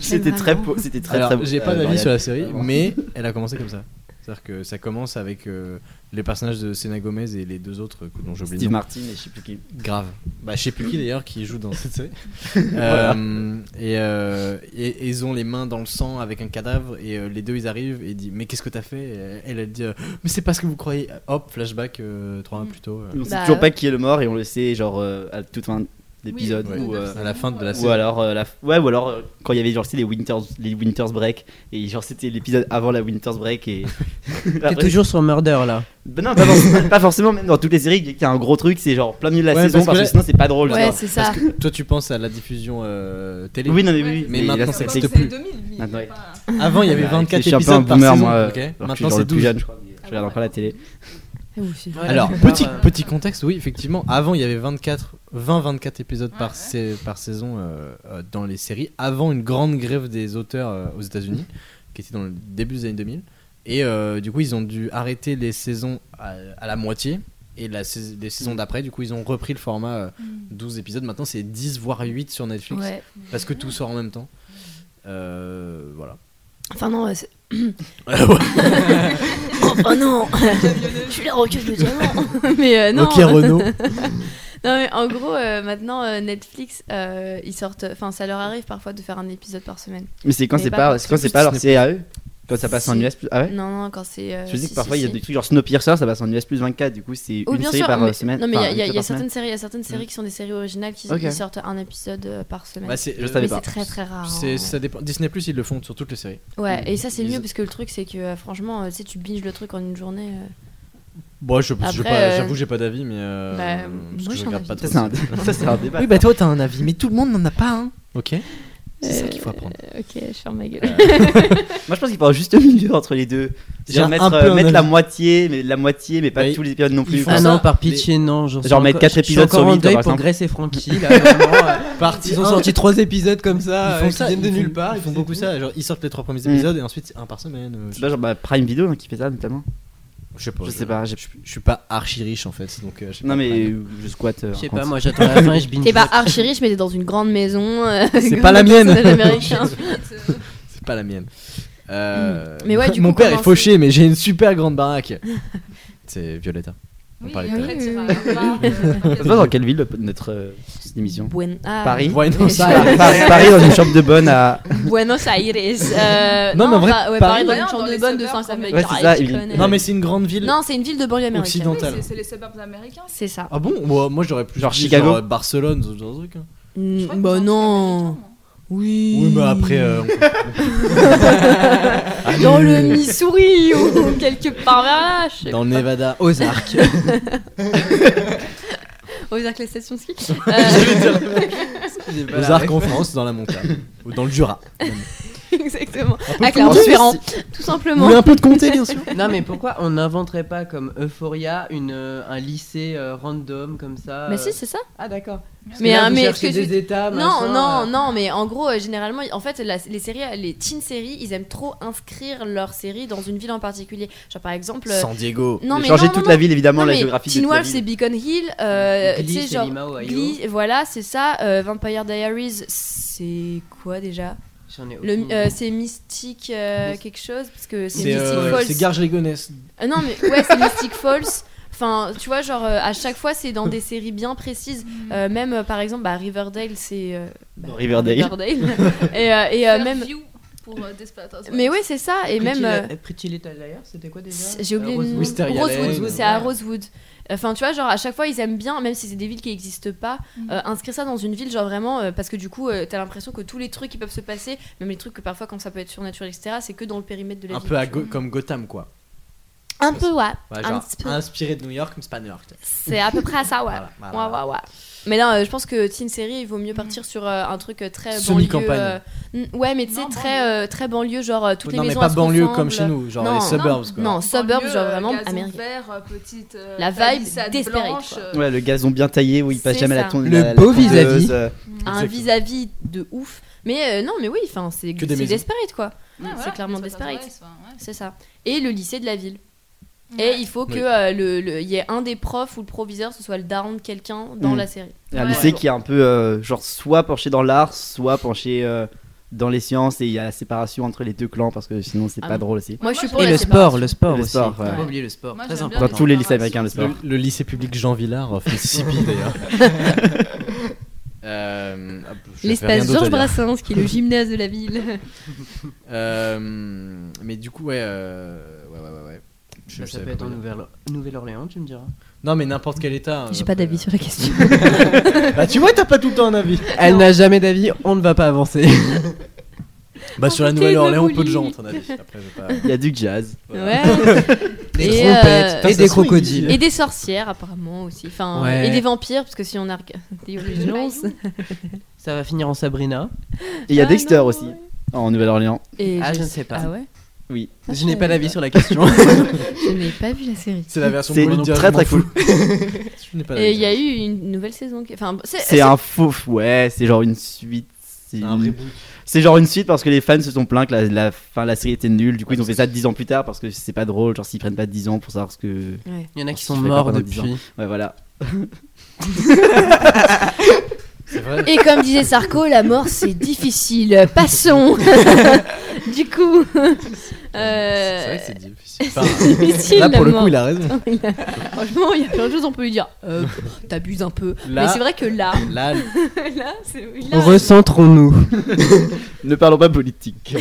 Speaker 10: C'était très
Speaker 6: vraiment.
Speaker 10: beau, c'était très
Speaker 5: Alors,
Speaker 10: très beau.
Speaker 5: j'ai pas
Speaker 10: Euh,
Speaker 5: d'avis
Speaker 10: Marianne.
Speaker 5: sur la série,
Speaker 10: Vraiment.
Speaker 5: mais elle a commencé comme ça. C'est-à-dire que ça commence avec euh, les personnages de Sena Gomez et les deux autres euh, dont j'oublie le
Speaker 10: Steve
Speaker 5: nom.
Speaker 10: Martin et je sais plus qui.
Speaker 5: Grave. Bah, je sais plus qui d'ailleurs qui joue dans cette série. Euh, et, euh, et- et ils ont les mains dans le sang avec un cadavre. Et euh, les deux ils arrivent et ils disent Mais qu'est-ce que t'as fait Et elle, elle dit euh, Mais c'est pas ce que vous croyez. Hop, flashback 3 ans plus tôt. euh,
Speaker 10: On sait
Speaker 6: Bah,
Speaker 10: toujours
Speaker 6: ouais.
Speaker 10: pas qui est le mort et on le sait genre euh, à toute fin d'épisode
Speaker 5: Oui,
Speaker 10: ou, euh,
Speaker 5: à la fin de la
Speaker 10: ou
Speaker 5: série.
Speaker 10: alors euh, la ouais ou alors euh, quand il y avait genre tu sais, les winters les winters break et genre c'était l'épisode avant la winters break et
Speaker 7: T'es toujours sur Murder là.
Speaker 10: Bah non, pas, forcément, pas forcément, même dans toutes les séries, il y a un gros truc, c'est genre plein milieu de la
Speaker 5: Ouais,
Speaker 10: saison,
Speaker 5: parce
Speaker 10: parce,
Speaker 5: que
Speaker 10: que,
Speaker 5: là-
Speaker 10: sinon c'est pas drôle.
Speaker 6: Ouais,
Speaker 10: genre.
Speaker 6: c'est ça.
Speaker 5: Toi, tu penses à la diffusion euh, télé
Speaker 10: Oui, non, mais oui, oui,
Speaker 5: Mais
Speaker 10: là,
Speaker 5: maintenant,
Speaker 10: c'est-
Speaker 5: ça
Speaker 10: c'est
Speaker 5: existe
Speaker 10: plus. Ah,
Speaker 8: 2000, mais
Speaker 10: Maintenant, oui.
Speaker 8: pas-
Speaker 5: Avant, il y avait
Speaker 10: Bah,
Speaker 5: 24
Speaker 10: Je suis un peu
Speaker 5: épisodes
Speaker 10: un
Speaker 5: par
Speaker 10: boomer,
Speaker 5: saison,
Speaker 10: moi. alors
Speaker 5: ok
Speaker 10: que je suis
Speaker 5: Maintenant,
Speaker 10: genre
Speaker 5: c'est
Speaker 10: le plus
Speaker 5: 12.
Speaker 6: Ah
Speaker 10: jeune, je crois. mais Je regarde encore la télé.
Speaker 11: oui, c'est vrai.
Speaker 5: Alors,
Speaker 11: Quelque
Speaker 5: petit,
Speaker 11: part, euh,
Speaker 5: petit contexte, oui, effectivement. Avant, il y avait 24, 20-24 épisodes par, sa- par saison euh, euh, dans les séries, avant une grande grève des auteurs euh, aux États-Unis, qui était dans le début des années 2000. Et euh, du coup, ils ont dû arrêter les saisons à, à la moitié. Et la sais- les saisons
Speaker 6: Mm.
Speaker 5: d'après, du coup, ils ont repris le format euh, 12 épisodes. Maintenant, c'est 10 voire 8 sur Netflix.
Speaker 11: Ouais.
Speaker 5: Parce que tout sort en même temps.
Speaker 6: Mm.
Speaker 5: Euh, voilà.
Speaker 6: Enfin non, euh, c'est-
Speaker 5: Ouais, ouais.
Speaker 6: enfin non, je suis la roqueuse de diamant. mais euh, non.
Speaker 5: Ok, Renaud.
Speaker 6: non mais en gros, euh, maintenant euh, Netflix, euh, ils sortent. Enfin, ça leur arrive parfois de faire un épisode par semaine.
Speaker 10: Mais c'est quand c'est pas, c'est quand c'est pas leur série à eux Quand ça passe en
Speaker 6: Si.
Speaker 10: US plus. Ah ouais
Speaker 6: Non, non, quand c'est. euh,
Speaker 10: Je veux dire
Speaker 6: si,
Speaker 10: que parfois
Speaker 6: si,
Speaker 10: il y a
Speaker 6: si.
Speaker 10: des trucs genre Snowpiercer, ça passe en US plus 24, du coup c'est
Speaker 6: Oh,
Speaker 10: une
Speaker 6: bien
Speaker 10: série
Speaker 6: sûr,
Speaker 10: par
Speaker 6: mais-
Speaker 10: euh, semaine.
Speaker 6: Non, mais il y a-
Speaker 10: enfin,
Speaker 6: il y a,
Speaker 10: une
Speaker 6: il y a
Speaker 10: par semaine. Mm.
Speaker 6: certaines séries, il y a certaines séries qui sont des séries originales qui
Speaker 10: Ok.
Speaker 6: qui sortent un épisode euh, par semaine.
Speaker 5: Bah, c'est-
Speaker 10: Je savais
Speaker 6: mais
Speaker 10: pas.
Speaker 6: c'est très très rare.
Speaker 5: C'est-
Speaker 6: hein.
Speaker 5: ça dépend. Disney Plus, ils le font sur toutes les séries.
Speaker 6: Ouais, et ça c'est
Speaker 5: Ils-
Speaker 6: mieux parce que le truc c'est que euh, franchement, euh, tu sais, tu binges le truc en une journée. euh,
Speaker 5: Bon, je-
Speaker 6: Après,
Speaker 5: j'ai pas-
Speaker 6: euh,
Speaker 5: j'avoue, j'ai pas d'avis, mais. euh,
Speaker 6: bah,
Speaker 5: parce
Speaker 6: moi,
Speaker 5: que
Speaker 6: j'ai
Speaker 5: je
Speaker 6: un
Speaker 5: regarde
Speaker 6: avis.
Speaker 5: pas trop.
Speaker 10: Ça, c'est un- ça, c'est un débat.
Speaker 5: Oui, bah toi, t'as un avis, mais tout le monde n'en a pas un. Ok. C'est ça qu'il faut apprendre.
Speaker 6: euh, ok, je ferme ma gueule.
Speaker 10: Moi je pense qu'il faut avoir juste le milieu entre les deux.
Speaker 5: Genre
Speaker 10: Genre
Speaker 5: un
Speaker 10: mettre,
Speaker 5: peu
Speaker 10: euh,
Speaker 5: un
Speaker 10: mettre la
Speaker 5: avis.
Speaker 10: moitié, mais la moitié, mais pas
Speaker 5: Ouais,
Speaker 10: tous les épisodes non plus.
Speaker 5: font
Speaker 10: quoi.
Speaker 7: Ah
Speaker 5: ça,
Speaker 7: non, par
Speaker 5: mais-
Speaker 7: pitié, non. J'en suis
Speaker 10: Genre mettre
Speaker 7: encore-
Speaker 10: quatre
Speaker 7: je suis
Speaker 10: épisodes
Speaker 7: encore
Speaker 10: sur
Speaker 7: en
Speaker 10: huit,
Speaker 7: deuil
Speaker 10: par
Speaker 7: pour
Speaker 10: exemple.
Speaker 7: Grace et Frankie. Là, vraiment, euh,
Speaker 5: Partie
Speaker 7: ils ont
Speaker 5: un,
Speaker 7: sorti trois épisodes comme ça,
Speaker 5: ils font
Speaker 7: euh, qui
Speaker 5: ça,
Speaker 7: viennent de
Speaker 5: ils
Speaker 7: nulle
Speaker 5: font-
Speaker 7: part.
Speaker 5: Ils font beaucoup ça. Genre, ils sortent les trois premiers
Speaker 10: Mm.
Speaker 5: épisodes et ensuite c'est un par semaine. euh,
Speaker 10: C'est pas genre bah, Prime Video hein, qui fait ça notamment.
Speaker 5: je sais pas.
Speaker 10: Je sais pas, j'ai-
Speaker 5: Je suis pas archi riche en fait, donc. euh, je sais
Speaker 10: Non
Speaker 5: pas.
Speaker 10: mais je squatte. euh,
Speaker 7: Je sais
Speaker 10: un
Speaker 7: pas,
Speaker 10: compte.
Speaker 7: moi j'attends la fin et je binge.
Speaker 6: T'es pas archi Eh bah, riche, mais t'es dans une grande maison. euh,
Speaker 5: C'est
Speaker 6: comme
Speaker 5: pas la
Speaker 6: le personnage
Speaker 5: mienne.
Speaker 6: américain.
Speaker 5: C'est pas la mienne. Euh,
Speaker 6: Mm. Mais ouais, du
Speaker 5: Mon
Speaker 6: coup,
Speaker 5: père est
Speaker 6: comment
Speaker 5: fauché, mais j'ai une super grande baraque. C'est Violetta. On
Speaker 8: Oui,
Speaker 5: parlait
Speaker 8: et
Speaker 5: tout à
Speaker 8: après,
Speaker 6: l'heure.
Speaker 8: t'iras à la barbe, euh,
Speaker 10: Ça se passe dans quelle ville le- notre euh, cette émission
Speaker 6: Buen- ah,
Speaker 10: Paris.
Speaker 5: Buenos
Speaker 10: Par-
Speaker 5: Aires.
Speaker 10: par- Paris dans une chambre de bonne à.
Speaker 6: Buenos Aires. euh,
Speaker 5: Non, mais en vrai,
Speaker 6: pas-
Speaker 5: Paris-
Speaker 6: ouais, Paris, dans
Speaker 8: Ouais,
Speaker 6: une
Speaker 8: non,
Speaker 6: chambre
Speaker 8: dans
Speaker 6: de
Speaker 8: les
Speaker 6: bonne de
Speaker 8: suburbs,
Speaker 6: 50
Speaker 8: quand même.
Speaker 6: mètres
Speaker 10: Ouais, c'est ça,
Speaker 6: carrés, tu
Speaker 10: il-
Speaker 6: connais.
Speaker 5: Non, mais c'est une grande ville.
Speaker 6: Non, c'est une ville de banlieue américaine.
Speaker 8: oui,
Speaker 5: Occidentale.
Speaker 8: c'est- c'est les suburbs américains.
Speaker 6: C'est ça.
Speaker 5: Ah bon Moi, moi, j'aurais plus
Speaker 10: Genre
Speaker 5: dit
Speaker 10: Chicago
Speaker 5: euh, Barcelone, ce genre de truc. hein.
Speaker 8: Je crois
Speaker 6: Mm,
Speaker 8: qu'ils
Speaker 6: Bah
Speaker 8: sont
Speaker 6: non.
Speaker 8: américains,
Speaker 6: Oui.
Speaker 5: Oui, mais après. euh, on-
Speaker 6: Dans le Missouri ou quelque part vers là. je sais
Speaker 5: Dans le Nevada.
Speaker 7: Aux arcs.
Speaker 6: pas. Aux arcs, la station de ski. Euh,
Speaker 7: Bah,
Speaker 5: Aux arcs en France, dans la montagne. ou dans le Jura.
Speaker 6: Exactement.
Speaker 5: peu
Speaker 6: À
Speaker 5: plus
Speaker 6: Clermont-Ferrand.
Speaker 5: en
Speaker 6: Tout
Speaker 5: Vous
Speaker 6: simplement.
Speaker 5: voulez un peu de comté, bien sûr
Speaker 7: Non mais pourquoi on n'inventerait pas comme Euphoria une, euh, un lycée euh, random comme ça
Speaker 6: Mais
Speaker 7: euh,
Speaker 6: si, c'est ça.
Speaker 7: Ah d'accord. Parce
Speaker 6: Mais,
Speaker 7: que là,
Speaker 6: hein,
Speaker 7: vous
Speaker 6: mais
Speaker 7: cherchez
Speaker 6: est-ce que
Speaker 7: des états,
Speaker 6: Non,
Speaker 7: machin,
Speaker 6: non,
Speaker 7: euh,
Speaker 6: non, mais en gros, euh, généralement, en fait, la- les séries, euh, les teen séries, ils aiment trop inscrire leur série dans une ville en particulier. Genre, par exemple. euh,
Speaker 5: San Diego.
Speaker 6: Non, mais
Speaker 10: Changer
Speaker 6: non,
Speaker 10: toute
Speaker 6: non,
Speaker 10: la
Speaker 6: non.
Speaker 10: ville évidemment,
Speaker 6: Non,
Speaker 10: la
Speaker 6: mais
Speaker 10: géographie.
Speaker 6: Teen
Speaker 10: de toute la
Speaker 6: Wolf, c'est
Speaker 10: ville.
Speaker 6: Beacon Hill. euh,
Speaker 7: Glee,
Speaker 6: tu sais,
Speaker 7: c'est
Speaker 6: genre.
Speaker 7: Lima, Ohio.
Speaker 6: Glee, voilà, c'est ça. euh, Vampire Diaries, c'est quoi déjà
Speaker 7: J'en ai
Speaker 6: Le-
Speaker 7: aucune
Speaker 6: euh,
Speaker 7: idée.
Speaker 6: C'est Mystique euh, quelque chose Parce que c'est
Speaker 5: C'est
Speaker 6: Mystic
Speaker 5: euh, c'est
Speaker 6: Falls.
Speaker 5: Garges Légonesse.
Speaker 6: Euh, non, mais ouais, c'est Mystic Falls. Enfin, tu vois, genre, euh, à chaque fois, c'est dans des séries bien précises.
Speaker 7: Mm.
Speaker 6: Euh, même, euh, par exemple, bah, Riverdale, c'est. euh, bah,
Speaker 10: Riverdale.
Speaker 6: et euh, et, euh, même.
Speaker 8: Fairview pour euh, Desperate Housewives.
Speaker 6: Mais ouais, c'est ça. Et
Speaker 7: Pretty
Speaker 6: même. euh,
Speaker 7: Li- Pretty Little Liars, c'était quoi déjà
Speaker 6: c'est- J'ai oublié
Speaker 7: Euh,
Speaker 6: le nom.
Speaker 7: Rosewood.
Speaker 5: Wisteria Lane,
Speaker 6: Rosewood,
Speaker 5: ouais.
Speaker 6: c'est à Rosewood. Enfin, tu vois, genre, à chaque fois, ils aiment bien, même si c'est des villes qui n'existent pas,
Speaker 5: Mm.
Speaker 8: Mhm.
Speaker 6: euh, inscrire ça dans une ville, genre vraiment, euh, parce que du coup, euh, t'as l'impression que tous les trucs qui peuvent se passer, même les trucs que parfois, quand ça peut être surnaturel, etc., c'est que dans le périmètre de la
Speaker 5: Un
Speaker 6: ville.
Speaker 5: peu à
Speaker 6: tu
Speaker 5: Go-
Speaker 6: vois.
Speaker 5: comme Gotham, quoi.
Speaker 6: Un peu, ouais.
Speaker 5: Ouais,
Speaker 6: un
Speaker 5: genre,
Speaker 6: petit peu.
Speaker 5: inspiré de New York, mais c'est pas New York.
Speaker 6: C'est à peu près à ça, ouais.
Speaker 5: Voilà, voilà,
Speaker 6: Ouais, ouais, ouais. Mais non, euh, je pense que teen série, il vaut mieux partir sur euh, un truc euh, très banlieue.
Speaker 5: Semi-campagne.
Speaker 6: euh, n- ouais, mais tu sais,
Speaker 8: Non,
Speaker 6: très, euh, très banlieue, genre euh, toutes les
Speaker 5: non, mais
Speaker 6: maisons.
Speaker 5: pas
Speaker 6: elles se
Speaker 5: banlieue comme
Speaker 6: ressemblent.
Speaker 5: chez nous, genre
Speaker 6: Non,
Speaker 5: les
Speaker 6: non,
Speaker 5: suburbs, quoi.
Speaker 6: Non, suburbs,
Speaker 8: Banlieue,
Speaker 6: genre
Speaker 8: euh,
Speaker 6: vraiment
Speaker 8: gazon
Speaker 6: américain.
Speaker 8: vert, euh, petite, euh,
Speaker 6: La vibe
Speaker 8: palissade
Speaker 6: desperate,
Speaker 8: blanche,
Speaker 6: quoi.
Speaker 8: euh,
Speaker 10: Ouais, le gazon bien taillé où il passe
Speaker 6: C'est
Speaker 10: jamais la
Speaker 6: ça.
Speaker 10: tonde.
Speaker 7: Le
Speaker 10: la- la
Speaker 7: beau vis-à-vis.
Speaker 10: tondeuse, euh,
Speaker 6: Un
Speaker 5: Exactement.
Speaker 6: vis-à-vis de ouf. Mais euh, non, mais oui, enfin, c'est
Speaker 5: Que des
Speaker 6: c'est
Speaker 5: maisons.
Speaker 6: Desperate, quoi.
Speaker 8: Ouais,
Speaker 6: c'est
Speaker 8: voilà,
Speaker 6: clairement
Speaker 8: Desperate
Speaker 6: Desperate.
Speaker 8: Housewives, enfin, ouais.
Speaker 6: C'est ça. Et le lycée de la ville. Et
Speaker 8: Ouais.
Speaker 6: il faut que
Speaker 5: Oui.
Speaker 6: euh, le- le- il y ait un des profs ou le proviseur, ce soit le daron de quelqu'un dans
Speaker 10: Mm.
Speaker 6: la série.
Speaker 10: Un
Speaker 8: Ouais.
Speaker 10: lycée qui est un peu euh, genre soit penché dans l'art, soit penché euh, dans les sciences et il y a la séparation entre les deux clans parce que sinon c'est
Speaker 6: Ah
Speaker 10: pas
Speaker 6: bon.
Speaker 10: drôle aussi.
Speaker 6: Moi, je suis
Speaker 8: Et
Speaker 6: pour
Speaker 7: Et
Speaker 6: la
Speaker 7: le
Speaker 6: séparation.
Speaker 7: sport, le sport
Speaker 10: Le
Speaker 7: aussi.
Speaker 10: sport,
Speaker 7: Faut
Speaker 10: ouais.
Speaker 7: pas oublier le sport,
Speaker 8: Moi,
Speaker 7: très
Speaker 8: j'aime bien
Speaker 10: Dans
Speaker 7: important.
Speaker 8: les
Speaker 10: tous les lycées
Speaker 8: séparations.
Speaker 10: américains, le sport.
Speaker 5: Le, le lycée public Jean Villard, of Mississippi d'ailleurs. Euh, hop, je vais faire rien
Speaker 11: L'espace
Speaker 5: d'autre
Speaker 11: Georges
Speaker 5: à dire.
Speaker 11: Brassens, qui est le gymnase de la ville.
Speaker 5: Euh, mais du coup, ouais, euh, ouais, ouais, ouais, ouais. Je-
Speaker 7: Ça,
Speaker 5: je
Speaker 7: Bah, ça
Speaker 5: savais
Speaker 7: peut
Speaker 5: pas
Speaker 7: être en
Speaker 5: dire.
Speaker 7: Nouvelle- Nouvelle-Orléans, tu me diras.
Speaker 5: Non, mais n'importe quel état.
Speaker 11: J'ai
Speaker 5: euh,
Speaker 11: pas
Speaker 5: après,
Speaker 11: d'avis sur la question.
Speaker 5: euh, Bah, tu vois, t'as pas tout le temps un avis.
Speaker 7: Elle n'a jamais d'avis, on ne va pas avancer.
Speaker 5: Bah, sur la
Speaker 11: Arrêtez
Speaker 5: Nouvelle-Orléans,
Speaker 11: de
Speaker 5: peu de gens ont
Speaker 11: bully.
Speaker 5: un avis. Après, j'ai pas.
Speaker 10: Il y a du jazz.
Speaker 6: Ouais.
Speaker 7: Des
Speaker 6: Et,
Speaker 7: trompettes
Speaker 6: euh,
Speaker 7: et des crocodiles.
Speaker 6: Et des sorcières, apparemment aussi. Enfin,
Speaker 7: Ouais.
Speaker 6: Et des vampires, parce que si on a reg- des originaux.
Speaker 7: Ça va finir en Sabrina.
Speaker 10: Et il y a
Speaker 6: Ah,
Speaker 10: Dexter
Speaker 6: non,
Speaker 10: aussi
Speaker 6: ouais.
Speaker 10: en Nouvelle-Orléans.
Speaker 6: Et
Speaker 7: Ah, je ne sais pas.
Speaker 6: Ah ouais
Speaker 10: Oui.
Speaker 7: Je n'ai pas d'avis sur la question.
Speaker 11: Je n'ai pas vu la série.
Speaker 5: C'est la version
Speaker 10: C'est
Speaker 5: Pauline Direct,
Speaker 10: très,
Speaker 5: je m'en
Speaker 10: très cool.
Speaker 5: fous. Je n'ai pas la
Speaker 6: Et il y
Speaker 5: version.
Speaker 6: a eu une nouvelle saison. qui- Enfin,
Speaker 10: C'est un faux. Ouais, c'est genre une suite. c'est
Speaker 5: Un
Speaker 10: une-
Speaker 5: reboot.
Speaker 10: C'est genre une suite parce que les fans se sont plaints que la, la fin de la série était nulle. Du coup, ils ont fait ça 10 ans plus tard parce que c'est pas drôle. Genre, s'ils prennent pas 10 ans pour savoir ce que.
Speaker 6: Ouais.
Speaker 7: Il y en a qui
Speaker 10: ce
Speaker 7: sont
Speaker 10: qu'ils faisaient
Speaker 7: morts
Speaker 10: pendant 10 ans.
Speaker 7: depuis.
Speaker 10: Ouais, voilà.
Speaker 5: C'est
Speaker 6: Euh,
Speaker 5: vrai.
Speaker 11: Et comme disait Sarko, la mort c'est difficile. Passons. du coup,
Speaker 5: C'est
Speaker 11: euh,
Speaker 5: vrai que c'est difficile.
Speaker 11: c'est difficile.
Speaker 5: là,
Speaker 11: la
Speaker 5: pour le
Speaker 11: mort.
Speaker 5: coup, il a raison.
Speaker 11: Il a- Franchement, il y a plein de choses on peut lui dire. Euh, T'abuses un peu.
Speaker 5: Là-
Speaker 11: Mais c'est vrai que là,
Speaker 5: Là,
Speaker 11: là, c'est là,
Speaker 7: Recentrons-nous.
Speaker 10: Ne parlons pas politique.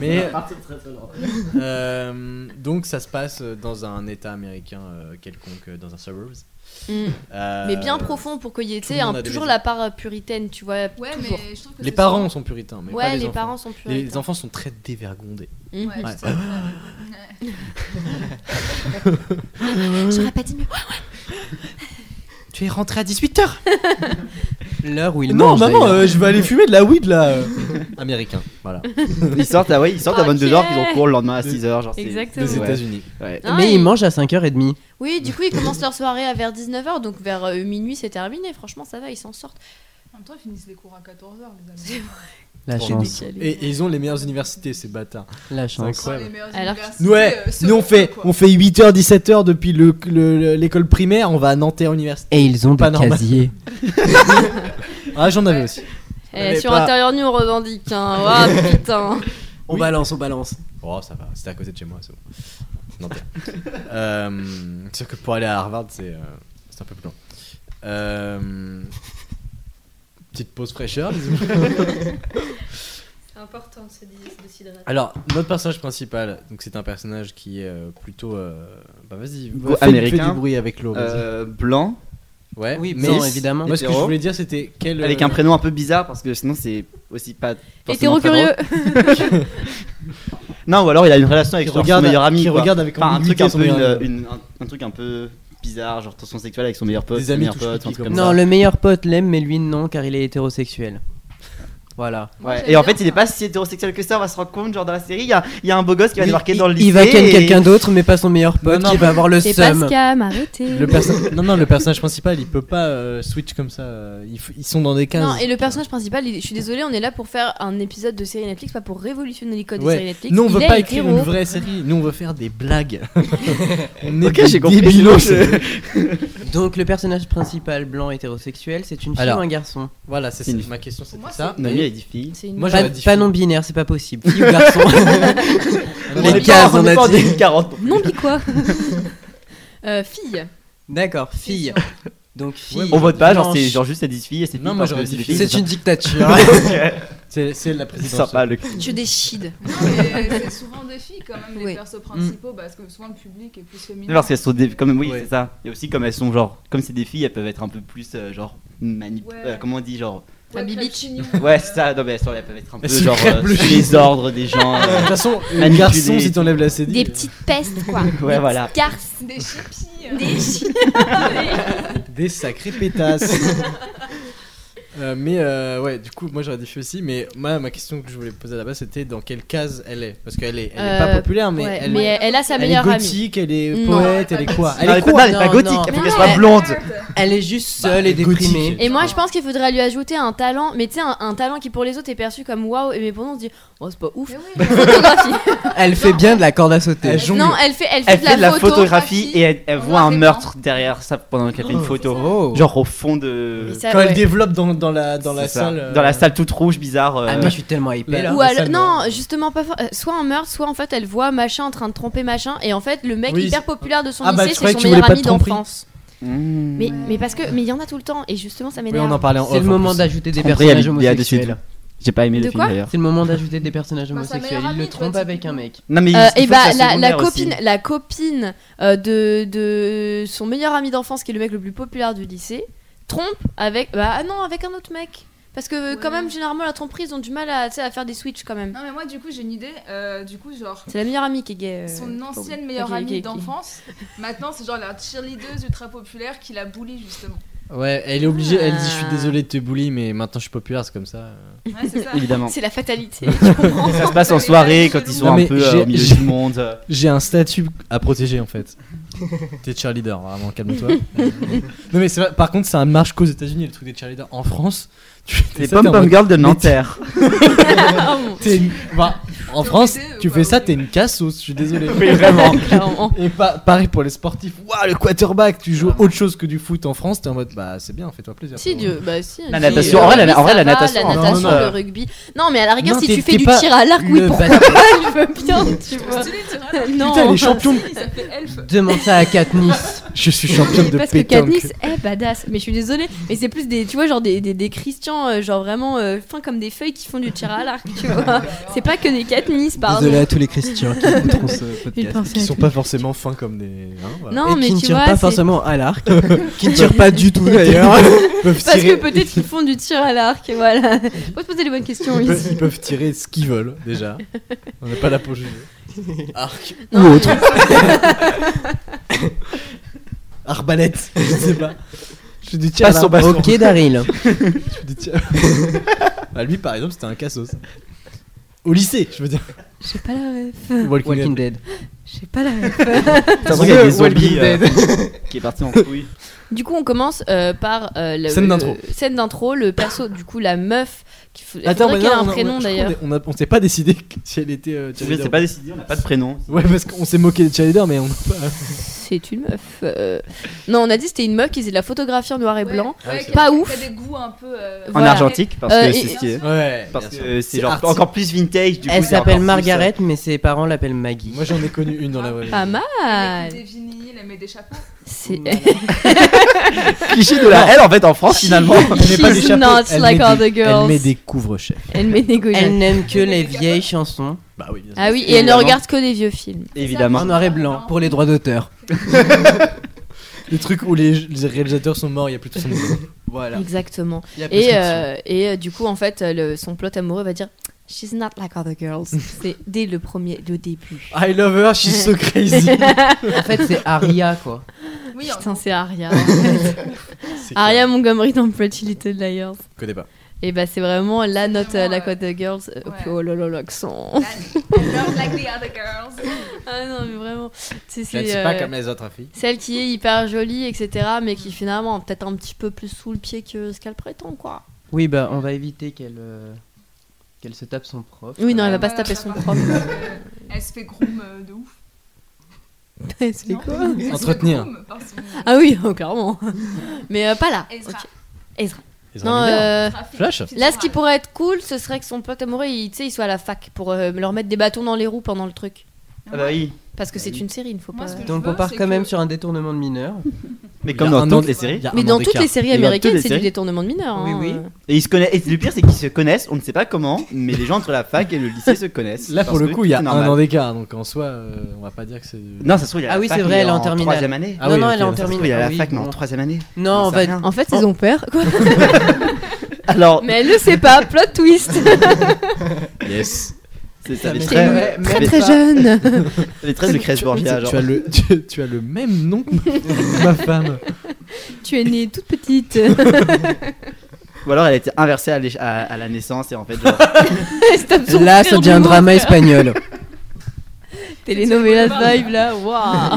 Speaker 5: mais. Euh, donc, ça se passe dans un état américain euh, quelconque, euh, dans un suburbs.
Speaker 6: Mm.
Speaker 5: Euh,
Speaker 6: Mais bien profond pour qu'il y ait tu sais,
Speaker 5: le monde
Speaker 6: un-
Speaker 5: a des
Speaker 6: toujours
Speaker 5: raisons.
Speaker 6: la part euh, puritaine, tu vois.
Speaker 8: Ouais,
Speaker 6: toujours.
Speaker 8: mais je trouve que
Speaker 5: Les
Speaker 8: c'est
Speaker 5: parents
Speaker 8: souvent-
Speaker 5: sont puritains, mais pas
Speaker 6: ouais,
Speaker 5: les,
Speaker 6: les,
Speaker 5: enfants.
Speaker 6: parents sont
Speaker 5: les,
Speaker 6: puritains.
Speaker 5: les enfants sont très dévergondés.
Speaker 6: Mhm.
Speaker 8: Ouais,
Speaker 5: Ouais.
Speaker 8: je sais pas.
Speaker 11: J'aurais pas dit mieux.
Speaker 7: Tu es rentré à 18h L'heure où il
Speaker 5: non,
Speaker 7: mange.
Speaker 5: maman,
Speaker 7: d'ailleurs.
Speaker 5: euh, je vais aller fumer de la weed là. Américain, voilà.
Speaker 10: Ils sortent à, ouais, ils sortent à
Speaker 6: Ok.
Speaker 10: 22h, ils ont cours le lendemain à 6h. Genre, c'est-
Speaker 6: Exactement.
Speaker 5: Des
Speaker 10: Ouais.
Speaker 5: États-Unis.
Speaker 10: Ouais.
Speaker 6: Non,
Speaker 7: Mais
Speaker 6: ils-
Speaker 7: ils mangent à 5h30.
Speaker 6: Oui, du coup, ils commencent leur soirée à vers 19h, donc vers euh, minuit, c'est terminé. Franchement, ça va, ils s'en sortent.
Speaker 8: En même temps, ils finissent les cours à 14h, les amis.
Speaker 7: La
Speaker 5: Trop
Speaker 7: chance.
Speaker 5: Et, et ils ont les meilleures universités, ces bâtards.
Speaker 7: La chance.
Speaker 5: incroyable.
Speaker 8: Les meilleures
Speaker 6: Alors-
Speaker 8: universités,
Speaker 5: Nous, ouais,
Speaker 8: euh, se
Speaker 5: nous on fait,
Speaker 8: retrouvent, quoi.
Speaker 5: on fait 8h, 17h depuis le- le- le- l'école primaire, on va à Nanterre Université.
Speaker 7: Et ils ont
Speaker 5: Pas
Speaker 7: des
Speaker 5: normal.
Speaker 7: casiers.
Speaker 5: Ah, j'en avais aussi.
Speaker 6: Eh,
Speaker 5: Mais
Speaker 6: sur
Speaker 5: pas-
Speaker 6: Intérieur Nuit, on revendique. Hein. Ouah, putain.
Speaker 7: On balance, on balance.
Speaker 5: Oh, ça va, c'était à côté de chez moi, c'est bon. Nanterre. euh, c'est sûr que pour aller à Harvard, c'est euh, c'est un peu plus loin. Euh, petite pause fraîcheur, les amis.
Speaker 6: C'est important de se décider.
Speaker 5: Alors, notre personnage principal, donc c'est un personnage qui est euh, plutôt. euh, bah vas-y,
Speaker 10: Go-
Speaker 5: fais-
Speaker 10: américain.
Speaker 5: fais du bruit avec l'eau. vas-y.
Speaker 10: Euh, blanc,
Speaker 5: ouais,
Speaker 7: oui,
Speaker 5: mais
Speaker 7: non, évidemment.
Speaker 5: moi ce que je
Speaker 10: Hétéro.
Speaker 5: voulais dire c'était quel. euh,
Speaker 10: avec
Speaker 7: Euh,
Speaker 10: un prénom un peu bizarre parce que sinon c'est aussi pas. forcément
Speaker 6: Hétéro
Speaker 10: très drôle.
Speaker 6: curieux.
Speaker 10: Non, ou alors il a une relation avec
Speaker 5: Qui
Speaker 10: genre,
Speaker 5: regarde-
Speaker 10: son meilleur ami.
Speaker 5: qui
Speaker 10: quoi.
Speaker 5: regarde avec
Speaker 10: Enfin, un truc
Speaker 5: ambiguïté euh,
Speaker 10: un
Speaker 5: son
Speaker 10: peu, une-
Speaker 5: meilleur ami.
Speaker 10: une- un, un truc un peu bizarre, genre tension sexuelle avec son meilleur pote.
Speaker 5: Des
Speaker 10: son
Speaker 5: amis
Speaker 10: meilleur
Speaker 5: touche
Speaker 10: pote, un
Speaker 5: pipi
Speaker 10: truc
Speaker 5: comme
Speaker 10: comme
Speaker 7: Non,
Speaker 10: ça.
Speaker 7: le meilleur pote l'aime, mais lui non, car il est hétérosexuel. Voilà.
Speaker 10: Ouais.
Speaker 8: j'aime
Speaker 10: Et en
Speaker 8: bien
Speaker 10: fait, il est
Speaker 8: ça.
Speaker 10: pas si hétérosexuel que ça, on va se rendre compte, genre dans la série, il y a, il y a un beau gosse qui va
Speaker 7: il,
Speaker 10: débarquer
Speaker 7: il-
Speaker 10: dans le lycée.
Speaker 7: il va ken
Speaker 10: et-
Speaker 7: quelqu'un d'autre, mais pas son meilleur pote,
Speaker 5: Non, non,
Speaker 7: qui va avoir le
Speaker 11: C'est
Speaker 7: seum.
Speaker 11: Pascal, arrêtez.
Speaker 5: Le perso- non, non, le personnage principal il peut pas euh, switch comme ça. euh, il f- Ils, sont dans des 15.
Speaker 6: Non, et le personnage principal, il- je suis désolée, on est là pour faire un épisode de série Netflix, pas pour révolutionner les codes
Speaker 5: Ouais.
Speaker 6: des séries Netflix.
Speaker 5: Nous on
Speaker 6: Il
Speaker 5: veut
Speaker 6: est
Speaker 5: pas écrire
Speaker 6: hétéro.
Speaker 5: une vraie série, nous on veut faire des blagues. on est
Speaker 10: Ok,
Speaker 5: des
Speaker 10: j'ai compris, c'est
Speaker 5: débilos.
Speaker 10: bon, je-
Speaker 7: Donc, le personnage principal blanc hétérosexuel, c'est une fille
Speaker 5: Alors.
Speaker 7: ou un garçon
Speaker 5: Voilà, c'est
Speaker 10: C'est
Speaker 5: ça.
Speaker 10: une-
Speaker 5: ma question c'était
Speaker 8: moi,
Speaker 5: ça.
Speaker 8: c'est-
Speaker 10: Noémie, elle dit fille.
Speaker 6: C'est une-
Speaker 5: Moi
Speaker 7: Pas,
Speaker 5: j'aurais dit
Speaker 7: pas
Speaker 5: fille.
Speaker 7: non binaire, c'est pas possible. Fille ou garçon
Speaker 5: On
Speaker 10: est
Speaker 7: Les
Speaker 10: pas-
Speaker 7: cases, on
Speaker 10: est pas
Speaker 7: a
Speaker 10: en
Speaker 7: dit.
Speaker 10: 2040.
Speaker 6: Non, dis quoi Euh, Fille.
Speaker 7: D'accord, fille. Donc, fille.
Speaker 10: On vote pas, genre
Speaker 7: blanche.
Speaker 10: c'est genre juste elle dit fille et c'est
Speaker 5: Non,
Speaker 10: fille
Speaker 5: moi,
Speaker 10: parce que
Speaker 5: j'aurais dit
Speaker 10: c'est des
Speaker 5: fille.
Speaker 10: filles,
Speaker 7: C'est une dictature.
Speaker 5: C'est c'est la
Speaker 10: C'est
Speaker 5: présidence.
Speaker 10: sympa le
Speaker 6: Je déchide.
Speaker 8: Non, mais c'est souvent des filles quand même, les
Speaker 6: Oui.
Speaker 8: persos principaux, parce que souvent le public est plus féminin.
Speaker 10: Parce qu'elles sont des... comme oui
Speaker 5: Ouais.
Speaker 10: c'est ça. Et aussi comme elles sont genre comme c'est des filles, elles peuvent être un peu plus euh, genre manip.
Speaker 8: Ouais.
Speaker 10: euh, comment on dit genre
Speaker 6: La bibiche.
Speaker 8: Crepchignon,
Speaker 10: ouais c'est ça. Non mais elles, sont- elles peuvent être un peu
Speaker 5: Elles se
Speaker 10: genre euh,
Speaker 5: crêpent le
Speaker 10: sous
Speaker 5: chignon.
Speaker 10: les ordres des gens. euh,
Speaker 5: De toute façon, un
Speaker 10: Manipulé.
Speaker 5: garçon, si t'enlèves la euh, CD.
Speaker 11: Des petites pestes, quoi.
Speaker 10: Ouais,
Speaker 11: Des
Speaker 10: voilà.
Speaker 11: petites garces.
Speaker 8: Des chippies.
Speaker 11: Des chi-
Speaker 5: Des sacrés pétasses. Euh, mais euh, ouais, du coup, moi j'aurais dit fille aussi, mais moi ma question que je voulais poser à la base c'était dans quelle case elle est Parce qu'elle est, elle est pas
Speaker 6: Euh,
Speaker 5: populaire, mais
Speaker 6: Ouais,
Speaker 5: elle,
Speaker 6: mais
Speaker 5: est,
Speaker 6: elle a sa
Speaker 5: elle est
Speaker 6: meilleure amie.
Speaker 5: gothique, elle est
Speaker 6: Non,
Speaker 5: poète, elle
Speaker 8: elle
Speaker 5: est
Speaker 8: est pas
Speaker 5: quoi
Speaker 8: gothique.
Speaker 5: Elle
Speaker 10: Non, elle
Speaker 5: est
Speaker 10: est pas- non,
Speaker 5: quoi
Speaker 10: elle est pas
Speaker 7: Non,
Speaker 10: gothique,
Speaker 7: non.
Speaker 10: il faut
Speaker 6: Non,
Speaker 10: qu'elle soit
Speaker 6: elle-
Speaker 10: blonde.
Speaker 7: Elle est juste seule
Speaker 5: Bah,
Speaker 7: et
Speaker 5: gothique.
Speaker 7: déprimée.
Speaker 6: Et moi, je pense qu'il faudrait lui ajouter un talent, mais tu sais, un, un talent qui pour les autres est perçu comme waouh, et mais pour nous, on se dit, oh, c'est pas ouf.
Speaker 8: Mais oui, mais
Speaker 6: Photographie.
Speaker 7: Elle fait bien de la corde à sauter.
Speaker 5: Elle jongle.
Speaker 6: non, elle fait, elle fait
Speaker 10: Elle fait de la photographie et elle, elle
Speaker 8: en
Speaker 10: voit
Speaker 8: noir
Speaker 10: un
Speaker 8: et
Speaker 10: meurtre derrière ça pendant qu'elle fait une photo.
Speaker 7: Oh.
Speaker 10: Genre au fond de.
Speaker 6: Mais ça,
Speaker 5: Quand
Speaker 6: euh, ouais.
Speaker 5: elle développe dans, dans la, dans la
Speaker 10: C'est ça.
Speaker 5: salle. euh,
Speaker 10: Dans la salle toute rouge, bizarre. euh,
Speaker 7: Ah, mais je suis tellement hypée
Speaker 5: la-
Speaker 7: là.
Speaker 6: Ou
Speaker 5: la
Speaker 6: alors-
Speaker 5: salle,
Speaker 6: non,
Speaker 5: euh,
Speaker 6: justement pas. for- euh, Soit un meurtre, soit en fait elle voit machin en train de tromper machin, et en fait le mec
Speaker 5: Oui,
Speaker 6: hyper
Speaker 5: c'est-
Speaker 6: populaire de son
Speaker 5: Ah, bah, je
Speaker 6: lycée,
Speaker 5: croyais
Speaker 6: c'est
Speaker 5: que
Speaker 6: son
Speaker 5: tu
Speaker 6: meilleur
Speaker 5: voulais pas
Speaker 6: ami
Speaker 5: te tromper.
Speaker 6: d'enfance.
Speaker 10: mmh.
Speaker 6: Mais, mais parce que, mais il y en a tout le temps, et justement ça
Speaker 5: Oui, on
Speaker 6: m'énerve.
Speaker 5: en parlait en
Speaker 7: C'est
Speaker 5: off,
Speaker 7: le
Speaker 5: en
Speaker 7: moment
Speaker 5: plus.
Speaker 7: d'ajouter des
Speaker 10: Tromper,
Speaker 7: personnages
Speaker 10: il y a- il y a de suite.
Speaker 7: homosexuels.
Speaker 10: J'ai pas aimé
Speaker 6: De
Speaker 10: le film
Speaker 6: quoi
Speaker 10: d'ailleurs.
Speaker 7: C'est le moment d'ajouter des personnages
Speaker 8: Bah, sa
Speaker 7: homosexuels.
Speaker 8: meilleure
Speaker 7: Il le
Speaker 8: amie, toi,
Speaker 7: trompe
Speaker 8: tu-
Speaker 7: avec un mec.
Speaker 10: Non mais il-
Speaker 6: Euh,
Speaker 10: il
Speaker 6: et
Speaker 10: faut que ça
Speaker 6: bah la, la
Speaker 10: secondaire aussi.
Speaker 6: copine, la copine euh, de, de son meilleur ami d'enfance, qui est le mec le plus populaire du lycée, trompe avec bah ah non avec un autre mec. Parce que
Speaker 8: Ouais.
Speaker 6: quand même généralement la tromperie ils ont du mal à, tu sais, à faire des switches quand même.
Speaker 8: Non, mais moi, du coup, j'ai une idée. euh, du coup, genre,
Speaker 6: C'est la meilleure amie qui est gay. euh,
Speaker 8: son
Speaker 6: pour-
Speaker 8: ancienne meilleure
Speaker 6: Ok, ok,
Speaker 8: amie
Speaker 6: ok.
Speaker 8: d'enfance, maintenant, c'est genre la cheerleader ultra populaire qui la bully, justement.
Speaker 5: Ouais, elle est obligée, elle dit je
Speaker 6: Ah.
Speaker 5: suis désolé de te bully, mais maintenant je suis populaire, c'est comme ça.
Speaker 8: Ouais, c'est ça.
Speaker 10: Évidemment.
Speaker 6: C'est la fatalité, tu comprends
Speaker 10: Ça se passe en soirée quand ils sont
Speaker 5: Non,
Speaker 10: un
Speaker 5: mais
Speaker 10: peu euh,
Speaker 5: j'ai-
Speaker 10: au milieu
Speaker 5: j'ai-
Speaker 10: du monde.
Speaker 5: J'ai un statut à protéger en fait. T'es cheerleader, vraiment, calme-toi. non mais c'est vrai, par contre, ça marche qu'aux États-Unis le truc des cheerleaders. En France, tu
Speaker 10: Les
Speaker 5: ça, t'es en
Speaker 10: pom pom
Speaker 5: mode-
Speaker 10: girls de
Speaker 5: Mais
Speaker 10: Nanterre.
Speaker 5: t'es une- bah, en France,
Speaker 8: pété,
Speaker 5: tu
Speaker 8: ou
Speaker 5: fais
Speaker 8: pas,
Speaker 5: ça,
Speaker 8: ok.
Speaker 5: t'es une cassos, je suis désolé.
Speaker 10: Oui, vraiment.
Speaker 6: clairement.
Speaker 5: Et pa- pareil pour les sportifs. Waouh, le quarterback, tu joues autre chose que du foot en France, t'es en mode bah c'est bien, fais-toi plaisir.
Speaker 6: Si,
Speaker 5: Dieu
Speaker 6: Dieu, bah si.
Speaker 10: La
Speaker 6: si,
Speaker 10: natation,
Speaker 6: le
Speaker 10: en vrai, la-
Speaker 6: rugby,
Speaker 10: en vrai,
Speaker 6: ça
Speaker 10: la
Speaker 6: va,
Speaker 10: natation,
Speaker 6: La
Speaker 5: non,
Speaker 6: natation,
Speaker 10: non,
Speaker 6: le
Speaker 10: euh,
Speaker 6: rugby. Non, mais à la rigueur,
Speaker 5: Non,
Speaker 6: si
Speaker 5: t'es-
Speaker 6: tu
Speaker 5: t'es
Speaker 6: fais du
Speaker 5: pas
Speaker 6: tir à l'arc, oui,
Speaker 5: le
Speaker 6: pourquoi
Speaker 5: basket.
Speaker 6: pas, je veux bien, tu vois.
Speaker 8: Stylé, tu vois.
Speaker 6: Non.
Speaker 5: Putain, les champions de-
Speaker 8: Si, ça fait elfe.
Speaker 7: Demande ça à Katniss.
Speaker 5: Je suis championne de
Speaker 6: parce que
Speaker 5: pétanque.
Speaker 6: Katniss est badass. Mais je suis désolée, mais c'est plus des, tu vois, genre des, des, des Christians, euh, genre vraiment euh, fins comme des feuilles qui font du tir à l'arc, tu vois. C'est pas que des Katniss, pardon.
Speaker 7: Désolé à tous les chrétiens qui écouteront ce
Speaker 6: Une
Speaker 7: podcast.
Speaker 6: pensée
Speaker 5: Qui
Speaker 6: à
Speaker 5: sont
Speaker 6: tout.
Speaker 5: pas forcément fins comme des. hein, voilà.
Speaker 6: Non,
Speaker 7: et
Speaker 6: mais
Speaker 7: qui ne
Speaker 6: tu
Speaker 7: tirent
Speaker 6: vois,
Speaker 7: pas
Speaker 6: c'est-
Speaker 7: forcément à l'arc, qui ne tirent pas du tout d'ailleurs.
Speaker 5: Ils peuvent
Speaker 6: parce que
Speaker 5: tirer-
Speaker 6: peut-être qu'ils font du tir à l'arc, voilà. Faut se poser les bonnes questions
Speaker 5: Ils peuvent,
Speaker 6: ici.
Speaker 5: ils peuvent tirer ce qu'ils veulent, déjà. On n'est pas là pour juger. Arc.
Speaker 6: Ou autre.
Speaker 5: Arbalète. Je sais pas. Je fais du tir à
Speaker 7: Passons,
Speaker 5: l'arbalète.
Speaker 7: Ok, Daryl.
Speaker 5: Je fais du tir- Bah, lui, par exemple, c'était un cassos. Au lycée, je veux dire.
Speaker 6: J'ai pas la ref.
Speaker 5: Walking,
Speaker 7: Walking
Speaker 5: Dead.
Speaker 7: Dead.
Speaker 6: J'ai pas la ref.
Speaker 10: C'est un truc avec des zombies euh, qui est parti en couille.
Speaker 6: Du coup, on commence euh, par euh, le-
Speaker 5: Scène
Speaker 6: le-
Speaker 5: d'intro.
Speaker 6: Scène d'intro, le perso, du coup, la meuf. Qui faut... il faudrait
Speaker 5: mais
Speaker 6: qu'elle ait
Speaker 5: non,
Speaker 6: un
Speaker 5: on a-
Speaker 6: prénom
Speaker 5: je crois
Speaker 6: d'ailleurs.
Speaker 5: qu'on a- On s'est pas décidé que- si elle était. euh,
Speaker 10: Je
Speaker 5: cheerleader
Speaker 10: sais
Speaker 5: ou
Speaker 10: pas décidé, on n'a pas de prénom.
Speaker 5: Ouais, parce qu'on s'est moqué des cheerleaders, mais on.
Speaker 6: C'est une meuf. euh. Non, on a dit que c'était une meuf qui faisait de la photographie en noir et
Speaker 8: Ouais.
Speaker 6: blanc.
Speaker 8: Ouais,
Speaker 6: Pas
Speaker 8: qui a-
Speaker 6: ouf.
Speaker 8: qui a des goûts un peu. euh,
Speaker 10: En
Speaker 6: Voilà.
Speaker 10: argentique, parce
Speaker 6: Euh,
Speaker 10: que
Speaker 6: et-
Speaker 10: c'est ce qui est.
Speaker 5: Ouais.
Speaker 10: Parce que c'est genre
Speaker 5: arty.
Speaker 10: encore plus vintage du coup.
Speaker 7: Elle
Speaker 10: c'est encore
Speaker 7: s'appelle
Speaker 10: plus, euh,
Speaker 7: Margaret, mais ses parents l'appellent Maggie.
Speaker 5: Moi, j'en ai connu une dans la vraie vie.
Speaker 6: Pas
Speaker 8: Elle
Speaker 6: mal.
Speaker 8: écoute des vinyles, elle met des chapeaux.
Speaker 6: C'est.
Speaker 10: euh, Cliché de la L en fait en France finalement.
Speaker 5: Elle met pas des
Speaker 6: She's
Speaker 5: chapeaux,
Speaker 6: not
Speaker 5: elle
Speaker 6: like
Speaker 5: met
Speaker 6: all
Speaker 5: des-
Speaker 6: the girls.
Speaker 5: Elle met des couvre-chefs.
Speaker 6: Elle met des goujats.
Speaker 7: Elle n'aime que les vieilles chansons
Speaker 5: Bah oui, bien sûr.
Speaker 6: Ah oui, et elle ne
Speaker 10: Évidemment.
Speaker 6: regarde que des vieux films.
Speaker 10: Évidemment.
Speaker 7: en noir et blanc pour les droits d'auteur.
Speaker 5: Le truc où les, les réalisateurs sont morts, il y a plus de son
Speaker 7: Voilà.
Speaker 6: Exactement.
Speaker 7: Il y a
Speaker 6: Et,
Speaker 7: prescription.
Speaker 6: euh, et euh, du coup, en fait, euh, le- son plot amoureux va dire She's not like other girls. C'est dès le premier, le début.
Speaker 5: I love her, she's so crazy.
Speaker 7: En fait, c'est Aria quoi.
Speaker 8: Oui, en
Speaker 6: Putain, c'est Aria.
Speaker 5: C'est clair.
Speaker 6: Aria Montgomery dans Pretty Little Liars.
Speaker 5: Je connais pas.
Speaker 6: Et bah, c'est vraiment la
Speaker 8: C'est
Speaker 6: note
Speaker 8: vraiment,
Speaker 6: la
Speaker 8: ouais.
Speaker 6: Cote Girls. Euh,
Speaker 8: Ouais.
Speaker 6: puis, oh là là, l'accent.
Speaker 8: Not like the other girls.
Speaker 6: Ah non, mais vraiment. C'est,
Speaker 5: Je ne
Speaker 6: c'est,
Speaker 5: suis pas
Speaker 6: euh,
Speaker 5: comme les autres filles.
Speaker 6: Celle qui est hyper jolie, etc., mais qui finalement a peut-être un petit peu plus sous le pied que ce qu'elle prétend, quoi.
Speaker 7: Oui, bah on va éviter qu'elle euh, qu'elle se tape son prof.
Speaker 6: Oui, non, elle va
Speaker 8: Ouais,
Speaker 6: pas se
Speaker 8: voilà,
Speaker 6: taper
Speaker 8: ça
Speaker 6: son
Speaker 8: va.
Speaker 6: prof.
Speaker 8: Euh, Elle se fait groom euh, de ouf.
Speaker 6: C'est
Speaker 8: non
Speaker 6: quoi
Speaker 8: Elle se fait
Speaker 5: Entretenir.
Speaker 8: groom par son-
Speaker 6: Ah oui, oh, clairement. Mais euh, pas là.
Speaker 8: Ezra.
Speaker 6: Ok. Non, euh,
Speaker 8: Trafic.
Speaker 5: Flash
Speaker 6: là, ce qui pourrait être cool, ce serait que son pote amoureux, il, tu sais, il soit à la fac pour euh, leur mettre des bâtons dans les roues pendant le truc.
Speaker 10: Ah bah oui.
Speaker 6: Parce que
Speaker 10: Bah
Speaker 6: c'est
Speaker 10: oui.
Speaker 6: une série, il ne faut
Speaker 8: Moi,
Speaker 6: pas.
Speaker 8: ce que
Speaker 7: Donc
Speaker 8: Je
Speaker 7: on
Speaker 8: veux,
Speaker 7: part
Speaker 8: c'est
Speaker 7: quand même
Speaker 8: que-
Speaker 7: sur un détournement de mineur.
Speaker 10: Mais
Speaker 5: Il
Speaker 10: comme
Speaker 5: y a
Speaker 10: dans
Speaker 5: un
Speaker 10: toutes
Speaker 5: an-
Speaker 10: les séries.
Speaker 5: il y a un
Speaker 6: Mais
Speaker 5: an
Speaker 6: dans toutes
Speaker 5: d'écart.
Speaker 6: les séries
Speaker 10: Et dans toutes
Speaker 6: américaines,
Speaker 10: les
Speaker 6: c'est du
Speaker 10: séries.
Speaker 6: détournement de mineurs.
Speaker 7: Oui,
Speaker 6: hein,
Speaker 7: oui.
Speaker 6: euh.
Speaker 10: Et ils se connaissent. Et le pire c'est qu'ils se connaissent. On ne sait pas comment, mais les gens entre la fac et le lycée se connaissent.
Speaker 5: Là, pour
Speaker 10: Parce
Speaker 5: le
Speaker 10: que
Speaker 5: coup, il y a
Speaker 10: c'est
Speaker 5: un
Speaker 10: normal.
Speaker 5: an d'écart, donc en soi, euh, on va pas dire que c'est. du-
Speaker 10: Non, ça se trouve il y a.
Speaker 7: Ah
Speaker 10: la
Speaker 7: oui,
Speaker 10: fac,
Speaker 7: c'est vrai,
Speaker 10: mais
Speaker 7: elle est en terminale.
Speaker 10: Troisième année.
Speaker 5: Ah
Speaker 7: non,
Speaker 5: oui,
Speaker 7: non,
Speaker 5: ok,
Speaker 7: elle est en
Speaker 10: Ça se
Speaker 5: ça se
Speaker 7: terminale.
Speaker 10: trouve, Il y a
Speaker 7: Ah
Speaker 10: la
Speaker 7: oui,
Speaker 10: fac mais en
Speaker 7: bon.
Speaker 10: troisième année.
Speaker 7: Non,
Speaker 10: On
Speaker 7: on
Speaker 10: sait
Speaker 7: va.
Speaker 10: rien.
Speaker 6: En fait, ils ont peur, quoi.
Speaker 10: Alors.
Speaker 6: Mais elle le sait pas, plot twist.
Speaker 10: Yes. C'est ça
Speaker 7: Ça
Speaker 10: fait
Speaker 7: m'étonne.
Speaker 10: très.
Speaker 7: Ouais,
Speaker 10: ça
Speaker 7: mais
Speaker 10: fait-
Speaker 6: Très
Speaker 7: pas-
Speaker 6: jeune.
Speaker 10: ça fait très de Crèche Borgia
Speaker 5: tu,
Speaker 10: genre.
Speaker 5: tu as le, tu, tu as le même nom que ma- ma femme.
Speaker 6: tu es née toute petite.
Speaker 10: Ou alors elle a été inversée à l'é- à à la naissance et en fait genre.
Speaker 7: Là, ça devient un drama espagnol.
Speaker 6: Telenovela vibe là, waouh.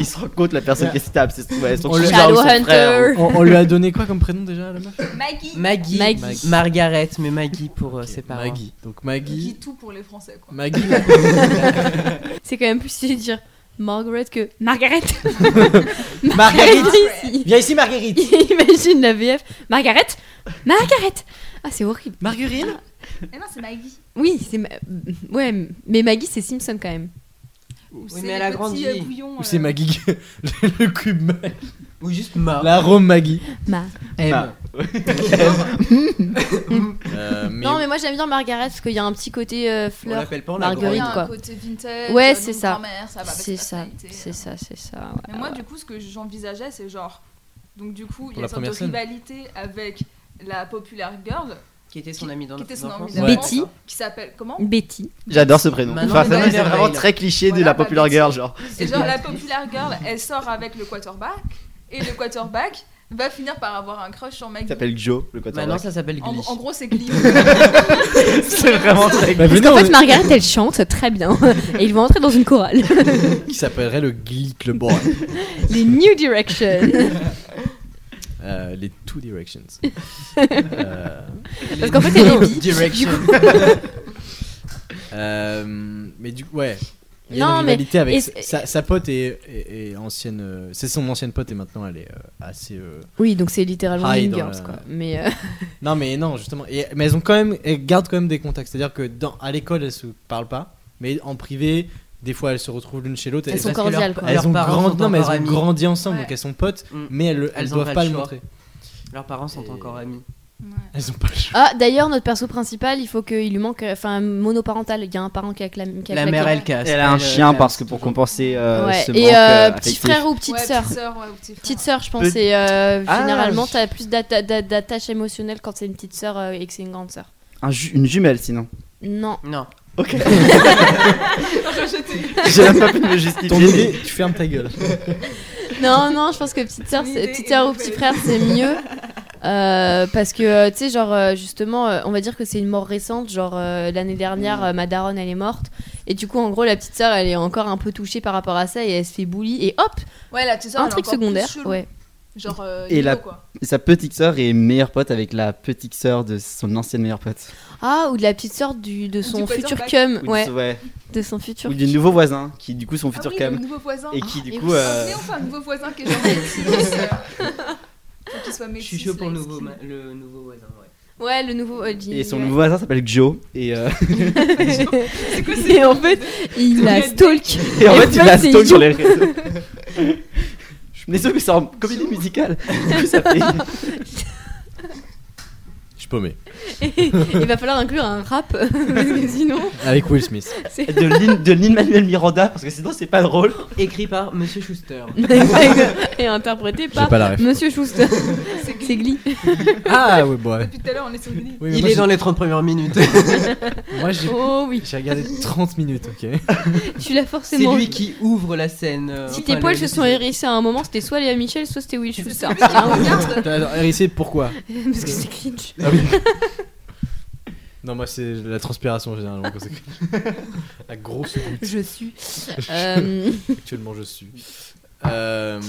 Speaker 10: Il se rend compte la personne qui se tape. C'est Ah. ouais, elle se trouve
Speaker 5: On le-
Speaker 10: genre son frère,
Speaker 6: Shadowhunter.
Speaker 5: On, on lui a donné quoi comme prénom déjà à la meuf
Speaker 8: Maggie.
Speaker 7: Maggie,
Speaker 6: Maggie.
Speaker 7: Margaret, mais Maggie pour euh,
Speaker 5: Ok,
Speaker 7: ses parents.
Speaker 5: Maggie. Donc
Speaker 8: Maggie
Speaker 5: Maggie.
Speaker 8: tout pour les Français, quoi.
Speaker 5: Maggie.
Speaker 6: C'est quand même plus stylé de dire Margaret que Margaret.
Speaker 5: Marguerite
Speaker 6: ici.
Speaker 5: Viens ici, Marguerite
Speaker 6: Imagine la VF. Margaret Margaret Ah, c'est horrible.
Speaker 5: Marguerine
Speaker 8: Eh non, c'est Maggie.
Speaker 6: Oui, c'est. ma- Ouais, mais Maggie, c'est Simpson quand même.
Speaker 8: Ou
Speaker 7: mais elle a grandi.
Speaker 8: euh,
Speaker 5: Ou c'est Maggie Le cube Maggie.
Speaker 7: Ou juste Mar.
Speaker 5: La Rome Maggie.
Speaker 6: Ma.
Speaker 7: M.
Speaker 10: Mar.
Speaker 6: Non, mais moi j'aime bien Margaret parce qu'il y a un petit côté euh,
Speaker 7: On
Speaker 6: fleur.
Speaker 7: l'appelle pas, on
Speaker 6: Marguerite,
Speaker 7: l'agrandit.
Speaker 6: quoi.
Speaker 8: côté vintage.
Speaker 6: Ouais,
Speaker 8: euh,
Speaker 6: c'est
Speaker 8: donc
Speaker 6: ça.
Speaker 8: grand-mère, ça va avec
Speaker 6: C'est
Speaker 8: sa
Speaker 6: ça,
Speaker 8: personnalité,
Speaker 6: c'est
Speaker 8: euh.
Speaker 6: ça, c'est ça.
Speaker 8: Mais moi, du coup, ce que j'envisageais, c'est genre. Donc, du coup, il y a
Speaker 5: la
Speaker 8: une sorte de
Speaker 5: première scène.
Speaker 8: rivalité avec la populaire girl
Speaker 7: Qui était son amie dans
Speaker 8: qui
Speaker 7: notre
Speaker 8: était son amie
Speaker 7: enfance.
Speaker 8: d'enfance,
Speaker 6: Betty.
Speaker 8: qui s'appelle
Speaker 6: Ah
Speaker 8: comment
Speaker 6: Betty.
Speaker 5: Ah,
Speaker 10: J'adore ce prénom.
Speaker 7: Manon
Speaker 10: Enfin, ça,
Speaker 7: Manon
Speaker 10: c'est vraiment
Speaker 7: Merveille.
Speaker 10: très cliché de
Speaker 8: Voilà,
Speaker 10: la
Speaker 8: bah,
Speaker 10: popular
Speaker 8: bien
Speaker 10: girl, genre.
Speaker 8: Et genre la popular girl, elle sort avec le quarterback et le quarterback va finir par avoir un crush sur mec.
Speaker 10: Il s'appelle Joe, le coton.
Speaker 7: Bah non, ça s'appelle
Speaker 8: En,
Speaker 7: Glee.
Speaker 8: en gros, c'est Glee.
Speaker 10: C'est vraiment très
Speaker 5: Bah, mais
Speaker 6: En
Speaker 5: non,
Speaker 6: fait, Margaret, elle chante très bien. Et ils vont entrer dans une chorale.
Speaker 5: qui s'appellerait le Glee Club Boy.
Speaker 6: Les New Direction.
Speaker 5: Euh, les Two Directions. Euh,
Speaker 6: Parce qu'en fait, elle est bi.
Speaker 7: Direction.
Speaker 5: euh, mais du coup, ouais. Il y a
Speaker 6: Non,
Speaker 5: une
Speaker 6: mais-
Speaker 5: rivalité avec
Speaker 6: et-
Speaker 5: sa- sa, sa pote est, est- est ancienne. euh, C'est son ancienne pote et maintenant elle est euh, assez. euh,
Speaker 6: Oui, donc c'est littéralement
Speaker 5: High
Speaker 6: Mean
Speaker 5: dans
Speaker 6: Girls,
Speaker 5: la-
Speaker 6: quoi. Mais euh,
Speaker 5: Non, mais non, justement. Et- mais elles ont quand même, elles gardent quand même des contacts. C'est-à-dire que dans, à l'école, elles se parlent pas, mais en privé, des fois, elles se retrouvent l'une chez l'autre.
Speaker 6: Elles
Speaker 5: et-
Speaker 6: sont
Speaker 5: parce-
Speaker 6: cordiales, quoi.
Speaker 5: elles
Speaker 7: Leurs
Speaker 5: ont
Speaker 7: parents
Speaker 5: grandi-
Speaker 7: sont
Speaker 5: non, mais elles
Speaker 7: encore
Speaker 5: ont
Speaker 7: amis.
Speaker 5: grandi ensemble,
Speaker 8: Ouais.
Speaker 5: donc elles sont potes,
Speaker 7: Mm.
Speaker 5: mais elles, elles
Speaker 7: Elles ont
Speaker 5: doivent
Speaker 7: pas
Speaker 5: pas
Speaker 7: le
Speaker 5: le
Speaker 7: choix.
Speaker 5: montrer.
Speaker 7: Leurs parents sont encore amis.
Speaker 5: Elles ont pas le choix.
Speaker 6: ah, d'ailleurs, notre perso principal, il faut qu'il lui manque, euh, enfin, monoparental. Il y a un parent qui a la qui a
Speaker 7: La
Speaker 6: claqué.
Speaker 7: mère, elle casse.
Speaker 10: Elle a un chien parce que pour compenser euh,
Speaker 6: Ouais.
Speaker 10: ce manque,
Speaker 6: Et euh,
Speaker 10: euh,
Speaker 6: petit
Speaker 10: affectif.
Speaker 6: frère ou petite
Speaker 8: Ouais,
Speaker 6: sœur.
Speaker 8: Petite sœur, ouais, ou petit frère.
Speaker 6: Petite sœur, je pense.
Speaker 10: Peut-
Speaker 6: Et euh,
Speaker 10: Ah,
Speaker 6: généralement,
Speaker 10: je-
Speaker 6: t'as plus d'atta- d'a- d'attache émotionnelle quand c'est une petite sœur euh, et que c'est une grande sœur.
Speaker 10: Un ju- une jumelle sinon.
Speaker 6: Non.
Speaker 7: Non.
Speaker 10: Ok. J'ai même pas pu me justifier.
Speaker 5: Ton idée, tu fermes ta gueule.
Speaker 6: Non, non, je pense que petite sœur,
Speaker 8: Une
Speaker 6: c'est-
Speaker 8: idée
Speaker 6: petite sœur ou
Speaker 8: éveillée.
Speaker 6: petit frère, c'est mieux. Euh, parce que, euh, tu sais, genre, euh, justement, euh, on va dire que c'est une mort récente. Genre, euh, l'année
Speaker 8: Mm.
Speaker 6: dernière, euh, ma daronne, elle est morte. Et du coup, en gros, la petite sœur, elle est encore un peu touchée par rapport à ça et elle se fait bully. Et hop,
Speaker 8: Ouais, la petite sœur,
Speaker 6: un
Speaker 8: elle est
Speaker 6: truc
Speaker 8: encore plus
Speaker 6: secondaire.
Speaker 8: chelou.
Speaker 6: Ouais.
Speaker 8: Genre, euh,
Speaker 10: Et la-
Speaker 8: Lilo, quoi.
Speaker 10: Sa petite sœur est meilleure pote avec la petite sœur de son ancienne meilleure pote.
Speaker 6: Ah, ou de la petite sœur du, de son
Speaker 8: quarterback.
Speaker 6: futur cum.
Speaker 10: Ou,
Speaker 6: Ouais,
Speaker 10: du, ouais.
Speaker 6: de son futur.
Speaker 10: Ou du nouveau voisin qui du coup son futur
Speaker 8: ah, oui,
Speaker 10: cam
Speaker 8: le nouveau voisin.
Speaker 10: et qui du
Speaker 6: et
Speaker 10: coup
Speaker 6: oui.
Speaker 10: euh,
Speaker 8: Mais enfin, un nouveau voisin qui est genre métis. euh, faut qu'il soit
Speaker 7: Je
Speaker 8: métis.
Speaker 7: suis chaud pour le
Speaker 8: là,
Speaker 7: nouveau,
Speaker 8: excuse.
Speaker 7: ma- le nouveau voisin. Ouais.
Speaker 6: Ouais, le nouveau. euh, Jimmy,
Speaker 10: et son
Speaker 6: ouais.
Speaker 10: nouveau voisin s'appelle Joe et, euh,
Speaker 6: Et en fait, il la stalk.
Speaker 10: et en
Speaker 6: Et
Speaker 10: fait
Speaker 6: plein
Speaker 10: il la
Speaker 6: de ses
Speaker 10: stalk sur
Speaker 6: joues.
Speaker 10: les réseaux. Je suis désolé mais c'est en comédie musicale. Du coup, ça fait-
Speaker 5: Je suis paumé.
Speaker 6: il va falloir inclure un rap, parce que sinon.
Speaker 5: Avec Will Smith.
Speaker 10: de Lin- de Lin-Manuel Miranda parce que sinon c'est pas drôle.
Speaker 7: Écrit par Monsieur Schuster.
Speaker 6: et interprété
Speaker 5: J'ai
Speaker 6: par
Speaker 5: pas la ref.
Speaker 6: Monsieur Schuster. C'est Glee.
Speaker 5: Ah ouais, bon, ouais.
Speaker 8: Depuis tout à l'heure, on est sur Glee.
Speaker 5: Oui, mais
Speaker 7: Il
Speaker 5: moi,
Speaker 7: est
Speaker 5: j'ai-
Speaker 7: dans les 30 premières minutes.
Speaker 5: Moi, j'ai
Speaker 6: Oh oui,
Speaker 5: j'ai regardé 30 minutes, ok.
Speaker 6: tu l'as
Speaker 7: C'est
Speaker 6: forcément.
Speaker 7: lui qui ouvre la scène. euh,
Speaker 6: Si
Speaker 7: enfin,
Speaker 6: tes
Speaker 7: le-
Speaker 6: poils se sont hérissés à un moment, c'était soit Léa Michel, soit c'était Will Schuster.
Speaker 8: Celui qui regarde.
Speaker 5: Alors, RIC, pourquoi
Speaker 6: Parce que c'est cringe.
Speaker 5: Ah Non, moi, c'est la transpiration généralement. quand c'est- la grosse goutte.
Speaker 6: Je suis. Euh,
Speaker 5: Actuellement, je suis. Euh,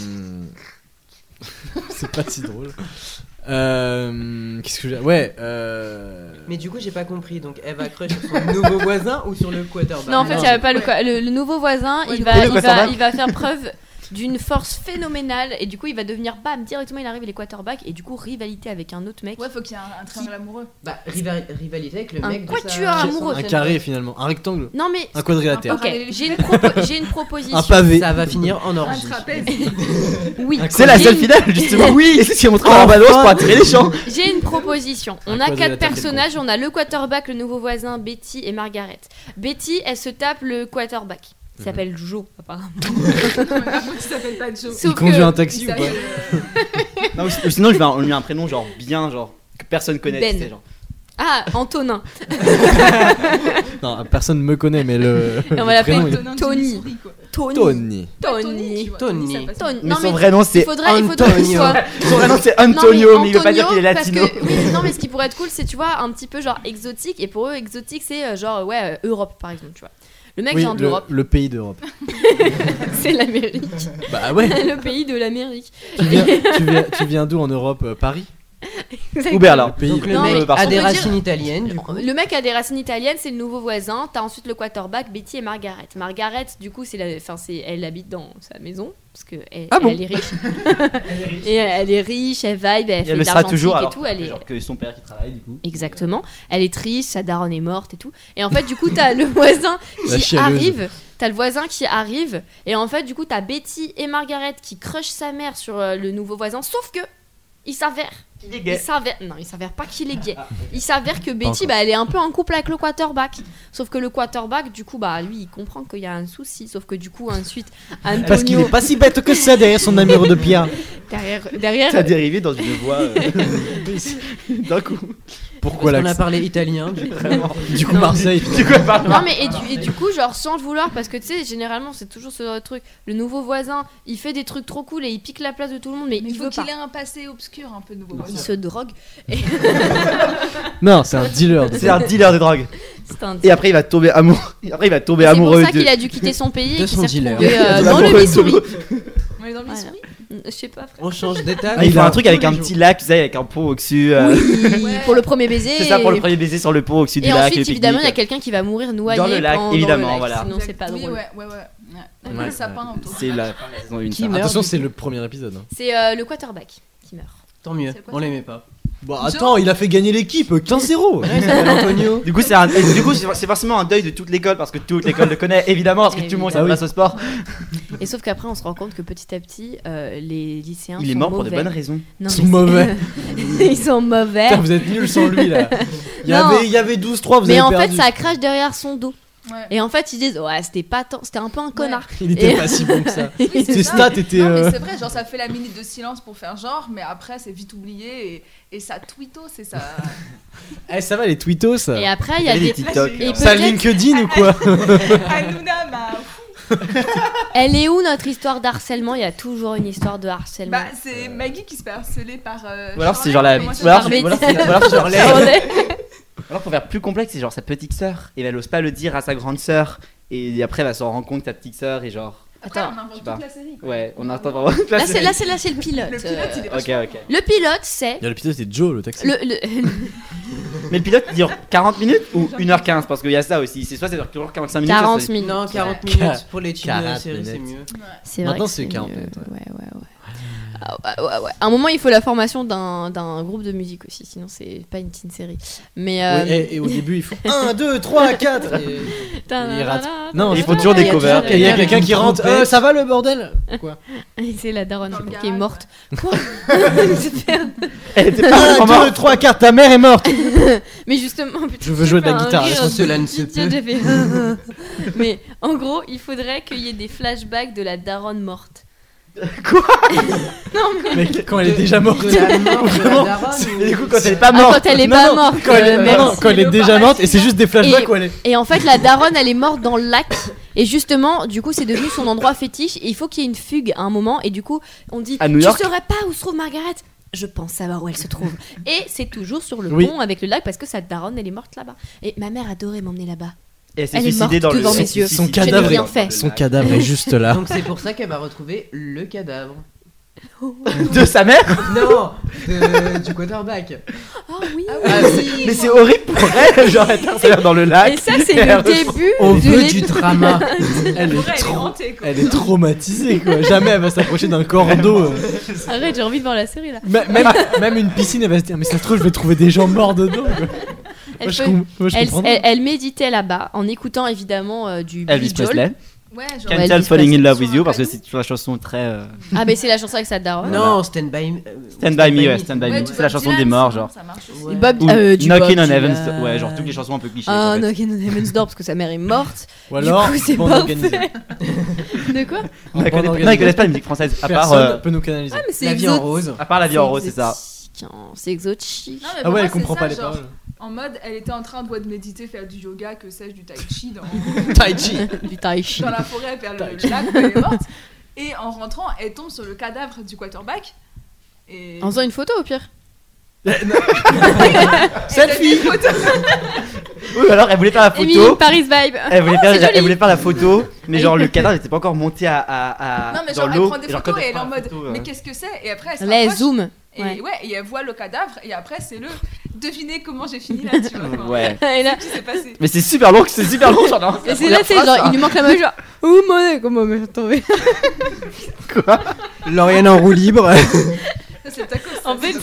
Speaker 5: c'est pas si drôle. Euh, Qu'est-ce que j'ai. Ouais. Euh...
Speaker 7: Mais du coup, j'ai pas compris. Donc, elle va crush sur son nouveau voisin ou sur le quarterback
Speaker 6: Non, en fait, il y avait pas le, co- le, le nouveau voisin. il, va,
Speaker 10: le
Speaker 6: il, va,
Speaker 10: quarterback.
Speaker 6: il va faire preuve d'une force phénoménale. Et du coup, il va devenir bam, directement, il arrive les quarterbacks. Et du coup, rivalité avec un autre mec.
Speaker 8: Ouais, faut qu'il y ait un, un triangle amoureux.
Speaker 7: Bah, rival- rivalité avec le
Speaker 6: Un
Speaker 7: mec. de sa-
Speaker 6: quatuor amoureux.
Speaker 5: Un carré, finalement. Un rectangle.
Speaker 6: Non, mais.
Speaker 5: Un quadrilatère.
Speaker 6: Ok, j'ai une, propo- j'ai une proposition.
Speaker 5: Un pavé.
Speaker 7: Ça va finir en
Speaker 8: Un
Speaker 7: orgie.
Speaker 8: trapèze.
Speaker 6: Oui,
Speaker 10: C'est la
Speaker 6: j'ai
Speaker 10: seule
Speaker 6: une-
Speaker 10: finale justement. Oui. Et c'est ce qui est montré en balance pour attirer les gens.
Speaker 6: J'ai une proposition.
Speaker 5: Un
Speaker 6: On a quatre
Speaker 5: quadrilatère
Speaker 6: personnages. On a le quarterback, le nouveau voisin, Betty et Margaret. Betty, elle se tape le quarterback. Il s'appelle Joe, apparemment.
Speaker 8: Il s'appelle pas Joe.
Speaker 6: Mhm. Sauf
Speaker 5: Il conduit
Speaker 6: que-
Speaker 5: un taxi ou
Speaker 8: Ça,
Speaker 5: pas
Speaker 8: euh,
Speaker 10: Non, ou- ou sinon je vais un- on lui met un prénom genre bien genre que personne connaît.
Speaker 6: Ben.
Speaker 10: tu sais, genre.
Speaker 6: Ah, Antonin.
Speaker 5: Non, personne me connaît, mais le.
Speaker 6: Et on
Speaker 5: le
Speaker 6: va l'appeler
Speaker 5: prénom est
Speaker 8: Antonin
Speaker 6: Tony.
Speaker 8: Tony. quoi.
Speaker 6: Tony.
Speaker 5: Tony.
Speaker 8: Pas Tony. tu vois, Tony, ça
Speaker 7: Tony.
Speaker 8: passe.
Speaker 6: Tony.
Speaker 10: Mais
Speaker 6: Non,
Speaker 10: son
Speaker 6: mais
Speaker 10: vrai nom
Speaker 6: il
Speaker 10: c'est
Speaker 6: faudrait, il faudrait qu'il
Speaker 7: Antonio.
Speaker 6: soit.
Speaker 10: son vrai nom c'est
Speaker 6: Non, mais
Speaker 10: Antonio mais il veut pas dire qu'il est
Speaker 6: Antonio, parce
Speaker 10: latino.
Speaker 6: que- oui, non, mais ce qui pourrait être cool, c'est, tu vois, un petit peu genre exotique. Et pour eux, exotique, c'est euh, genre, ouais, euh, Europe, par exemple, tu vois. Le mec
Speaker 5: Oui,
Speaker 6: vient
Speaker 5: le,
Speaker 6: d'Europe,
Speaker 5: le pays d'Europe.
Speaker 6: c'est l'Amérique.
Speaker 5: Bah ouais.
Speaker 6: le pays de l'Amérique.
Speaker 5: Tu viens, tu viens, tu viens d'où en Europe euh, Paris
Speaker 10: Ou Berlin.
Speaker 5: Le pays.
Speaker 7: Donc, le
Speaker 6: Non, mais
Speaker 7: mec
Speaker 10: par
Speaker 7: a
Speaker 10: contre-
Speaker 7: des
Speaker 6: on peut
Speaker 7: racines italiennes. du coup.
Speaker 6: Le mec a des racines italiennes, c'est le nouveau voisin. T'as ensuite le quarterback, Betty et Margaret. Margaret, du coup, c'est la, enfin, c'est, elle habite dans sa maison parce que elle,
Speaker 10: Ah bon
Speaker 6: elle est riche. et elle est riche, elle vibe, elle
Speaker 10: Et
Speaker 6: fait
Speaker 10: elle
Speaker 6: de
Speaker 10: le sera
Speaker 6: l'argentique
Speaker 10: toujours
Speaker 6: et
Speaker 10: alors
Speaker 6: tout. Elle
Speaker 10: que,
Speaker 6: est
Speaker 10: genre, que son père qui travaille du coup.
Speaker 6: exactement. Elle est triste, sa daronne est morte et tout. Et en fait, du coup, t'as le voisin
Speaker 5: La
Speaker 6: qui
Speaker 5: chialeuse.
Speaker 6: arrive. T'as le voisin qui arrive. Et en fait, du coup, t'as Betty et Margaret qui crushent sa mère sur euh, le nouveau voisin. Sauf que il s'avère
Speaker 10: Il est
Speaker 6: il s'avère non, il s'avère pas qu'il est gay. Il s'avère que Betty, bah, elle est un peu en couple avec le quarterback. Sauf que le quarterback, du coup, bah, lui, il comprend qu'il y a un souci. Sauf que du coup, ensuite, Antonio,
Speaker 5: pas si bête que ça derrière son amour de Pierre.
Speaker 6: Derrière. derrière...
Speaker 10: T'as dérivé dans une voie euh, d'un coup.
Speaker 5: Pourquoi
Speaker 7: Parce qu'on
Speaker 5: l'accent
Speaker 7: a parlé italien, du coup.
Speaker 10: Vraiment.
Speaker 5: Du coup, Marseille.
Speaker 10: Du coup, elle parle-
Speaker 6: Non mais et du, et du coup genre sans le vouloir parce que tu sais généralement c'est toujours ce genre de truc le nouveau voisin il fait des trucs trop cool et il pique la place de tout le monde mais,
Speaker 8: Mais
Speaker 6: il
Speaker 8: faut
Speaker 6: veut pas
Speaker 8: qu'il ait un passé obscur un peu nouveau.
Speaker 6: il se drogue
Speaker 5: Non, c'est un dealer. de-
Speaker 10: C'est un dealer de drogue.
Speaker 6: c'est un
Speaker 10: Et après, il va tomber amoureux. et Après, il va tomber
Speaker 6: Ah, c'est pour
Speaker 10: amoureux
Speaker 6: ça qu'il
Speaker 10: de.
Speaker 6: a dû quitter son pays
Speaker 7: De
Speaker 6: et qu'il
Speaker 7: son
Speaker 6: s'est
Speaker 7: dealer.
Speaker 6: retrouvé
Speaker 10: de
Speaker 6: euh, dans le
Speaker 10: l'amoureux de
Speaker 6: Missouri
Speaker 10: l'autre.
Speaker 8: On est dans le Missouri
Speaker 6: je sais pas frère
Speaker 7: On change d'état.
Speaker 10: Ah, il fait
Speaker 7: va-
Speaker 10: un truc avec
Speaker 7: tous
Speaker 10: un
Speaker 7: les
Speaker 10: petit
Speaker 7: jours.
Speaker 10: lac, tu sais, avec un pot au-dessus. euh,
Speaker 6: oui
Speaker 8: Ouais.
Speaker 6: pour le premier baiser
Speaker 10: C'est ça pour le
Speaker 6: et-
Speaker 10: premier baiser sur le pot au-dessus du
Speaker 6: et
Speaker 10: lac. le
Speaker 6: ensuite évidemment il y a
Speaker 10: pique-nique.
Speaker 6: quelqu'un qui va mourir noyé
Speaker 10: Dans le lac,
Speaker 6: pendant- dans le
Speaker 10: évidemment,
Speaker 6: lac,
Speaker 10: voilà.
Speaker 6: sinon c'est pas
Speaker 8: Oui,
Speaker 6: drôle
Speaker 8: ouais, ouais, ouais. ouais.
Speaker 5: Ouais.
Speaker 8: Le sapin autour.
Speaker 10: C'est la saison une,
Speaker 7: Qui
Speaker 10: ça.
Speaker 7: meurt
Speaker 5: Attention, c'est le premier épisode. hein.
Speaker 6: c'est euh, le quarterback qui meurt
Speaker 7: Tant mieux,
Speaker 8: C'est le quoi,
Speaker 7: on
Speaker 8: ça
Speaker 7: l'aimait pas.
Speaker 5: Bon, attends, il a fait gagner l'équipe 15-0.
Speaker 7: Ouais, il s'appelle Antonio.
Speaker 10: Du coup, c'est un- et du coup, c'est c'est forcément un deuil de toute l'école parce que toute l'école le connaît, évidemment, parce que tout le monde s'intéresse au sport.
Speaker 6: et sauf qu'après on se rend compte que petit à petit euh, les lycéens
Speaker 10: Il est
Speaker 6: sont
Speaker 10: mort pour
Speaker 6: mauvais.
Speaker 10: de bonnes raisons.
Speaker 5: Ils
Speaker 6: Non,
Speaker 5: sont
Speaker 6: mais-
Speaker 5: mauvais.
Speaker 6: ils sont mauvais
Speaker 5: Putain, vous êtes nuls sans lui là. Il y
Speaker 6: Non.
Speaker 5: avait, il y avait 12-3, vous
Speaker 6: mais
Speaker 5: avez
Speaker 6: en
Speaker 5: perdu.
Speaker 6: fait ça crache derrière son dos
Speaker 8: Ouais.
Speaker 6: Et en fait, ils disent ouais, c'était pas tant, c'était un peu un connard.
Speaker 5: Il était
Speaker 6: Et-
Speaker 5: pas si bon que ça.
Speaker 8: Oui, c'est
Speaker 5: Tes
Speaker 8: ça.
Speaker 5: stats étaient.
Speaker 8: Non, mais
Speaker 5: euh,
Speaker 8: c'est vrai, genre ça fait la minute de silence pour faire genre, mais après c'est vite oublié et, et ça twito, c'est ça.
Speaker 5: Eh, ça va les twittos. Ça,
Speaker 6: Et après, il y a
Speaker 10: Regardez
Speaker 6: des.
Speaker 10: les TikTok.
Speaker 6: Et
Speaker 5: Ça,
Speaker 6: peut-être-
Speaker 5: LinkedIn ou quoi
Speaker 8: Hanouna m'a.
Speaker 6: Elle est où notre histoire d'harcèlement Il y a toujours une histoire de harcèlement.
Speaker 8: Bah, c'est Maggie qui se fait harceler par. euh,
Speaker 10: Ou alors, c'est genre la.
Speaker 8: Charlotte, comment ça
Speaker 10: Ou alors,
Speaker 8: s'appelle
Speaker 10: c'est- ou alors, c'est- ou alors, c'est genre la- Alors pour faire plus complexe, c'est genre sa petite sœur. Et elle ose pas le dire à sa grande sœur. Et après, elle va s'en rendre compte, sa petite sœur, et genre.
Speaker 8: Après,
Speaker 6: Attends,
Speaker 8: on
Speaker 10: je sais
Speaker 8: invente
Speaker 10: pas.
Speaker 8: toute la série. quoi.
Speaker 10: Ouais, on attend vraiment. toute la
Speaker 6: là, c'est
Speaker 10: série.
Speaker 6: là, c'est là, c'est le pilote. Euh,
Speaker 8: Le pilote, il est
Speaker 10: Ok, ok.
Speaker 6: Le pilote, c'est
Speaker 5: Il y a l'épisode, c'était Joe le taxi.
Speaker 6: le, le-
Speaker 10: Mais le pilote dure 40 minutes ou 1h15 Parce qu'il y a ça aussi. C'est soit ça dure toujours 45 minutes. soit
Speaker 6: 40
Speaker 10: c'est-
Speaker 6: minutes.
Speaker 7: Non, 40
Speaker 5: Ouais.
Speaker 7: minutes pour les tunes de
Speaker 5: 40
Speaker 7: série, c'est
Speaker 5: minutes.
Speaker 7: mieux.
Speaker 6: C'est
Speaker 5: Maintenant,
Speaker 6: que
Speaker 5: c'est 40 minutes,
Speaker 6: Ouais, ouais, ouais. Ah, ouais, ouais, ouais. À un moment, il faut la formation d'un d'un groupe de musique aussi, sinon c'est pas une petite série. Mais euh,
Speaker 5: Oui, et, et au début, ils font 1, 2, 3, 4.
Speaker 6: tadadada,
Speaker 5: ratent.
Speaker 6: tadadada,
Speaker 5: Non,
Speaker 10: ils font toujours des
Speaker 6: il y a
Speaker 10: covers.
Speaker 6: toujours
Speaker 5: Et il y a
Speaker 6: des-
Speaker 5: quelqu'un qui rentre.
Speaker 7: trompette.
Speaker 5: Euh, ça va le bordel Quoi
Speaker 6: Et C'est la daronne
Speaker 8: Dans le
Speaker 6: qui est
Speaker 8: garage,
Speaker 6: morte. Quoi Super.
Speaker 10: Elle était pas vraiment
Speaker 5: 1,
Speaker 10: morte.
Speaker 5: 2, 3, 4, ta mère est morte
Speaker 6: Mais justement, putain,
Speaker 5: Je veux jouer de la
Speaker 6: j'ai fait un
Speaker 5: guitare.
Speaker 6: rire
Speaker 7: Est-ce que cela ne se
Speaker 6: pitié,
Speaker 7: peut
Speaker 6: j'ai fait Mais en gros, il faudrait qu'il y ait des flashbacks de la daronne morte.
Speaker 5: Mec, quand elle est déjà morte.
Speaker 7: De la mort de la
Speaker 5: Vraiment,
Speaker 7: daronne, ou-
Speaker 10: Mais du coup, quand elle est pas
Speaker 6: Ah,
Speaker 10: morte.
Speaker 6: quand elle est
Speaker 5: Non,
Speaker 6: pas
Speaker 5: non,
Speaker 6: morte.
Speaker 5: Quand elle est,
Speaker 6: euh,
Speaker 5: non, non,
Speaker 6: merci.
Speaker 5: quand elle est déjà morte, et c'est juste des flashbacks
Speaker 6: Et-
Speaker 5: où elle est.
Speaker 6: Et en fait, la daronne, elle est morte dans le lac. Et justement, du coup, c'est devenu son endroit fétiche. Et il faut qu'il y ait une fugue à un moment. Et du coup, on dit
Speaker 10: À New
Speaker 6: Tu
Speaker 10: York
Speaker 6: saurais pas où se trouve Margaret Je pense savoir où elle se trouve. Et c'est toujours sur le
Speaker 5: Oui.
Speaker 6: pont avec le lac parce que sa daronne, elle est morte là-bas. Et ma mère adorait m'emmener là-bas.
Speaker 10: Et elle s'est
Speaker 6: Elle est
Speaker 10: suicidée
Speaker 6: morte
Speaker 10: dans le.
Speaker 6: devant
Speaker 10: elle
Speaker 6: mes
Speaker 10: s'est
Speaker 6: yeux.
Speaker 5: Son
Speaker 10: suicidée
Speaker 5: cadavre
Speaker 10: dans
Speaker 6: bien
Speaker 10: le-
Speaker 6: fait.
Speaker 5: Son cadavre est juste là.
Speaker 7: Donc c'est pour ça qu'elle va retrouver le cadavre.
Speaker 6: Oh. Ah
Speaker 10: De sa mère
Speaker 7: Non, de- du quarterback.
Speaker 6: Oh oui
Speaker 7: Ah oui.
Speaker 10: Mais c'est horrible pour elle. Genre, elle est dans le
Speaker 6: Et
Speaker 10: lac.
Speaker 6: ça, c'est le début
Speaker 7: On
Speaker 6: de
Speaker 7: veut
Speaker 6: l'ép-
Speaker 7: du drama.
Speaker 5: Elle
Speaker 8: Pour
Speaker 5: est,
Speaker 8: elle, elle est
Speaker 5: trop-
Speaker 8: hantée, quoi.
Speaker 5: elle est traumatisée quoi. Jamais elle va s'approcher d'un cordeau.
Speaker 6: Arrête, j'ai envie de voir la série là.
Speaker 5: même, même- même une piscine elle va se dire mais ça se trouve je vais trouver des gens morts dedans. quoi.
Speaker 6: Elle,
Speaker 5: Moi, je
Speaker 6: peut-
Speaker 5: com- moi, je
Speaker 6: elle-
Speaker 5: comprends.
Speaker 6: elle- elle méditait là-bas en écoutant évidemment euh, du
Speaker 10: Elvis
Speaker 6: Billy Joel.
Speaker 10: Presley.
Speaker 8: Ouais, genre.
Speaker 6: Quel-
Speaker 10: Can't
Speaker 6: Elvis
Speaker 10: Tell Falling in
Speaker 8: Presley.
Speaker 10: Love with You parce que c'est toujours la chanson très. euh,
Speaker 6: Ah mais c'est la chanson avec sa daronne.
Speaker 7: Non, Stand By euh,
Speaker 10: Stand By Me, ouais, Stand By
Speaker 8: Ouais,
Speaker 10: Me.
Speaker 8: tu
Speaker 10: C'est
Speaker 8: vois,
Speaker 10: la chanson
Speaker 8: Dylan,
Speaker 10: des morts,
Speaker 8: ça,
Speaker 10: genre.
Speaker 8: Ça marche aussi.
Speaker 7: Ouais.
Speaker 6: Bob,
Speaker 10: Ou
Speaker 6: euh, du Bob
Speaker 10: Knockin' on
Speaker 6: Dylan.
Speaker 10: Heaven's Door. Ouais, genre toutes les chansons un peu clichés.
Speaker 6: Ah
Speaker 10: en fait.
Speaker 6: Knock on Heaven's Door parce que sa mère est morte.
Speaker 5: Ou alors
Speaker 6: du coup c'est
Speaker 5: bande
Speaker 6: pas
Speaker 5: organisée.
Speaker 6: fait. De quoi
Speaker 10: On la connaît
Speaker 5: En bande
Speaker 10: pas-
Speaker 5: organisée.
Speaker 10: Non, ils connaissent pas la musique française. À part.
Speaker 5: Personne
Speaker 10: euh,
Speaker 5: peut nous canaliser.
Speaker 6: Ah, mais c'est
Speaker 7: La vie en rose.
Speaker 10: À part la vie en rose, c'est ça.
Speaker 6: exotique, hein, C'est exotique.
Speaker 8: Non, mais
Speaker 5: Ah ouais
Speaker 8: pour moi,
Speaker 7: bah
Speaker 5: elle
Speaker 8: c'est
Speaker 5: comprend
Speaker 8: ça,
Speaker 5: pas les
Speaker 8: genre,
Speaker 5: paroles.
Speaker 8: En mode, elle était en train de, ouais, de méditer, faire du yoga, que sais-je, du tai chi dans,
Speaker 5: Tai Chi.
Speaker 6: Du tai chi.
Speaker 8: dans la forêt vers le, le lac où elle est morte. Et en rentrant, elle tombe sur le cadavre du quarterback. Et.
Speaker 6: En faisant une photo au pire.
Speaker 8: Selfie
Speaker 10: Oui, alors elle voulait faire la photo.
Speaker 6: Émilie Paris vibe.
Speaker 10: Elle voulait,
Speaker 6: Oh,
Speaker 10: faire,
Speaker 6: c'est
Speaker 10: elle
Speaker 6: joli.
Speaker 10: voulait faire la photo, mais genre le cadavre n'était pas encore monté à, à, à
Speaker 8: Non, mais
Speaker 10: dans
Speaker 8: genre, elle
Speaker 10: l'eau.
Speaker 8: prend des
Speaker 10: genre,
Speaker 8: photos
Speaker 10: quand
Speaker 8: et elle est en
Speaker 10: prend la
Speaker 8: mode,
Speaker 10: photo, euh,
Speaker 8: mais qu'est-ce que c'est Et après, elle se
Speaker 6: Les
Speaker 8: rapproche,
Speaker 6: zooms.
Speaker 8: Et
Speaker 6: Ouais.
Speaker 8: ouais. et elle voit le cadavre, et après, c'est le devinez comment j'ai fini là, tu vois. enfin,
Speaker 10: Ouais.
Speaker 6: Et là,
Speaker 8: Qu'est-ce qui s'est passé
Speaker 10: Mais c'est super long, c'est super long, genre. non,
Speaker 6: et
Speaker 10: la
Speaker 6: c'est là,
Speaker 10: première
Speaker 6: c'est
Speaker 10: phrase,
Speaker 6: genre, il lui manque la main, genre, oh mon dieu, comment me tomber.
Speaker 7: Lauriane en roue libre.
Speaker 8: Ça, C'est ta cause.
Speaker 6: En fait,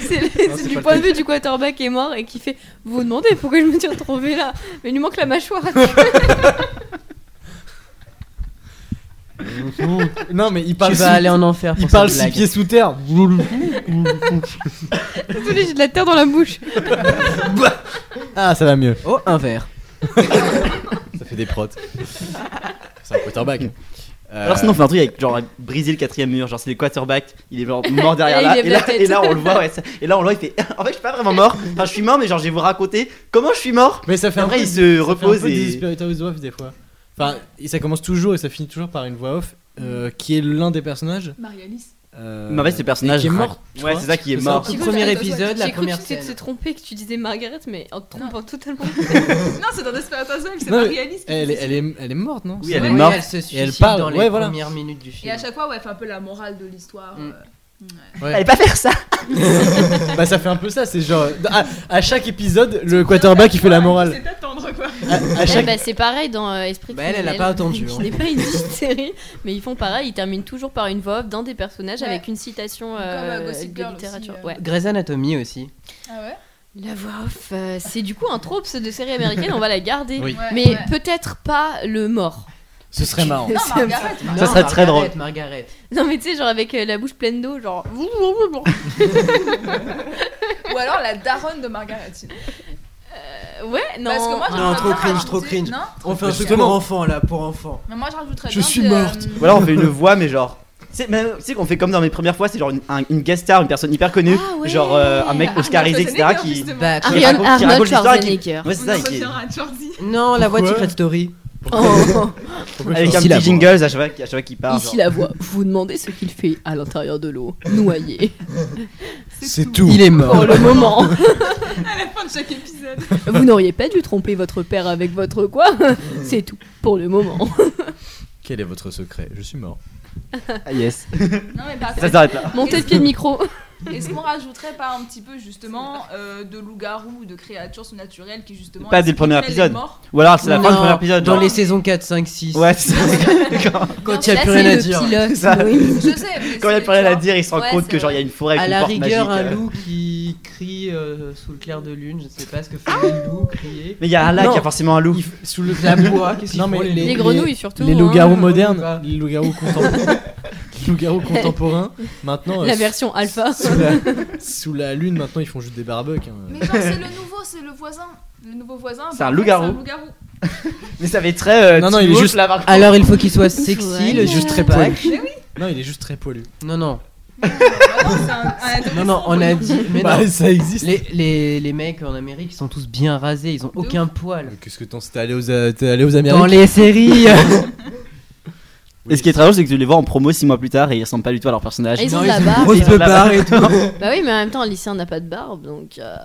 Speaker 6: c'est le- c'est du point de vue du quarterback qui est mort et qui fait Vous vous demandez pourquoi je me suis retrouvé là Mais il lui manque la mâchoire.
Speaker 5: Non mais il
Speaker 7: Tu
Speaker 5: parle
Speaker 7: vas
Speaker 5: six-
Speaker 7: aller en enfer.
Speaker 5: il
Speaker 7: pour
Speaker 5: parle
Speaker 7: cette
Speaker 5: six
Speaker 7: blague.
Speaker 5: pieds sous terre.
Speaker 6: Désolé, j'ai de la terre dans la bouche.
Speaker 5: Ah ça va mieux.
Speaker 7: Oh,
Speaker 12: Ah,
Speaker 7: un verre.
Speaker 5: Ça fait des protes. C'est un quarterback.
Speaker 7: Euh,
Speaker 10: Alors sinon on fait un truc avec genre briser le quatrième mur, genre c'est les quarterbacks, il est genre mort derrière
Speaker 5: Et
Speaker 10: là,
Speaker 5: il lève
Speaker 10: et
Speaker 5: la
Speaker 10: là,
Speaker 5: tête.
Speaker 10: et là, on le voit, ouais, ça- et là on le voit, il fait en fait je suis pas vraiment mort, enfin je suis mort mais genre je vais vous raconter comment je suis mort.
Speaker 5: Mais ça fait
Speaker 10: Après
Speaker 5: un peu,
Speaker 10: il se
Speaker 5: ça
Speaker 10: repose
Speaker 5: fait un peu
Speaker 10: et
Speaker 5: Desperate Housewives, des fois. Enfin, et ça commence toujours et ça finit toujours par une voix off euh, qui est l'un des personnages.
Speaker 8: Marie-Alice.
Speaker 5: Euh,
Speaker 10: Mais en fait, c'est le personnage
Speaker 5: et qui est
Speaker 10: rac-
Speaker 5: mort. tu
Speaker 10: Ouais,
Speaker 5: vois.
Speaker 10: c'est ça qui est mort.
Speaker 12: J'ai cru-
Speaker 7: premier
Speaker 12: attends,
Speaker 7: épisode,
Speaker 12: j'ai
Speaker 7: la
Speaker 12: cru
Speaker 7: première
Speaker 12: que tu t'es
Speaker 7: scène.
Speaker 12: trompé, que tu disais Margaret, mais en te trompant totalement.
Speaker 8: Non, c'est dans Desperate Housewives, c'est
Speaker 5: Non, mais
Speaker 8: Marie-Alice. qui
Speaker 5: elle,
Speaker 8: dit
Speaker 5: est- elle est, elle est morte, non
Speaker 10: Oui, elle est morte.
Speaker 7: Elle se
Speaker 5: Et elle
Speaker 7: suicide
Speaker 5: parle,
Speaker 7: dans les
Speaker 5: ouais, voilà.
Speaker 7: premières minutes du
Speaker 8: ça.
Speaker 7: film.
Speaker 8: Et à chaque fois, ouais, elle fait un peu la morale de l'histoire.
Speaker 7: Mm.
Speaker 8: euh.
Speaker 5: Ouais.
Speaker 10: Allez pas faire ça.
Speaker 5: Bah, ça fait un peu ça, c'est genre. À, à chaque épisode, le quarterback il fait la morale.
Speaker 8: C'est attendre quoi.
Speaker 5: À, à
Speaker 6: Eh
Speaker 5: chaque.
Speaker 6: ben, c'est pareil dans euh, Esprit
Speaker 7: Bah, elle, elle a
Speaker 6: criminel,
Speaker 7: pas attendu,
Speaker 6: qui
Speaker 7: hein.
Speaker 6: n'est pas une petite série, mais ils font pareil, ils terminent toujours par une voix off d'un des personnages
Speaker 8: Ouais.
Speaker 6: avec une citation euh,
Speaker 8: Comme, euh, Gossip
Speaker 6: de
Speaker 8: Girl
Speaker 6: littérature.
Speaker 8: aussi, euh.
Speaker 6: Ouais.
Speaker 7: Grey's Anatomy aussi.
Speaker 8: Ah ouais
Speaker 6: La voix off, euh, c'est du coup un trope de série américaine, on va la garder.
Speaker 5: Oui,
Speaker 8: Ouais,
Speaker 6: Mais
Speaker 8: ouais.
Speaker 6: peut-être pas le mort.
Speaker 5: ce serait marrant.
Speaker 8: Non, Margaret,
Speaker 10: Ça serait très
Speaker 7: Margaret,
Speaker 10: drôle.
Speaker 7: Margaret.
Speaker 6: Non mais tu sais genre avec euh, la bouche pleine d'eau genre
Speaker 8: Ou alors la daronne de Margaret. sinon.
Speaker 6: Euh, ouais non
Speaker 8: Parce que moi,
Speaker 7: Non,
Speaker 8: j'aimerais
Speaker 7: trop
Speaker 8: bien
Speaker 7: cringe,
Speaker 8: rajouter-
Speaker 7: trop cringe.
Speaker 8: Non,
Speaker 7: On fait un truc
Speaker 5: Justement.
Speaker 7: pour enfants là, pour enfants.
Speaker 8: mais moi je rajouterais
Speaker 5: Je
Speaker 8: bien
Speaker 5: suis
Speaker 8: que, euh,
Speaker 5: morte.
Speaker 10: Voilà, on fait une voix mais genre c'est même- tu sais qu'on fait comme dans mes premières fois, c'est genre une, un- une guest star, une personne hyper connue,
Speaker 6: Ah ouais.
Speaker 10: genre euh, un mec oscarisé, etc.
Speaker 8: Schwarzenegger,
Speaker 10: qui.
Speaker 8: justement.
Speaker 7: Bah,
Speaker 10: qui
Speaker 6: Ariane
Speaker 10: Ah, raconte- qui raconte
Speaker 6: Arnold
Speaker 10: l'histoire et qui-
Speaker 6: Schwarzenegger.
Speaker 10: Ouais, c'est ça,
Speaker 8: On en
Speaker 10: et qui-
Speaker 8: reviendra à Jordi.
Speaker 7: Non, la voix de
Speaker 5: Pourquoi
Speaker 7: Secret Story.
Speaker 6: Oh,
Speaker 10: avec un
Speaker 7: Ici, la
Speaker 10: petit
Speaker 7: voix.
Speaker 10: jingle à chaque fois- à chaque fois qui part.
Speaker 6: ici
Speaker 10: genre.
Speaker 6: la voix vous vous demandez ce qu'il fait à l'intérieur de l'eau noyé
Speaker 5: C'est tout. Oh,
Speaker 7: Il est
Speaker 10: Oh.
Speaker 6: pour
Speaker 7: mort.
Speaker 6: le moment
Speaker 8: À la fin de chaque épisode.
Speaker 6: vous n'auriez pas dû tromper votre père avec votre quoi c'est tout pour le moment
Speaker 5: Quel est votre secret Je suis mort.
Speaker 13: Ah, yes.
Speaker 8: Non, mais par
Speaker 10: Ça
Speaker 8: contre,
Speaker 10: s'arrête là.
Speaker 6: montez de pied de micro
Speaker 8: est-ce qu'on rajouterait pas un petit peu justement euh, de loup-garou ou de créatures surnaturelles qui justement.
Speaker 10: Pas dès le premier
Speaker 8: expliquent qu'elle est
Speaker 10: épisode.
Speaker 8: morte
Speaker 10: Ou alors c'est la fin
Speaker 7: Non,
Speaker 10: du premier épisode.
Speaker 7: Dans
Speaker 10: genre.
Speaker 7: les saisons 4, 5, 6.
Speaker 10: Ouais, c'est ça. Quand-
Speaker 7: Quand il n'y a plus rien à dire.
Speaker 10: ça.
Speaker 8: Je sais, mais.
Speaker 10: Quand il y a
Speaker 8: c'est-
Speaker 10: plus rien à
Speaker 8: tu
Speaker 10: dire, il se rend
Speaker 12: Ouais,
Speaker 10: compte
Speaker 12: c'est
Speaker 10: que genre il y a une forêt avec
Speaker 7: À
Speaker 10: une
Speaker 7: la
Speaker 10: porte
Speaker 7: rigueur,
Speaker 10: magique,
Speaker 7: un
Speaker 10: euh.
Speaker 7: loup qui crie euh, sous le clair de lune, je sais pas ce que fait le loup crier.
Speaker 10: Mais il y a un lac,
Speaker 5: Non.
Speaker 10: il y a forcément un loup.
Speaker 5: Sous le
Speaker 7: La bois, qu'est-ce qu'ils
Speaker 5: Non, mais
Speaker 7: font les
Speaker 5: les-
Speaker 6: les
Speaker 7: loups
Speaker 6: grenouilles surtout
Speaker 5: Les
Speaker 6: hein.
Speaker 5: loups-garous
Speaker 7: Bah.
Speaker 5: modernes, les loups-garous contemporains. les loups-garous contemporains. Maintenant, euh,
Speaker 6: la version alpha
Speaker 5: sous la, sous la lune, maintenant ils font juste des barbecues. hein.
Speaker 8: Mais genre, c'est le nouveau, c'est le voisin. Le nouveau voisin.
Speaker 10: C'est
Speaker 8: bah,
Speaker 10: un
Speaker 8: en fait,
Speaker 10: loup-garou.
Speaker 8: C'est un loup-garou.
Speaker 10: Mais ça fait très. euh,
Speaker 5: Non, non,
Speaker 10: Teen
Speaker 5: il est
Speaker 10: Wolf,
Speaker 5: juste-
Speaker 10: là, par-
Speaker 7: Alors il faut qu'il soit
Speaker 6: faudrait-
Speaker 7: sexy, le
Speaker 5: Juste
Speaker 7: juste
Speaker 5: très
Speaker 7: très
Speaker 5: poilu.
Speaker 8: Mais oui,
Speaker 5: Non, il est juste très poilu.
Speaker 7: Non, non,
Speaker 8: bah non, c'est un- un adolescent.
Speaker 7: non, non, on a dit. Mais
Speaker 5: Bah,
Speaker 7: non.
Speaker 5: ça existe.
Speaker 7: Les, les, les mecs en Amérique, ils sont tous bien rasés, ils ont aucun poil.
Speaker 5: Mais Qu'est-ce que t'en sais T'es allé aux, euh, t'es allé aux Amériques
Speaker 7: Dans les séries
Speaker 10: Et ce qui est très drôle, c'est que tu les vois en promo 6 mois plus tard et ils ressemblent pas du tout à leur personnage.
Speaker 6: Et ils ont
Speaker 7: Non,
Speaker 6: de la
Speaker 7: une
Speaker 6: barbe.
Speaker 7: grosse
Speaker 10: Ils ont de la
Speaker 7: barbe et tout.
Speaker 6: bah oui mais en même temps un lycéen n'a pas de barbe donc euh,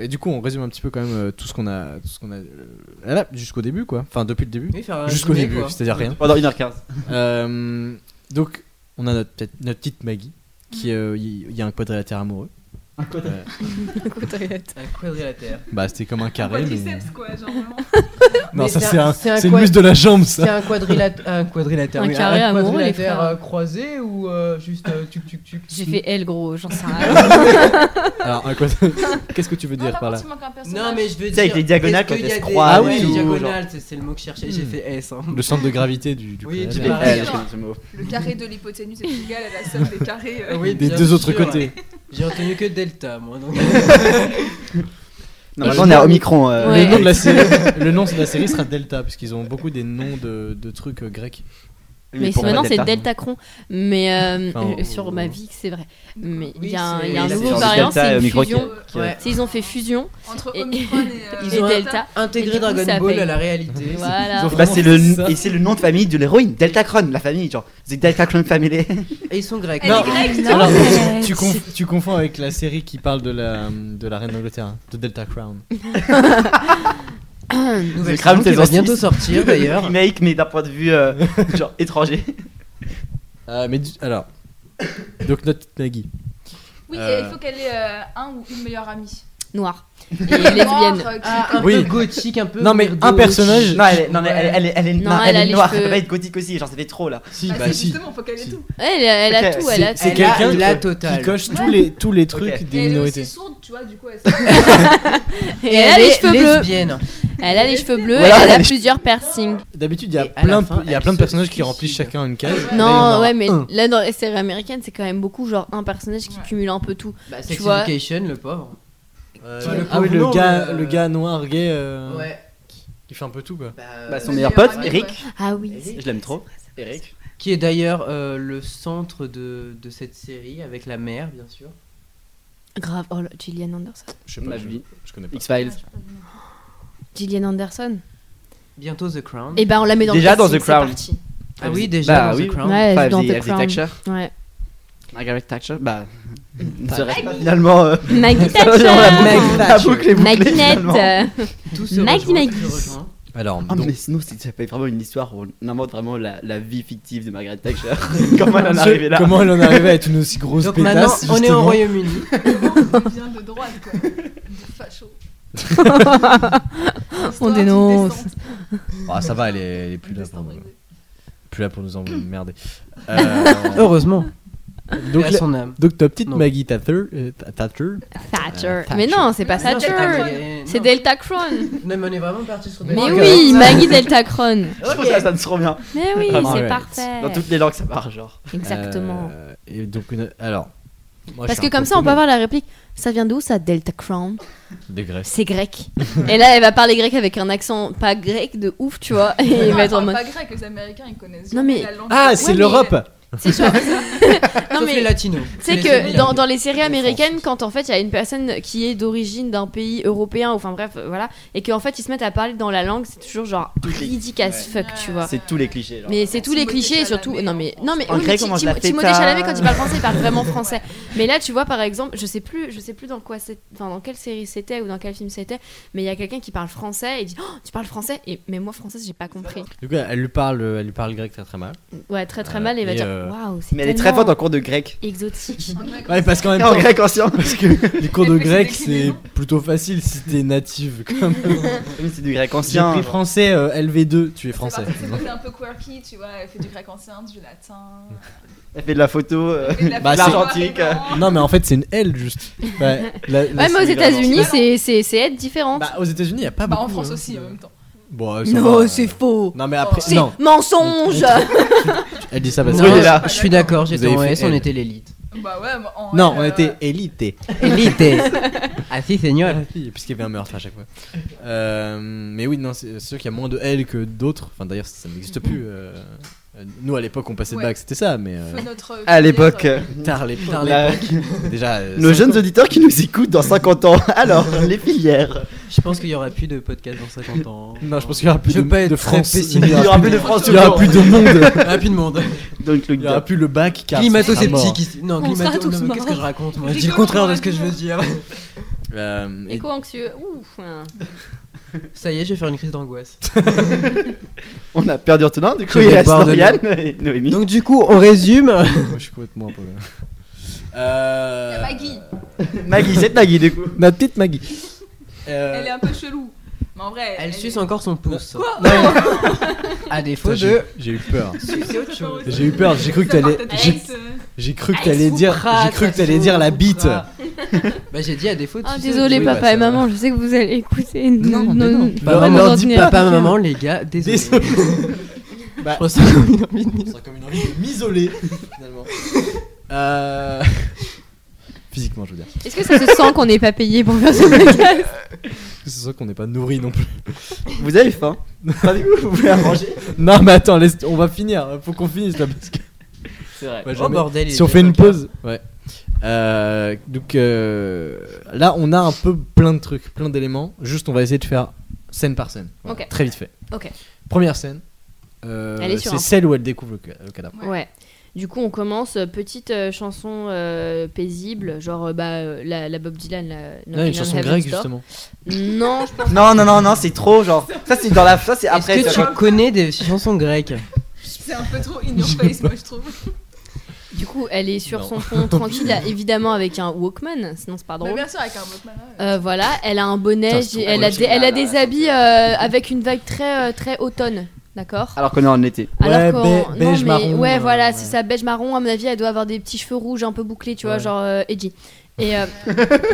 Speaker 5: Et du coup, on résume un petit peu quand même euh, tout ce qu'on a, tout ce qu'on a euh, là, jusqu'au début, quoi. Enfin, depuis le début.
Speaker 7: Oui, faire un
Speaker 5: Jusqu'au
Speaker 7: résumé,
Speaker 5: début,
Speaker 7: quoi.
Speaker 5: c'est-à-dire rien.
Speaker 10: Pendant 1h15.
Speaker 5: Euh, donc, on a notre, peut-être notre petite Maggie, qui euh, il il y, a un quadrilatère amoureux. Un quadrilatère.
Speaker 7: Un quadrilatère.
Speaker 5: bah, c'était comme un
Speaker 8: Un
Speaker 5: carré. mais...
Speaker 8: quadriceps, quoi, genre. vraiment.
Speaker 5: Non,
Speaker 7: Mais
Speaker 5: ça
Speaker 7: c'est
Speaker 5: c'est
Speaker 7: un-
Speaker 5: un,
Speaker 7: c'est un
Speaker 5: c'est le
Speaker 7: quad-
Speaker 5: muscle de la jambe,
Speaker 7: C'est
Speaker 5: ça.
Speaker 7: un quadrilatère. Un quadrilatère.
Speaker 6: Un
Speaker 7: oui,
Speaker 6: carré
Speaker 7: un
Speaker 6: amoureux, les
Speaker 7: quadrilatère
Speaker 6: frères.
Speaker 7: euh, croisé ou euh, juste euh, tuc tuc tuc.
Speaker 6: j'ai fait L gros j'en sais rien
Speaker 5: Alors, un quadrilatère. Qu'est-ce que tu veux
Speaker 8: Non,
Speaker 5: dire
Speaker 8: par
Speaker 5: par là
Speaker 8: contre, il manque un personnage.
Speaker 7: Non mais je
Speaker 10: Tu
Speaker 7: veux dire.
Speaker 10: sais, avec les diagonales,
Speaker 7: est-ce
Speaker 10: quand
Speaker 7: qu'il
Speaker 10: elles
Speaker 7: y a
Speaker 10: se
Speaker 7: des-
Speaker 10: croisent
Speaker 7: Ah
Speaker 5: et
Speaker 7: oui,
Speaker 5: tout,
Speaker 7: les
Speaker 5: genre.
Speaker 7: diagonales, c'est- c'est le mot que je cherchais. J'ai
Speaker 5: Hmm.
Speaker 7: fait S. hein.
Speaker 5: Le centre de gravité du, du
Speaker 7: Oui,
Speaker 5: quadrilatère.
Speaker 7: tu
Speaker 10: Eh,
Speaker 7: pareil.
Speaker 10: je connais ce mot.
Speaker 8: Le carré de l'hypoténuse est égal à la somme des carrés. euh.
Speaker 7: Ah oui,
Speaker 5: Des
Speaker 7: bien
Speaker 5: deux autres
Speaker 7: sûr.
Speaker 5: côtés.
Speaker 7: J'ai retenu que delta moi. donc.
Speaker 10: Non, maintenant on est à Omicron. euh,
Speaker 6: Ouais.
Speaker 5: Le nom, de la série, le nom de la série sera Delta, puisqu'ils ont beaucoup des noms de, de trucs euh, grecs.
Speaker 6: Mais c'est-
Speaker 10: pour hein.
Speaker 6: maintenant c'est
Speaker 10: Delta.
Speaker 6: Deltacron. Mais euh,
Speaker 5: Enfin,
Speaker 6: euh, sur
Speaker 5: on-
Speaker 6: ma vie, c'est vrai. Mais il
Speaker 7: Oui,
Speaker 6: y a un,
Speaker 7: c'est-
Speaker 6: il y a un
Speaker 7: c'est
Speaker 6: nouveau
Speaker 7: genre
Speaker 6: variant,
Speaker 10: Delta
Speaker 6: c'est
Speaker 10: et
Speaker 6: une
Speaker 10: Omicron
Speaker 6: fusion.
Speaker 10: qui-
Speaker 7: Ouais.
Speaker 6: Tu sais, Ils ont fait fusion
Speaker 8: Entre
Speaker 6: Et-
Speaker 8: Omicron et. euh,
Speaker 6: et
Speaker 7: Ils ont
Speaker 6: Delta. Et du
Speaker 7: Intégrer
Speaker 6: coup, ça
Speaker 7: Dragon Ball
Speaker 6: paye.
Speaker 7: à la réalité.
Speaker 6: Voilà.
Speaker 5: Ils ont-
Speaker 10: Bah, c'est
Speaker 5: C'est ça.
Speaker 10: le, et c'est le nom de famille de l'héroïne, Deltacron, la famille, genre, c'est Deltacron Family.
Speaker 7: Et ils sont grecs.
Speaker 8: Elle est grecque, toi.
Speaker 5: Alors, tu, conf- tu confonds avec la série qui parle de la, de la reine d'Angleterre, hein, de Delta Crown.
Speaker 7: Nouvelle
Speaker 10: The Crown
Speaker 7: saison qui va
Speaker 10: saison
Speaker 7: bientôt
Speaker 10: six.
Speaker 7: sortir d'ailleurs.
Speaker 10: Remake, mais d'un point de vue, euh, genre, étranger.
Speaker 5: Euh, mais du- alors, donc notre petite Maggie.
Speaker 8: Oui,
Speaker 5: Euh.
Speaker 8: et il faut qu'elle ait euh, un ou une meilleure amie.
Speaker 6: Noir. Et lesbienne.
Speaker 8: Noire, euh, qui-
Speaker 7: Ah, un
Speaker 5: Oui.
Speaker 7: peu gothique, un peu.
Speaker 5: Non, mais
Speaker 7: weirdo.
Speaker 5: un personnage-
Speaker 10: Non, elle est, non, mais elle, elle, est- elle est,
Speaker 6: Non,
Speaker 10: non,
Speaker 6: elle
Speaker 10: elle
Speaker 6: a
Speaker 10: est
Speaker 6: les
Speaker 10: noire,
Speaker 6: cheveux-
Speaker 10: elle peut pas être gothique aussi, genre, ça fait trop là.
Speaker 5: Si,
Speaker 8: Bah,
Speaker 5: bah
Speaker 8: c'est
Speaker 5: si.
Speaker 8: justement, faut qu'elle ait
Speaker 5: Si.
Speaker 8: tout.
Speaker 6: Elle, elle a
Speaker 10: Ok,
Speaker 6: tout.
Speaker 10: c'est-
Speaker 6: Elle a,
Speaker 5: C'est
Speaker 6: elle
Speaker 7: a-
Speaker 5: quelqu'un
Speaker 7: elle a
Speaker 5: qui-
Speaker 7: totale.
Speaker 5: qui coche tous les, tous les trucs
Speaker 10: Ok.
Speaker 5: des
Speaker 8: et elle est
Speaker 5: minorités.
Speaker 8: aussi sourde, tu vois, du coup, elle sort.
Speaker 6: a- elle a les
Speaker 7: est
Speaker 6: cheveux bleus.
Speaker 7: lesbienne.
Speaker 6: Elle a les cheveux bleus.
Speaker 10: Voilà,
Speaker 6: Elle
Speaker 10: elle
Speaker 6: a
Speaker 10: est-
Speaker 6: plusieurs piercings.
Speaker 5: D'habitude, il y a
Speaker 7: Et à la
Speaker 5: plein, de-
Speaker 7: fin,
Speaker 5: il y a
Speaker 7: elle
Speaker 5: plein de
Speaker 7: se
Speaker 5: personnages qui
Speaker 7: suicide.
Speaker 5: remplissent chacun une case. Là, il y en
Speaker 6: Non,
Speaker 5: a
Speaker 6: ouais, mais
Speaker 5: un.
Speaker 6: là dans les séries américaines, c'est quand même beaucoup genre un personnage qui
Speaker 8: Ouais.
Speaker 6: cumule un peu tout.
Speaker 7: Bah,
Speaker 6: Tu
Speaker 7: Sex
Speaker 6: vois.
Speaker 7: Education, le pauvre.
Speaker 5: Euh,
Speaker 7: le
Speaker 5: ah oui, le
Speaker 7: pauvre,
Speaker 5: gars,
Speaker 7: euh,
Speaker 5: le gars noir gay euh,
Speaker 7: Ouais.
Speaker 5: qui fait un peu tout quoi.
Speaker 7: Bah,
Speaker 10: Bah, son
Speaker 7: euh,
Speaker 10: meilleur pote,
Speaker 8: Ouais.
Speaker 10: Eric,
Speaker 6: Ah oui.
Speaker 10: je l'aime trop. Eric.
Speaker 7: qui est d'ailleurs euh, le centre de, de cette série, avec la mère, bien sûr.
Speaker 6: Grave, oh, là, Gillian Anderson.
Speaker 5: Je sais pas,
Speaker 14: Ma
Speaker 5: je,
Speaker 14: vie.
Speaker 5: je connais pas.
Speaker 14: X-Files.
Speaker 6: Gillian Anderson.
Speaker 7: Bientôt The Crown.
Speaker 6: Et ben on la met dans
Speaker 14: Déjà
Speaker 6: le
Speaker 14: dans
Speaker 6: casting,
Speaker 14: The Crown.
Speaker 6: c'est parti.
Speaker 7: Ah oui, déjà
Speaker 14: Bah
Speaker 7: dans
Speaker 14: oui.
Speaker 7: The Crown.
Speaker 6: Ouais, Ah, elle
Speaker 14: Enfin,
Speaker 6: joue dans
Speaker 14: elle faisait-
Speaker 6: The
Speaker 14: elle faisait
Speaker 6: Crown.
Speaker 14: Thatcher.
Speaker 6: Ouais.
Speaker 14: Margaret Thatcher Bah. ne
Speaker 10: Bah,
Speaker 14: serait-ce pas-
Speaker 10: Finalement, euh,
Speaker 6: Maggie
Speaker 10: ça revient dans la
Speaker 6: Thatcher.
Speaker 10: boucle, la boucle est bouclée, finalement.
Speaker 6: Maguinette.
Speaker 7: Tout se
Speaker 6: Maggie,
Speaker 7: rejoint,
Speaker 6: Maggie.
Speaker 7: tout se rejoint.
Speaker 5: Alors,
Speaker 10: Ah,
Speaker 5: donc,
Speaker 10: mais sinon, c'est- ça fait vraiment une histoire où on invente vraiment la, la vie fictive de Margaret Thatcher. Comment elle en est arrivée là
Speaker 5: comment elle en est arrivée à être une aussi grosse
Speaker 7: Donc maintenant,
Speaker 5: pétasse
Speaker 7: on est
Speaker 5: justement
Speaker 7: au Royaume-Uni.
Speaker 8: On devient de droite, quoi. De facho. Histoire d'une
Speaker 6: dénonce.
Speaker 8: descente.
Speaker 5: Ah, ça va, elle est, elle est plus,
Speaker 8: Une
Speaker 5: là pour,
Speaker 8: descente
Speaker 5: nous-
Speaker 8: brisée.
Speaker 5: plus là pour nous emmerder. Euh,
Speaker 7: Heureusement.
Speaker 5: donc,
Speaker 7: à
Speaker 5: la-
Speaker 7: son âme.
Speaker 5: donc ta petite
Speaker 7: Non.
Speaker 5: Maggie Thatcher, euh, Thatcher,
Speaker 6: Thatcher.
Speaker 5: Thatcher.
Speaker 6: Mais non, c'est pas
Speaker 8: Non, c'est
Speaker 6: Thatcher. C'est Delta Crohn.
Speaker 7: Non, mais on est vraiment parti sur des
Speaker 6: Mais
Speaker 7: langues,
Speaker 6: oui,
Speaker 7: euh,
Speaker 6: Maggie Delta Crohn.
Speaker 10: Je trouve ça, ça me trop bien.
Speaker 6: Mais oui,
Speaker 5: Vraiment, ouais.
Speaker 6: c'est parfait.
Speaker 10: Dans toutes les langues, ça marche, genre.
Speaker 6: Exactement.
Speaker 5: Euh, et donc, une- alors. moi, je
Speaker 6: Parce
Speaker 5: suis
Speaker 6: que
Speaker 5: un
Speaker 6: comme
Speaker 5: peu
Speaker 6: ça, on peut
Speaker 5: paumé.
Speaker 6: avoir la réplique. Ça vient d'où ça, Delta Crown
Speaker 5: Des Grecs.
Speaker 6: C'est grec. Et là, elle va parler grec avec un accent pas grec de ouf, tu vois. Et il
Speaker 8: Non,
Speaker 6: va
Speaker 8: elle
Speaker 6: être en
Speaker 8: parle
Speaker 6: mode.
Speaker 8: pas grec, les Américains ils connaissent.
Speaker 6: Non,
Speaker 8: jamais
Speaker 6: mais-
Speaker 8: la langue.
Speaker 5: Ah, c'est
Speaker 6: Ouais, mais-
Speaker 5: l'Europe
Speaker 6: C'est genre- non,
Speaker 7: sauf les
Speaker 6: mais.
Speaker 7: latinos.
Speaker 6: Tu sais
Speaker 7: Les
Speaker 6: que
Speaker 7: Anglais,
Speaker 6: dans,
Speaker 7: les-
Speaker 6: dans les séries
Speaker 7: les Français.
Speaker 6: américaines, quand en fait il y a une personne qui est d'origine d'un pays européen, ou enfin bref, euh, voilà, et qu'en fait ils se mettent à parler dans la langue, c'est toujours genre
Speaker 14: Toutes les-
Speaker 6: ridicule as fuck, tu vois.
Speaker 14: C'est tous les clichés. genre.
Speaker 6: Mais c'est tous les
Speaker 8: Timothée
Speaker 6: clichés et surtout.
Speaker 8: Chalamet
Speaker 6: Non, mais. Non, mais.
Speaker 14: En
Speaker 6: oui, mais
Speaker 14: grec,
Speaker 6: Ti-
Speaker 14: on mange
Speaker 6: Timo-
Speaker 14: la feta.
Speaker 6: Timothée Chalamet, quand il parle français, il parle vraiment français. Mais là, tu vois, par exemple, je sais plus, je sais plus dans quoi c'est. Enfin, dans quelle série c'était ou dans quel film c'était, mais il y a quelqu'un qui parle français et dit Oh, tu parles français Et, Mais moi, français, j'ai pas compris.
Speaker 5: Du coup, elle lui parle, elle lui parle grec très très mal.
Speaker 6: Ouais, très très
Speaker 5: Euh,
Speaker 6: mal, et il va
Speaker 5: et,
Speaker 6: dire
Speaker 5: euh,
Speaker 6: Waouh, c'est.
Speaker 14: Mais elle est très
Speaker 6: tellement
Speaker 14: forte en cours de grec.
Speaker 6: Exotique.
Speaker 8: En grec,
Speaker 5: Ouais, parce qu'en même
Speaker 10: Et en
Speaker 5: temps,
Speaker 10: grec ancien, parce que
Speaker 5: les cours de
Speaker 8: Elle fait ses
Speaker 5: grec, c'est
Speaker 8: déclinaisons.
Speaker 5: plutôt facile si t'es native. quand même.
Speaker 10: Oui, c'est du grec
Speaker 5: J'ai
Speaker 10: ancien.
Speaker 5: pris français euh, LV2, tu es
Speaker 8: C'est
Speaker 5: français.
Speaker 8: parti, c'est côté un peu quirky, tu vois. Elle fait du grec ancien, du latin.
Speaker 10: Elle fait de la photo. euh,
Speaker 8: elle fait de la
Speaker 5: Bah,
Speaker 8: photo Ah,
Speaker 5: c'est-
Speaker 8: noir et
Speaker 10: l'argentique, euh.
Speaker 8: blanc.
Speaker 5: Non, mais en fait, c'est une L juste. Bah, la- la-
Speaker 6: Ouais, mais aux États-Unis,
Speaker 8: vraiment-
Speaker 6: c'est- c'est c'est être différente.
Speaker 5: Bah, aux États-Unis, il y a pas
Speaker 8: Bah,
Speaker 5: beaucoup.
Speaker 8: en France
Speaker 5: hein.
Speaker 8: aussi en même temps.
Speaker 5: Bon, euh, ça va.
Speaker 6: Non, c'est faux.
Speaker 5: Non, mais après,
Speaker 8: C'est-
Speaker 5: non.
Speaker 6: Mensonge
Speaker 5: Elle dit ça parce
Speaker 7: Non,
Speaker 5: que.
Speaker 10: Oui, là.
Speaker 7: Je suis d'accord, j'étais
Speaker 5: Vous
Speaker 7: en
Speaker 5: avez
Speaker 7: S,
Speaker 5: fait
Speaker 7: on
Speaker 5: L.
Speaker 7: était l'élite.
Speaker 8: Bah ouais, moi, en
Speaker 5: Non,
Speaker 8: vrai,
Speaker 5: on
Speaker 8: euh,
Speaker 5: était élité.
Speaker 7: Élite Ah si, seigneur.
Speaker 5: Puisqu'il y avait un meurtre à chaque fois. Euh, mais oui, non, c'est c'est sûr qu'il y a moins de L que d'autres. Enfin, d'ailleurs, ça n'existe plus. euh, euh, Nous, à l'époque, on passait de
Speaker 8: Ouais.
Speaker 5: bac, c'était ça, mais. euh,
Speaker 8: feu notre
Speaker 10: À
Speaker 8: filière,
Speaker 10: l'époque,
Speaker 8: euh,
Speaker 10: euh,
Speaker 5: Tard les tard
Speaker 10: la-
Speaker 5: l'époque. Déjà. euh,
Speaker 10: nos
Speaker 5: cinq
Speaker 10: jeunes
Speaker 5: ans.
Speaker 10: auditeurs qui nous écoutent dans 50 ans. Alors, les filières.
Speaker 7: Je pense qu'il y aura plus de podcast dans 50 ans.
Speaker 5: Non, je pense qu'il y aura plus
Speaker 7: Je veux
Speaker 5: de,
Speaker 7: pas être
Speaker 5: de
Speaker 7: très
Speaker 5: France.
Speaker 7: pessimiste.
Speaker 5: Il y
Speaker 10: Il y
Speaker 5: aura
Speaker 10: aura
Speaker 5: plus
Speaker 10: plus
Speaker 5: de
Speaker 10: de France
Speaker 5: il y aura
Speaker 10: toujours.
Speaker 5: plus de monde.
Speaker 7: Rapidement.
Speaker 10: Donc, le
Speaker 5: Il y aura plus le bac. car ce sera mort.
Speaker 7: Climato-sceptique ici. Non,
Speaker 6: On sera
Speaker 7: climato.
Speaker 6: tous
Speaker 7: non, mais
Speaker 6: morts.
Speaker 7: Qu'est-ce que je raconte moi Je
Speaker 8: J'ai
Speaker 7: dis le
Speaker 8: cru
Speaker 7: contraire
Speaker 8: qu'on
Speaker 7: de ce que je
Speaker 8: aurait
Speaker 7: veux
Speaker 8: dit
Speaker 7: dire.
Speaker 5: Euh, et-
Speaker 6: Éco-anxieux. Ouf. hein.
Speaker 7: Ça y est, je vais faire une crise d'angoisse.
Speaker 10: On a perdu Antonin, du coup,
Speaker 7: Je
Speaker 10: il
Speaker 7: vais
Speaker 10: reste
Speaker 7: boire de
Speaker 10: Lauriane et Noémie.
Speaker 7: Donc du coup, on résume.
Speaker 5: Moi, je suis complètement paumé. Euh...
Speaker 8: la Maggie.
Speaker 10: Maggie, c'est Maggie, du coup.
Speaker 5: Ma petite Maggie. Euh,
Speaker 8: Elle est un peu chelou. Mais en vrai,
Speaker 7: Elle
Speaker 8: est- Oh,
Speaker 7: suce encore son pouce. À défaut
Speaker 5: putain,
Speaker 7: de.
Speaker 5: j'ai- J'ai eu peur.
Speaker 7: C'est autre chose.
Speaker 5: J'ai eu peur. J'ai cru que
Speaker 8: Ça
Speaker 5: t'allais.
Speaker 8: partait de
Speaker 5: J'ai
Speaker 8: Alex, euh,
Speaker 5: j'ai
Speaker 7: Ah,
Speaker 5: cru que t'allais dire. J'ai cru que t'allais dire la bite.
Speaker 7: bah j'ai dit à défaut. tu
Speaker 6: Ah,
Speaker 7: sais,
Speaker 6: désolé,
Speaker 5: oui, bah,
Speaker 6: papa
Speaker 5: ça
Speaker 6: et
Speaker 5: va.
Speaker 6: maman, je sais que vous allez écouter.
Speaker 5: Non,
Speaker 6: Nous-
Speaker 5: mais non.
Speaker 6: nous- nous-
Speaker 5: Bah,
Speaker 6: nous
Speaker 5: maman,
Speaker 6: en
Speaker 7: Maman,
Speaker 6: tenir à
Speaker 7: papa,
Speaker 6: cœur.
Speaker 7: maman, les gars, désolé.
Speaker 5: Désolé.
Speaker 7: Je ressens Bah, une envie de-
Speaker 5: Je sens comme une envie de m'isoler finalement. Euh... Physiquement, je veux dire.
Speaker 6: Est-ce que ça se sent qu'on n'est pas payé pour faire ce podcast
Speaker 5: C'est sûr qu'on n'est pas nourri non plus.
Speaker 10: Vous avez faim Enfin, du coup, vous voulez à manger
Speaker 5: Non, mais attends, laisse- on va finir. Faut qu'on finisse là parce que.
Speaker 14: C'est vrai.
Speaker 5: Ouais, je
Speaker 7: Oh
Speaker 5: mets-
Speaker 7: bordel. il
Speaker 5: Si on
Speaker 7: est
Speaker 5: fait une
Speaker 7: déjà
Speaker 5: pause, ouais. Euh, donc euh, là, on a un peu plein de trucs, plein d'éléments. Juste, on va essayer de faire scène par scène. Voilà,
Speaker 6: Ok.
Speaker 5: Très vite fait.
Speaker 6: Ok.
Speaker 5: Première scène. euh,
Speaker 6: Elle est sur
Speaker 5: c'est
Speaker 6: un-
Speaker 5: celle où elle découvre le, ca- le cadavre.
Speaker 8: Ouais.
Speaker 6: Ouais. Du coup, on commence euh, petite euh, chanson euh, paisible, genre euh, bah, euh, la, la Bob Dylan. La,
Speaker 5: Non, une chanson grecque justement.
Speaker 6: Non, je pense
Speaker 10: Non, non, non, non, c'est trop, genre. Ça, c'est dans la. Ça, c'est
Speaker 7: Est-ce
Speaker 10: après.
Speaker 7: que
Speaker 10: ça.
Speaker 7: tu connais des chansons grecques
Speaker 8: C'est un peu trop in your face, moi je trouve.
Speaker 6: Du coup, elle est sur
Speaker 5: Non.
Speaker 6: son fond tranquille, là, évidemment avec un Walkman, sinon c'est pas
Speaker 8: Mais
Speaker 6: drôle.
Speaker 8: bien sûr, avec un mot de
Speaker 6: Euh,
Speaker 8: malade.
Speaker 6: voilà, elle a un bonnet,
Speaker 5: Putain, c'est
Speaker 6: j'ai-
Speaker 5: trop
Speaker 6: elle a,
Speaker 5: cool,
Speaker 6: des, elle a des habits euh, avec une vague très, euh, très automne, d'accord
Speaker 10: Alors qu'on est en été.
Speaker 5: Ouais, be-
Speaker 6: Alors qu'on. non,
Speaker 5: beige
Speaker 6: mais-
Speaker 5: marron,
Speaker 6: Ouais,
Speaker 5: euh,
Speaker 6: voilà,
Speaker 5: ouais.
Speaker 6: c'est ça, beige marron. À mon avis, elle doit avoir des petits cheveux rouges un peu bouclés, tu vois,
Speaker 5: Ouais.
Speaker 6: genre euh, edgy. Et euh,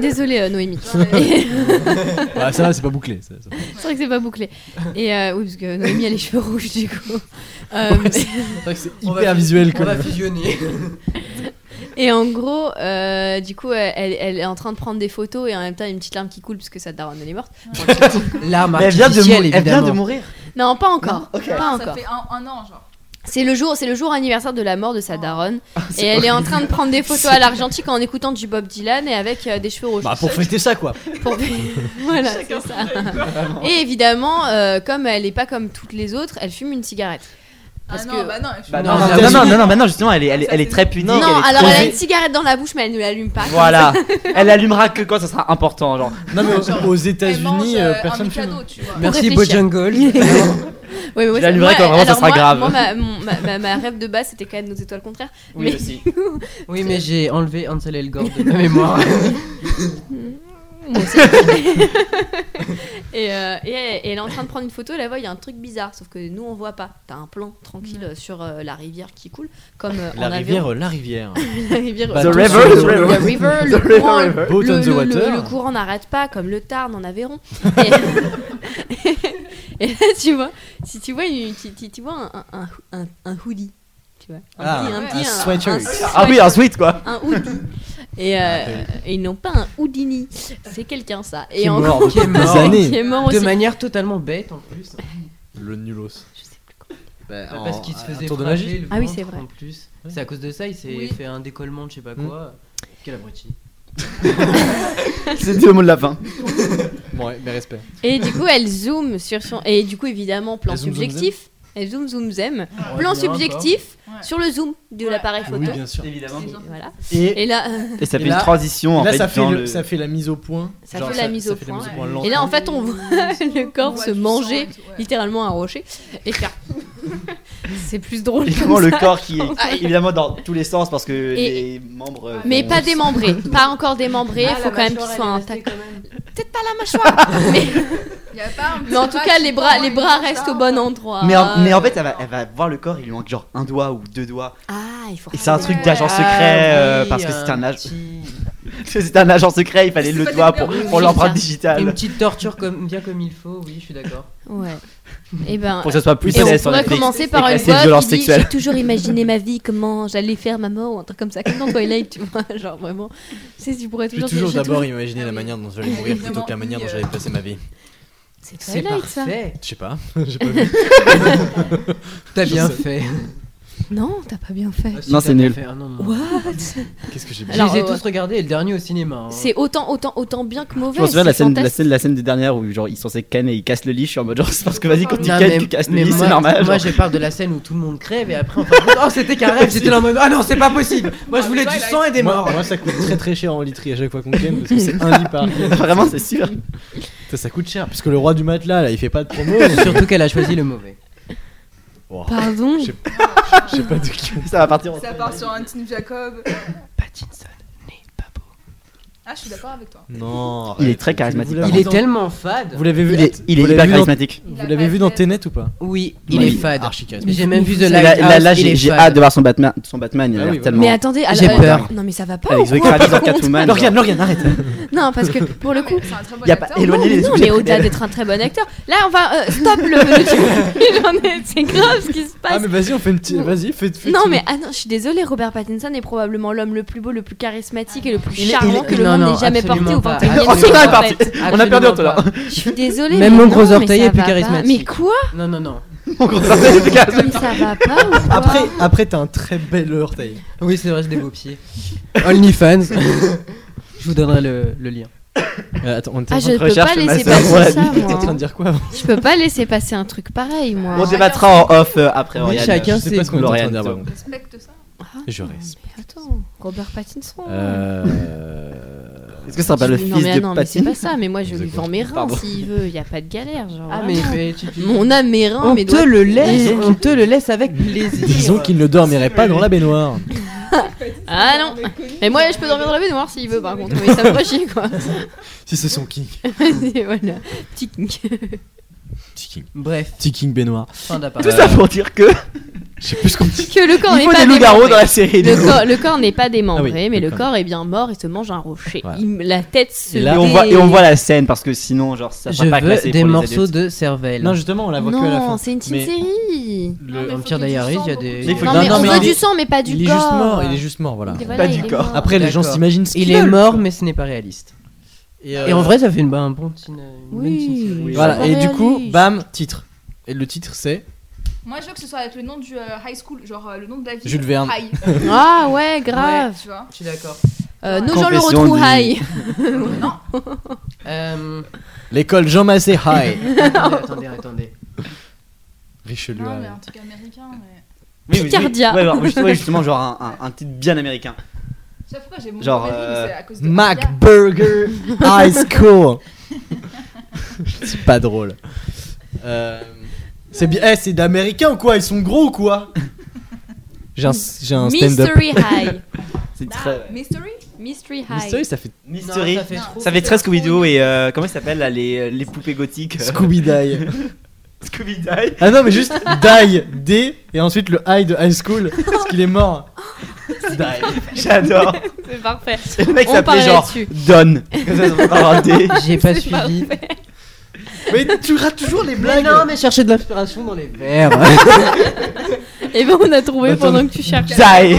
Speaker 6: désolée euh, Noémie.
Speaker 8: Non, mais-
Speaker 6: Et-
Speaker 5: Ouais, ça va, c'est pas bouclé. ça- ça-
Speaker 6: c'est vrai que c'est pas bouclé. Et euh, oui parce que Noémie a les cheveux rouges du coup. Euh,
Speaker 5: C'est vrai que c'est
Speaker 7: On va
Speaker 5: hyper
Speaker 7: fus-
Speaker 5: visuel
Speaker 7: On
Speaker 5: comme.
Speaker 7: va fusionner.
Speaker 6: et en gros, euh, du coup, elle, elle est en train de prendre des photos et en même temps il y a une petite larme qui coule parce que sa daronne elle est morte.
Speaker 7: L'arme
Speaker 10: Elle vient, de mou-
Speaker 7: artificielle,
Speaker 10: elle vient de
Speaker 7: évidemment.
Speaker 10: mourir.
Speaker 6: Non, pas encore. Pas
Speaker 8: ça
Speaker 6: encore.
Speaker 8: fait un, un an, genre.
Speaker 6: C'est le jour, c'est le jour anniversaire de la mort de sa daronne, et elle est en train de prendre des photos à l'argentique en écoutant du Bob Dylan et avec euh, des cheveux rouges.
Speaker 5: Bah, pour fêter ça, quoi.
Speaker 6: Pour- voilà, c'est ça. Et évidemment, euh, comme elle n'est pas comme toutes les autres, elle fume une cigarette. Parce
Speaker 8: non,
Speaker 6: que...
Speaker 8: bah non, elle fume
Speaker 10: Bah
Speaker 8: pas.
Speaker 10: non,
Speaker 8: Non,
Speaker 10: non, non,
Speaker 8: aux
Speaker 10: non,
Speaker 8: États-Unis.
Speaker 10: non, non, bah non, justement, elle est, elle est, elle est très punie.
Speaker 6: Non, alors elle a une cigarette dans la bouche, mais elle ne l'allume pas. comme
Speaker 10: Voilà,
Speaker 6: ça.
Speaker 10: elle allumera que quand ça sera important, genre.
Speaker 5: Non, mais aux, aux
Speaker 8: Elle mange,
Speaker 5: États-Unis, euh,
Speaker 8: euh,
Speaker 5: personne
Speaker 8: un
Speaker 5: fume.
Speaker 8: cadeau, tu vois.
Speaker 7: Merci
Speaker 6: réfléchir.
Speaker 7: Bojangles.
Speaker 6: Oui, mais
Speaker 10: Je
Speaker 6: moi,
Speaker 10: l'allumerai
Speaker 6: moi,
Speaker 10: quand vraiment ça
Speaker 6: alors
Speaker 10: sera
Speaker 6: moi-
Speaker 10: grave.
Speaker 6: Moi, ma, mon- ma, ma- ma rêve de base, c'était quand même nos étoiles contraires.
Speaker 10: Oui,
Speaker 6: Mais-
Speaker 10: aussi.
Speaker 7: Oui, mais j'ai enlevé Ansel Elgort de ma mémoire.
Speaker 6: Moi aussi. et, euh, et elle, et elle est en train de prendre une photo, elle voit, il y a un truc bizarre, sauf que nous on voit pas. T'as un plan tranquille euh, sur euh, la rivière qui coule, comme euh,
Speaker 5: La
Speaker 6: en
Speaker 5: rivière,
Speaker 6: avion.
Speaker 5: euh, la rivière.
Speaker 6: la rivière. euh,
Speaker 5: Bah,
Speaker 10: The
Speaker 5: tout
Speaker 10: river, the
Speaker 5: sur-
Speaker 10: river.
Speaker 6: le river, le
Speaker 10: The river,
Speaker 6: courant,
Speaker 10: river.
Speaker 5: Boat
Speaker 6: le,
Speaker 5: on the
Speaker 6: le-
Speaker 5: water.
Speaker 6: le courant n'arrête pas, comme le Tarn en Aveyron. Et, et là, tu vois, si tu vois, une- tu, tu- tu vois un, un, un, un hoodie, tu vois, un,
Speaker 5: Ah,
Speaker 6: petit- un,
Speaker 8: un
Speaker 6: petit- un-
Speaker 5: sweatshirt.
Speaker 6: un
Speaker 10: Ah oui, un sweat quoi.
Speaker 6: un hoodie. Et, euh, et ils n'ont pas un houdini. C'est quelqu'un, ça. Et
Speaker 7: Ah, Qui est
Speaker 6: en
Speaker 7: mort
Speaker 6: gros-
Speaker 7: depuis des
Speaker 5: années.
Speaker 6: qui est mort
Speaker 7: de
Speaker 6: aussi.
Speaker 7: manière totalement bête en plus.
Speaker 5: Le nulos.
Speaker 6: Je sais plus
Speaker 5: Bah, en-
Speaker 7: Parce qu'il se
Speaker 5: un
Speaker 7: faisait
Speaker 5: tour de
Speaker 7: frapper
Speaker 5: magie.
Speaker 7: le
Speaker 6: Ah oui,
Speaker 7: ventre
Speaker 6: c'est vrai.
Speaker 7: En plus,
Speaker 5: Ouais.
Speaker 7: c'est à cause de ça, il s'est
Speaker 8: Oui.
Speaker 7: fait un décollement de je sais pas quoi. Quel abruti.
Speaker 9: C'était le mot de la fin.
Speaker 5: Bon, ouais, mes respects.
Speaker 6: Et du coup, elle zoome sur son. Et du coup, évidemment, plan
Speaker 5: Elle zoom, zoom,
Speaker 6: subjectif. Elle zoom, zoom, zoom.
Speaker 7: On
Speaker 6: Plan
Speaker 7: revient
Speaker 6: subjectif
Speaker 8: Ouais.
Speaker 6: sur le zoom de
Speaker 8: Ouais.
Speaker 6: l'appareil
Speaker 5: Ah Oui,
Speaker 6: photo.
Speaker 5: bien sûr.
Speaker 10: encore. Évidemment.
Speaker 8: C'est gentil.
Speaker 6: Voilà.
Speaker 5: Et,
Speaker 6: Et là, euh,
Speaker 9: Et ça
Speaker 5: fait une
Speaker 9: transition
Speaker 5: là, ça, fait le- ça fait la mise au point.
Speaker 6: Ça fait la mise au
Speaker 5: fait la
Speaker 6: point.
Speaker 5: lente.
Speaker 6: et là, en fait, on voit le
Speaker 8: On
Speaker 6: corps
Speaker 8: voit
Speaker 6: se
Speaker 8: du sang
Speaker 6: manger
Speaker 8: et tout, ouais.
Speaker 6: littéralement un rocher et faire. c'est plus drôle.
Speaker 10: Évidemment,
Speaker 6: comme
Speaker 10: le
Speaker 6: ça.
Speaker 10: corps qui est évidemment dans tous les sens parce que les membres. euh,
Speaker 6: Mais
Speaker 10: vont-
Speaker 6: pas démembré, pas encore démembré,
Speaker 11: Ah, la
Speaker 6: faut quand même qu'il
Speaker 11: mâchoire,
Speaker 6: soit
Speaker 11: elle est
Speaker 6: intact.
Speaker 11: restée quand même.
Speaker 6: Peut-être pas la mâchoire, mais
Speaker 8: Il y a pas un petit
Speaker 6: Mais en tout
Speaker 8: bras
Speaker 6: cas,
Speaker 8: qui
Speaker 6: les bras,
Speaker 8: pend
Speaker 6: les
Speaker 8: et
Speaker 6: bras
Speaker 8: tout ça,
Speaker 6: restent au
Speaker 8: ouais.
Speaker 6: bon endroit.
Speaker 10: Mais en, mais en fait, elle va, elle va voir le corps, il lui manque genre un doigt ou deux doigts.
Speaker 6: Ah, il faut.
Speaker 10: Et c'est un truc
Speaker 8: ouais.
Speaker 10: d'agent
Speaker 7: Ah
Speaker 10: secret euh,
Speaker 7: oui,
Speaker 10: parce que c'était un, agent.
Speaker 7: petit-
Speaker 10: C'était un agent secret, il fallait
Speaker 8: C'est
Speaker 10: le
Speaker 8: pas
Speaker 10: doigt
Speaker 8: des
Speaker 10: pour,
Speaker 8: nerfs,
Speaker 10: pour
Speaker 6: oui,
Speaker 10: l'empreinte
Speaker 6: ça.
Speaker 7: Une
Speaker 10: digitale.
Speaker 7: petite torture comme, bien comme il faut, oui, je suis d'accord.
Speaker 6: Ouais. Et ben.
Speaker 10: Pour que ce soit plus
Speaker 6: et on
Speaker 10: céleste sur
Speaker 6: pourrait
Speaker 10: Netflix.
Speaker 6: commencer
Speaker 10: et
Speaker 6: par une
Speaker 10: classer de
Speaker 6: voix
Speaker 10: violence
Speaker 6: qui dit
Speaker 10: sexuelle.
Speaker 6: J'ai toujours imaginé ma vie, comment j'allais faire ma mort, ou un truc comme ça, comme dans Twilight, tu vois. Genre vraiment. Tu sais, tu pourrais
Speaker 5: J'ai
Speaker 6: toujours
Speaker 5: toujours
Speaker 6: j'ai
Speaker 5: d'abord imaginé la manière dont j'allais mourir plutôt
Speaker 8: Évidemment,
Speaker 5: que la manière dont
Speaker 8: oui,
Speaker 5: j'allais passer ma vie.
Speaker 6: C'est
Speaker 7: C'est
Speaker 6: Twilight, ça.
Speaker 7: parfait.
Speaker 5: Je sais pas. J'ai pas vu.
Speaker 7: T'as
Speaker 5: Je
Speaker 7: bien
Speaker 5: sais.
Speaker 7: fait.
Speaker 6: Non, t'as pas bien fait.
Speaker 7: Ah, si,
Speaker 9: Non,
Speaker 7: t'as
Speaker 9: c'est
Speaker 7: bien
Speaker 9: nul.
Speaker 7: fait. Ah, non, non.
Speaker 6: What
Speaker 5: Qu'est-ce que j'ai
Speaker 7: Je
Speaker 5: bien
Speaker 7: les ai
Speaker 6: Alors, ouais.
Speaker 7: tous regardés et le dernier au cinéma. hein.
Speaker 6: C'est autant, autant, autant bien que mauvais.
Speaker 9: Je me souviens de la
Speaker 6: c'est
Speaker 9: scène, de la,
Speaker 6: fantastique.
Speaker 9: scène, la scène des dernières où genre ils sont censés cannes et ils cassent le lit. Je suis en mode genre c'est parce que vas-y quand tu
Speaker 7: Non,
Speaker 9: cannes tu casses le lit
Speaker 7: moi,
Speaker 9: c'est normal.
Speaker 7: Moi,
Speaker 9: genre.
Speaker 7: je parle de la scène où tout le monde crève et après on fait Oh, c'était qu'un rêve, j'étais là en mode Ah non, c'est pas possible Moi, je voulais du sang et des morts
Speaker 5: Moi, moi, ça coûte très très cher en literie à chaque fois qu'on gagne parce que c'est un lit par
Speaker 9: Vraiment c'est sûr.
Speaker 5: ça, ça coûte cher puisque le roi du matelas là il fait pas de promo.
Speaker 7: Surtout qu'elle a choisi le mauvais.
Speaker 5: Oh,
Speaker 6: Pardon.
Speaker 5: Je sais je sais pas de qui.
Speaker 9: Ça va partir. en-
Speaker 8: Ça part sur un Tim Jacob.
Speaker 7: Pattinson n'est pas beau.
Speaker 8: Ah, je suis d'accord avec toi.
Speaker 5: Non.
Speaker 9: Il est
Speaker 5: arrête.
Speaker 9: très charismatique,
Speaker 5: Vous l'avez
Speaker 7: Il
Speaker 9: pardon.
Speaker 5: vu
Speaker 7: est
Speaker 5: dans-
Speaker 7: tellement fade.
Speaker 5: Vous l'avez vu.
Speaker 9: Il est, il est
Speaker 5: vous l'avez
Speaker 9: hyper
Speaker 5: vu dans-
Speaker 9: charismatique.
Speaker 5: Vous l'avez vu dans Tenet ou pas
Speaker 7: Oui, il
Speaker 9: Oui.
Speaker 7: est fade.
Speaker 5: Archi charismatique.
Speaker 7: J'ai même vu The
Speaker 9: Là, là, là,
Speaker 7: Lighthouse. il
Speaker 9: j'ai
Speaker 7: est
Speaker 9: j'ai
Speaker 7: fade.
Speaker 9: hâte de voir son Batman. Son Batman il a
Speaker 5: Ah oui,
Speaker 9: l'air
Speaker 5: voilà.
Speaker 9: tellement.
Speaker 6: Mais attendez, alors, euh,
Speaker 7: J'ai peur.
Speaker 6: Non, mais ça va pas.
Speaker 9: Avec
Speaker 6: ou
Speaker 9: Zoé
Speaker 6: quoi
Speaker 9: Kravitz en Catwoman. genre.
Speaker 10: Lorian, Lorian, arrête.
Speaker 6: Non, parce que pour le coup,
Speaker 8: C'est un très bon
Speaker 10: Y a pas-
Speaker 8: acteur.
Speaker 10: et le- Éloigner
Speaker 6: non,
Speaker 10: les
Speaker 6: mais non,
Speaker 10: sujets
Speaker 6: mais au-delà
Speaker 10: criminels.
Speaker 6: d'être un très bon acteur, là on va euh, stop le. le- J'en ai- c'est grave ce qui se passe.
Speaker 5: Ah mais vas-y on fait une petite. Vas-y faites. faites-
Speaker 6: Non mais ah non, je suis désolée, Robert Pattinson est probablement l'homme le plus beau, le plus charismatique et le plus
Speaker 7: Il est- il est-
Speaker 6: charmant que le
Speaker 7: non,
Speaker 6: monde
Speaker 7: non,
Speaker 6: n'ait jamais porté au
Speaker 7: absolument pas.
Speaker 6: 21
Speaker 7: Oh,
Speaker 6: e
Speaker 7: c'est
Speaker 6: siècle.
Speaker 7: pas
Speaker 6: en
Speaker 10: parti.
Speaker 6: fait.
Speaker 10: On a perdu
Speaker 7: Absolument
Speaker 10: tout à l'heure.
Speaker 6: Je suis désolée. mais
Speaker 7: Même mon
Speaker 6: non,
Speaker 7: gros
Speaker 6: mais
Speaker 7: orteil
Speaker 6: ça
Speaker 7: est plus
Speaker 6: va pas.
Speaker 7: charismatique.
Speaker 6: Mais quoi
Speaker 7: Non, non, non.
Speaker 10: Mon gros orteil est plus charismatique.
Speaker 6: Mais ça va pas ou quoi
Speaker 5: Après après t'as un très bel orteil.
Speaker 7: Ah. Oui, c'est vrai, j'ai des beaux pieds. OnlyFans. Je vous donnerai le, le lien.
Speaker 5: Euh, attends on était.
Speaker 6: Ah,
Speaker 5: en
Speaker 6: je
Speaker 5: train-
Speaker 6: peux
Speaker 10: recherche
Speaker 6: pas laisser
Speaker 10: master.
Speaker 6: passer
Speaker 10: Ouais,
Speaker 6: ça,
Speaker 5: T'es en train
Speaker 6: moi.
Speaker 5: de dire quoi
Speaker 6: Je peux pas laisser passer un truc pareil, moi.
Speaker 10: On débattra en off euh, après.
Speaker 7: Oui,
Speaker 10: Lorian.
Speaker 7: chacun
Speaker 5: Je sais pas
Speaker 7: ses
Speaker 5: ce qu'on est en
Speaker 7: goûts.
Speaker 5: train de
Speaker 10: Lorian,
Speaker 5: dire.
Speaker 10: toi.
Speaker 5: pardon.
Speaker 8: Respecte ça.
Speaker 5: Je reste.
Speaker 6: Mais attends, Robert Pattinson.
Speaker 5: Euh.
Speaker 9: Est-ce que ça sera pas le
Speaker 6: non,
Speaker 9: fils
Speaker 6: mais, ah
Speaker 9: de
Speaker 6: non, mais c'est
Speaker 9: Patty
Speaker 6: pas ça, mais moi je
Speaker 5: Vous
Speaker 6: lui
Speaker 5: êtes
Speaker 6: vends mes reins
Speaker 10: Pardon.
Speaker 6: s'il veut, y a pas de galère. Genre,
Speaker 7: Ah, mais,
Speaker 6: vraiment.
Speaker 7: mais tu- tu-
Speaker 6: Mon âme, mes reins,
Speaker 7: On
Speaker 6: mes
Speaker 7: te
Speaker 6: doigts.
Speaker 7: le laisse, on te le laisse avec plaisir.
Speaker 5: Disons qu'il ne dormirait pas dans la baignoire.
Speaker 6: Ah non Mais moi je peux dormir dans la baignoire s'il veut par contre, mais ça me ferait chier quoi.
Speaker 5: Si c'est son king.
Speaker 6: Et voilà. Petit kink.
Speaker 5: Petit king.
Speaker 7: Bref,
Speaker 5: Petit king baignoire.
Speaker 7: fin d'appareil.
Speaker 10: Tout ça pour dire que
Speaker 5: Je sais plus ce qu'on dit.
Speaker 6: Que le corps
Speaker 10: il
Speaker 6: n'est
Speaker 10: faut
Speaker 6: pas
Speaker 10: des loups-garous dans
Speaker 6: démembré.
Speaker 10: la série.
Speaker 6: Le corps, le corps n'est pas démembré,
Speaker 5: Ah oui,
Speaker 6: mais
Speaker 5: le
Speaker 6: le
Speaker 5: corps.
Speaker 6: corps est bien mort, il se mange un rocher.
Speaker 5: Voilà.
Speaker 6: Il- la tête se
Speaker 5: Et
Speaker 10: Et
Speaker 5: là,
Speaker 10: on, voit,
Speaker 6: dé-
Speaker 10: et on voit la scène parce que sinon, genre, ça
Speaker 7: Je
Speaker 10: sera pas classé
Speaker 7: veux des
Speaker 10: pour les
Speaker 7: morceaux
Speaker 10: adultes.
Speaker 7: de cervelle.
Speaker 5: Non, justement, on la voit que à la fin.
Speaker 6: Non, c'est une
Speaker 5: Mais
Speaker 6: petite série
Speaker 8: Non,
Speaker 7: Le
Speaker 8: mais faut
Speaker 7: Vampire
Speaker 8: qu'il y ait du
Speaker 7: Diaries,
Speaker 8: sang
Speaker 7: il y a
Speaker 8: beaucoup.
Speaker 7: des.
Speaker 10: Il faut
Speaker 6: Non
Speaker 10: Non,
Speaker 6: mais
Speaker 10: non,
Speaker 6: on
Speaker 10: mais
Speaker 6: veut
Speaker 10: il
Speaker 6: du
Speaker 10: est-
Speaker 6: sang mais pas du
Speaker 5: il est
Speaker 6: corps.
Speaker 5: juste mort, il est juste mort, voilà.
Speaker 6: Et voilà,
Speaker 10: Pas
Speaker 6: il
Speaker 10: du
Speaker 6: est
Speaker 10: corps.
Speaker 6: mort.
Speaker 5: Après, les gens
Speaker 7: D'accord.
Speaker 5: s'imaginent ce
Speaker 7: Il
Speaker 5: qu'ils
Speaker 7: est
Speaker 5: veulent.
Speaker 7: mort, mais ce n'est pas réaliste.
Speaker 5: Et, euh,
Speaker 7: Et en vrai, ça fait une, bah, un bon petit. une bonne
Speaker 6: Oui.
Speaker 7: petite série.
Speaker 10: Oui.
Speaker 5: voilà.
Speaker 6: pas
Speaker 5: Et du coup,
Speaker 6: réaliste.
Speaker 5: bam, titre. Et le titre, c'est
Speaker 8: Moi, je veux que ce soit avec le nom du euh, high school, genre euh, le nom de David.
Speaker 5: Jules Verne.
Speaker 8: High.
Speaker 6: Ah ouais, grave.
Speaker 8: tu vois.
Speaker 7: Je suis d'accord.
Speaker 6: Euh, nos gens le
Speaker 15: Confession
Speaker 6: retrouvent
Speaker 15: du-
Speaker 6: high.
Speaker 7: Euh,
Speaker 5: L'école Jean Massé High.
Speaker 7: attendez, attendez, attendez.
Speaker 5: Richelieu.
Speaker 8: Non, mais
Speaker 5: High.
Speaker 8: un truc américain. Mais...
Speaker 10: Oui, oui,
Speaker 6: Picardia.
Speaker 10: oui. Ouais, alors, juste- ouais, justement, genre un, un- un titre bien américain.
Speaker 8: Je sais pas pourquoi j'ai mon
Speaker 10: Genre,
Speaker 8: nom, mais
Speaker 10: euh,
Speaker 8: c'est à cause de.
Speaker 5: Mac Burger High School. c'est pas drôle. Euh, c'est bien. Eh, c'est d'américains ou quoi Ils sont gros ou quoi J'ai un, j'ai un stand-up.
Speaker 6: Mystery high.
Speaker 10: C'est
Speaker 8: Ah,
Speaker 10: très.
Speaker 8: Mystery
Speaker 6: Mystery
Speaker 5: Mystery,
Speaker 6: high.
Speaker 5: ça fait
Speaker 10: Mystery.
Speaker 7: Non, ça fait
Speaker 8: Non.
Speaker 7: trop.
Speaker 10: ça fait très Scooby-Doo et euh, comment ça s'appelle là, les, les poupées gothiques euh,
Speaker 5: Scooby Dye.
Speaker 10: Scooby-Doo.
Speaker 5: Ah non, mais juste die, D, et ensuite le high de high school, parce qu'il est mort. Die.
Speaker 10: J'adore.
Speaker 6: C'est parfait.
Speaker 10: Et Le mec
Speaker 6: On
Speaker 10: s'appelait
Speaker 6: parlait
Speaker 10: genre
Speaker 6: là-dessus.
Speaker 10: Don. Comme ça, ça fait pas raté.
Speaker 7: J'ai pas
Speaker 6: C'est
Speaker 7: suivi.
Speaker 6: parfait.
Speaker 5: Mais tu rates toujours les
Speaker 7: Mais
Speaker 5: blagues.
Speaker 7: non, mais chercher de l'inspiration dans les verres.
Speaker 6: Et ben on a trouvé
Speaker 5: Attends.
Speaker 6: pendant que tu cherches.
Speaker 10: Die.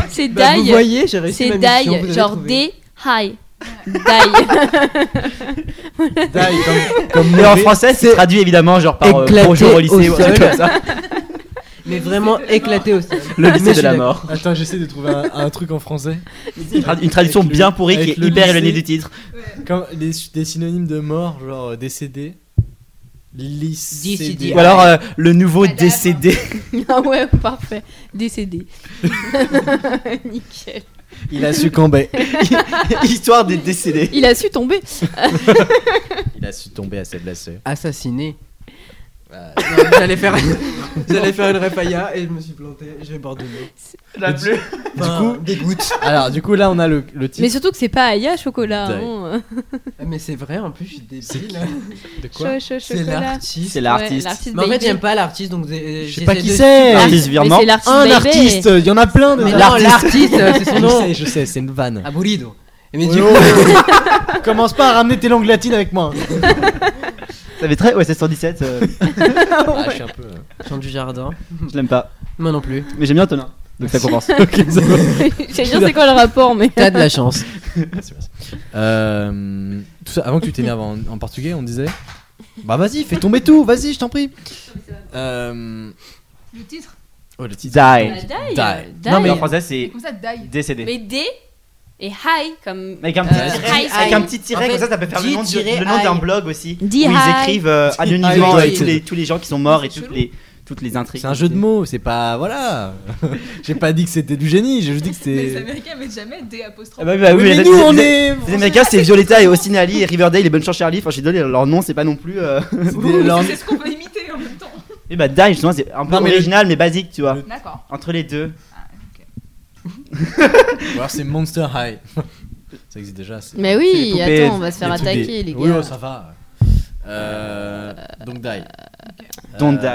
Speaker 6: C'est
Speaker 7: Bah, vous
Speaker 6: die.
Speaker 7: voyez, j'ai
Speaker 6: C'est
Speaker 7: réussi ma mission, vous
Speaker 6: die,
Speaker 7: avez
Speaker 6: genre
Speaker 7: trouvé.
Speaker 6: D, high. Die.
Speaker 5: Die, comme, comme
Speaker 10: Mais en
Speaker 5: mauvais.
Speaker 10: français, c'est traduit évidemment genre par euh,
Speaker 7: Éclaté
Speaker 10: bonjour au lycée
Speaker 7: au
Speaker 10: ou un truc
Speaker 7: sol.
Speaker 10: comme ça.
Speaker 7: Mais vraiment éclaté au sol.
Speaker 10: Le
Speaker 7: Mais je
Speaker 10: lycée de
Speaker 7: suis
Speaker 10: la
Speaker 7: d'accord.
Speaker 10: mort.
Speaker 5: Attends, j'essaie de trouver un, un truc en français.
Speaker 10: Une trad- une traduction
Speaker 5: Avec le-
Speaker 10: bien pourrie qui
Speaker 5: avec
Speaker 10: est
Speaker 5: le
Speaker 10: hyper éloignée
Speaker 5: lycée.
Speaker 10: du titre.
Speaker 5: Comme les- des synonymes de mort, genre euh, décédé, lycédé.
Speaker 7: Décédé.
Speaker 10: Ou alors euh, le nouveau
Speaker 8: Madame.
Speaker 10: décédé.
Speaker 6: Ah ouais, parfait. Décédé. Nickel.
Speaker 5: Il a succombé.
Speaker 10: Histoire des décédés.
Speaker 6: Il a su tomber.
Speaker 5: Il a succombé à ses blessures.
Speaker 7: Assassiné. Euh, Non, J'allais faire, j'allais faire une répaïa et je me suis planté, j'ai bordé l'eau.
Speaker 10: La bleue.
Speaker 7: Du coup, des gouttes.
Speaker 5: Alors, du coup, là, on a le, le
Speaker 6: Mais
Speaker 5: titre.
Speaker 6: surtout que c'est pas Aya chocolat.
Speaker 5: Die.
Speaker 6: hein.
Speaker 7: Ah, Mais c'est vrai, en plus, je suis débile.
Speaker 5: De
Speaker 6: Cho- cho-
Speaker 7: C'est
Speaker 6: chocolat.
Speaker 7: l'artiste.
Speaker 10: C'est l'artiste.
Speaker 6: Ouais, l'artiste
Speaker 7: Mais en fait,
Speaker 6: baby.
Speaker 7: j'aime pas l'artiste, donc j'ai-
Speaker 5: Je
Speaker 7: j'ai
Speaker 5: sais pas
Speaker 7: ces
Speaker 5: qui
Speaker 7: deux-
Speaker 5: c'est.
Speaker 6: Ah,
Speaker 5: Un
Speaker 10: Artiste virement.
Speaker 6: mais c'est l'artiste baby.
Speaker 5: artiste, il y en a plein de
Speaker 7: Mais
Speaker 5: artistes.
Speaker 7: non, l'artiste, euh, c'est
Speaker 5: Je
Speaker 7: son
Speaker 5: sais,
Speaker 7: nom.
Speaker 5: je sais, c'est une vanne.
Speaker 7: Aburido. Mais
Speaker 5: Oh,
Speaker 7: du
Speaker 5: oh,
Speaker 7: coup,
Speaker 5: oh. Commence pas à ramener tes langues latines avec moi.
Speaker 10: Ça fait très. Ouais, c'est 117. euh,
Speaker 5: Ah, je suis un peu. euh,
Speaker 7: Jean du Jardin.
Speaker 10: je l'aime pas.
Speaker 7: Moi non plus.
Speaker 10: Mais j'aime bien Tonin. Donc ça compense.
Speaker 6: J'allais dire c'est quoi le rapport, mais.
Speaker 7: T'as de la chance.
Speaker 5: Euh, tout ça, avant que tu t'énerves en, en portugais, on disait Bah vas-y, fais tomber tout, vas-y, je t'en prie. Euh,
Speaker 8: Le titre
Speaker 5: oh, le titre.
Speaker 10: Die.
Speaker 6: Die. euh,
Speaker 5: Die.
Speaker 6: Die.
Speaker 10: Non, mais en français, c'est
Speaker 8: Comme ça, die.
Speaker 10: décédé.
Speaker 6: Mais D et high comme.
Speaker 10: Avec un
Speaker 6: Euh,
Speaker 10: petit,
Speaker 6: high,
Speaker 10: avec
Speaker 6: high.
Speaker 10: un petit tiret,
Speaker 7: En
Speaker 10: comme
Speaker 7: fait,
Speaker 10: ça, ça peut faire le nom, du-
Speaker 7: J-I.
Speaker 10: le nom d'un blog aussi. Où
Speaker 6: J-I.
Speaker 10: ils écrivent euh, anonymement
Speaker 5: J-I.
Speaker 10: euh, tous, les, tous les gens qui sont morts et toutes les, toutes les intrigues.
Speaker 5: C'est un jeu de mots, c'est pas. Voilà. j'ai pas dit que c'était du génie, j'ai juste dit que
Speaker 8: Mais les
Speaker 5: c'était.
Speaker 8: Américains mettent jamais des
Speaker 10: Ah
Speaker 8: apostrophes.
Speaker 10: bah oui, bah oui,
Speaker 5: mais
Speaker 10: les-
Speaker 5: nous,
Speaker 10: les-
Speaker 5: on
Speaker 10: les-
Speaker 5: est.
Speaker 10: Les Américains, c'est Violetta et Austin Ali et Riverdale et Bonne Chance Charlie. Enfin, je suis désolé, leur nom, c'est pas non plus. euh,
Speaker 5: C'était leur-
Speaker 8: C'est ce qu'on peut imiter en même temps.
Speaker 10: Et bah, Die, justement, c'est un peu
Speaker 5: Non, mais le-
Speaker 10: original, mais basique, tu vois.
Speaker 8: D'accord.
Speaker 10: Entre les deux.
Speaker 5: Ou alors c'est Monster High. ça existe déjà. c'est-
Speaker 6: Mais
Speaker 10: C'est les
Speaker 6: oui,
Speaker 10: poupées,
Speaker 6: attends, on va se faire
Speaker 5: les
Speaker 6: attaquer,
Speaker 5: poupées.
Speaker 6: les gars.
Speaker 5: Oui, ouais, ça va. Euh, donc die.
Speaker 10: Don't
Speaker 5: die.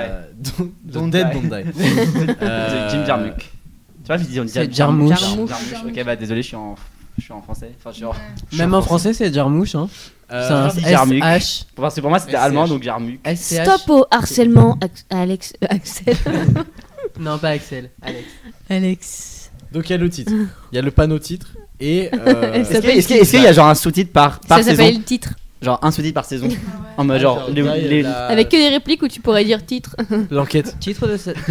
Speaker 5: Don't,
Speaker 10: Don't
Speaker 5: dead,
Speaker 10: die.
Speaker 5: don't die. Euh,
Speaker 10: C'est Jim Jarmusch. Tu vois, je dis, on dit
Speaker 7: C'est
Speaker 10: Jarmusch.
Speaker 7: Jarmusch.
Speaker 10: Jarmusch. Ok, bah, désolé, je suis en, je suis en français. Enfin, je suis en.
Speaker 7: Même en français, c'est Jarmouche. Hein.
Speaker 5: Euh,
Speaker 7: c'est un
Speaker 10: c'est Jarmusch.
Speaker 7: SH.
Speaker 10: Enfin, c'est- pour moi, c'était
Speaker 5: SCH.
Speaker 10: allemand, donc Jarmusch.
Speaker 7: SCH.
Speaker 6: Stop au harcèlement, Ax- Alex. euh, Axel.
Speaker 7: Non, pas Axel. Alex.
Speaker 6: Alex.
Speaker 5: Donc il y a le titre, il y a le panneau titre et euh,
Speaker 6: Elle
Speaker 10: Est-ce
Speaker 6: s'appelle-
Speaker 10: que- est-ce que- est-ce qu'il y a genre un sous-titre par, par
Speaker 6: Ça
Speaker 10: saison
Speaker 6: s'appelle le titre.
Speaker 10: Genre un sous-titre par saison
Speaker 8: Ah,
Speaker 10: En mode genre. les-
Speaker 5: Ah, bah, Die, euh,
Speaker 10: les-
Speaker 5: la-
Speaker 6: Avec que des répliques où tu pourrais dire titre.
Speaker 5: l'enquête.
Speaker 7: Titre de cette.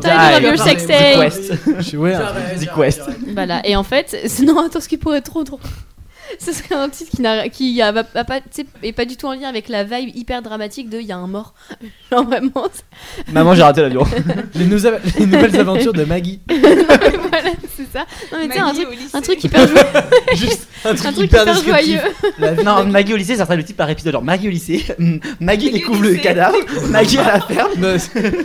Speaker 6: Tyler, your sex tape.
Speaker 5: Je suis ouais. hein.
Speaker 10: The Quest.
Speaker 6: Voilà, et en fait, c'est- non, attends, ce qui pourrait être trop drôle, ce serait un titre qui n'a qui a- va- va pas, tu sais, est pas du tout en lien avec la vibe hyper dramatique de il y a un mort. Genre vraiment, c'est-
Speaker 10: Maman, j'ai raté l'avion.
Speaker 5: Les, nous- les nouvelles aventures de Maggie.
Speaker 6: voilà, c'est ça. Non mais tu sais, un truc, un truc hyper joyeux,
Speaker 5: Juste un truc,
Speaker 6: un truc
Speaker 5: hyper,
Speaker 6: hyper
Speaker 5: descriptif.
Speaker 6: joyeux.
Speaker 5: La vie-
Speaker 10: Non, Maggie au lycée, ça serait le titre par épisode. Genre Maggie au lycée, hmm, Maggie
Speaker 8: Maggie au
Speaker 10: découvre le
Speaker 8: lycée.
Speaker 10: cadavre, Maggie à la ferme.
Speaker 5: Non, c'est-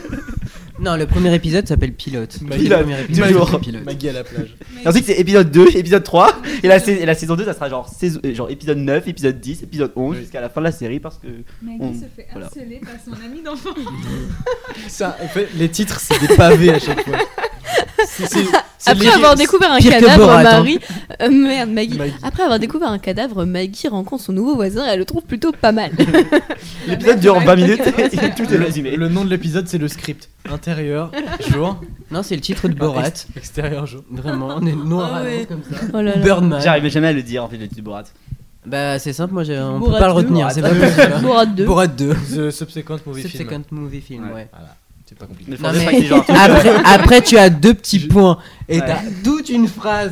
Speaker 7: Non, le premier épisode s'appelle Pilote.
Speaker 5: Pilote.
Speaker 7: Le premier épisode
Speaker 10: Toujours.
Speaker 7: s'appelle Pilote.
Speaker 5: Maggie à la plage.
Speaker 10: Et ensuite, c'est épisode 2, épisode 3. Et la, sais- et la saison 2, ça sera genre, saison- euh, genre épisode 9, épisode 10, épisode 11,
Speaker 5: Oui.
Speaker 10: jusqu'à la fin de la série. Parce que. On-
Speaker 8: Maggie se fait
Speaker 10: voilà.
Speaker 8: harceler par son ami d'enfant.
Speaker 5: Ça, en fait, les titres c'est des pavés à chaque fois. C'est- c'est- c'est
Speaker 6: Après
Speaker 5: les-
Speaker 6: avoir découvert un
Speaker 7: Pire que
Speaker 6: cadavre,
Speaker 7: Borat, hein.
Speaker 6: Marie, euh, merde, Maggie.
Speaker 5: Maggie.
Speaker 6: Après avoir découvert un cadavre, Maggie rencontre son nouveau voisin et elle le trouve plutôt pas mal.
Speaker 10: L'épisode dure 20 minutes et tout est résumé.
Speaker 5: Le nom de l'épisode c'est le script. Intérieur jour,
Speaker 7: Non, c'est le titre de
Speaker 5: Ah,
Speaker 7: Borat.
Speaker 5: ex- extérieur jour.
Speaker 7: Vraiment, on est noir
Speaker 6: Ah
Speaker 7: à
Speaker 6: ouais.
Speaker 7: l'avance comme ça.
Speaker 6: Oh là là.
Speaker 7: Birdman.
Speaker 10: J'arrivais jamais à le dire en fait, le titre Borat.
Speaker 7: Bah, c'est simple, moi, j'ai- on peut
Speaker 6: Borat
Speaker 7: pas le
Speaker 6: deux.
Speaker 7: retenir. C'est pas possible.
Speaker 6: Borat 2.
Speaker 7: Borat 2.
Speaker 5: The subsequent movie film.
Speaker 7: Subsequent movie film, ouais.
Speaker 5: Voilà.
Speaker 16: C'est pas compliqué.
Speaker 10: Mais
Speaker 7: Non, mais après, après, tu as deux petits points et
Speaker 16: Ouais.
Speaker 7: t'as toute une phrase.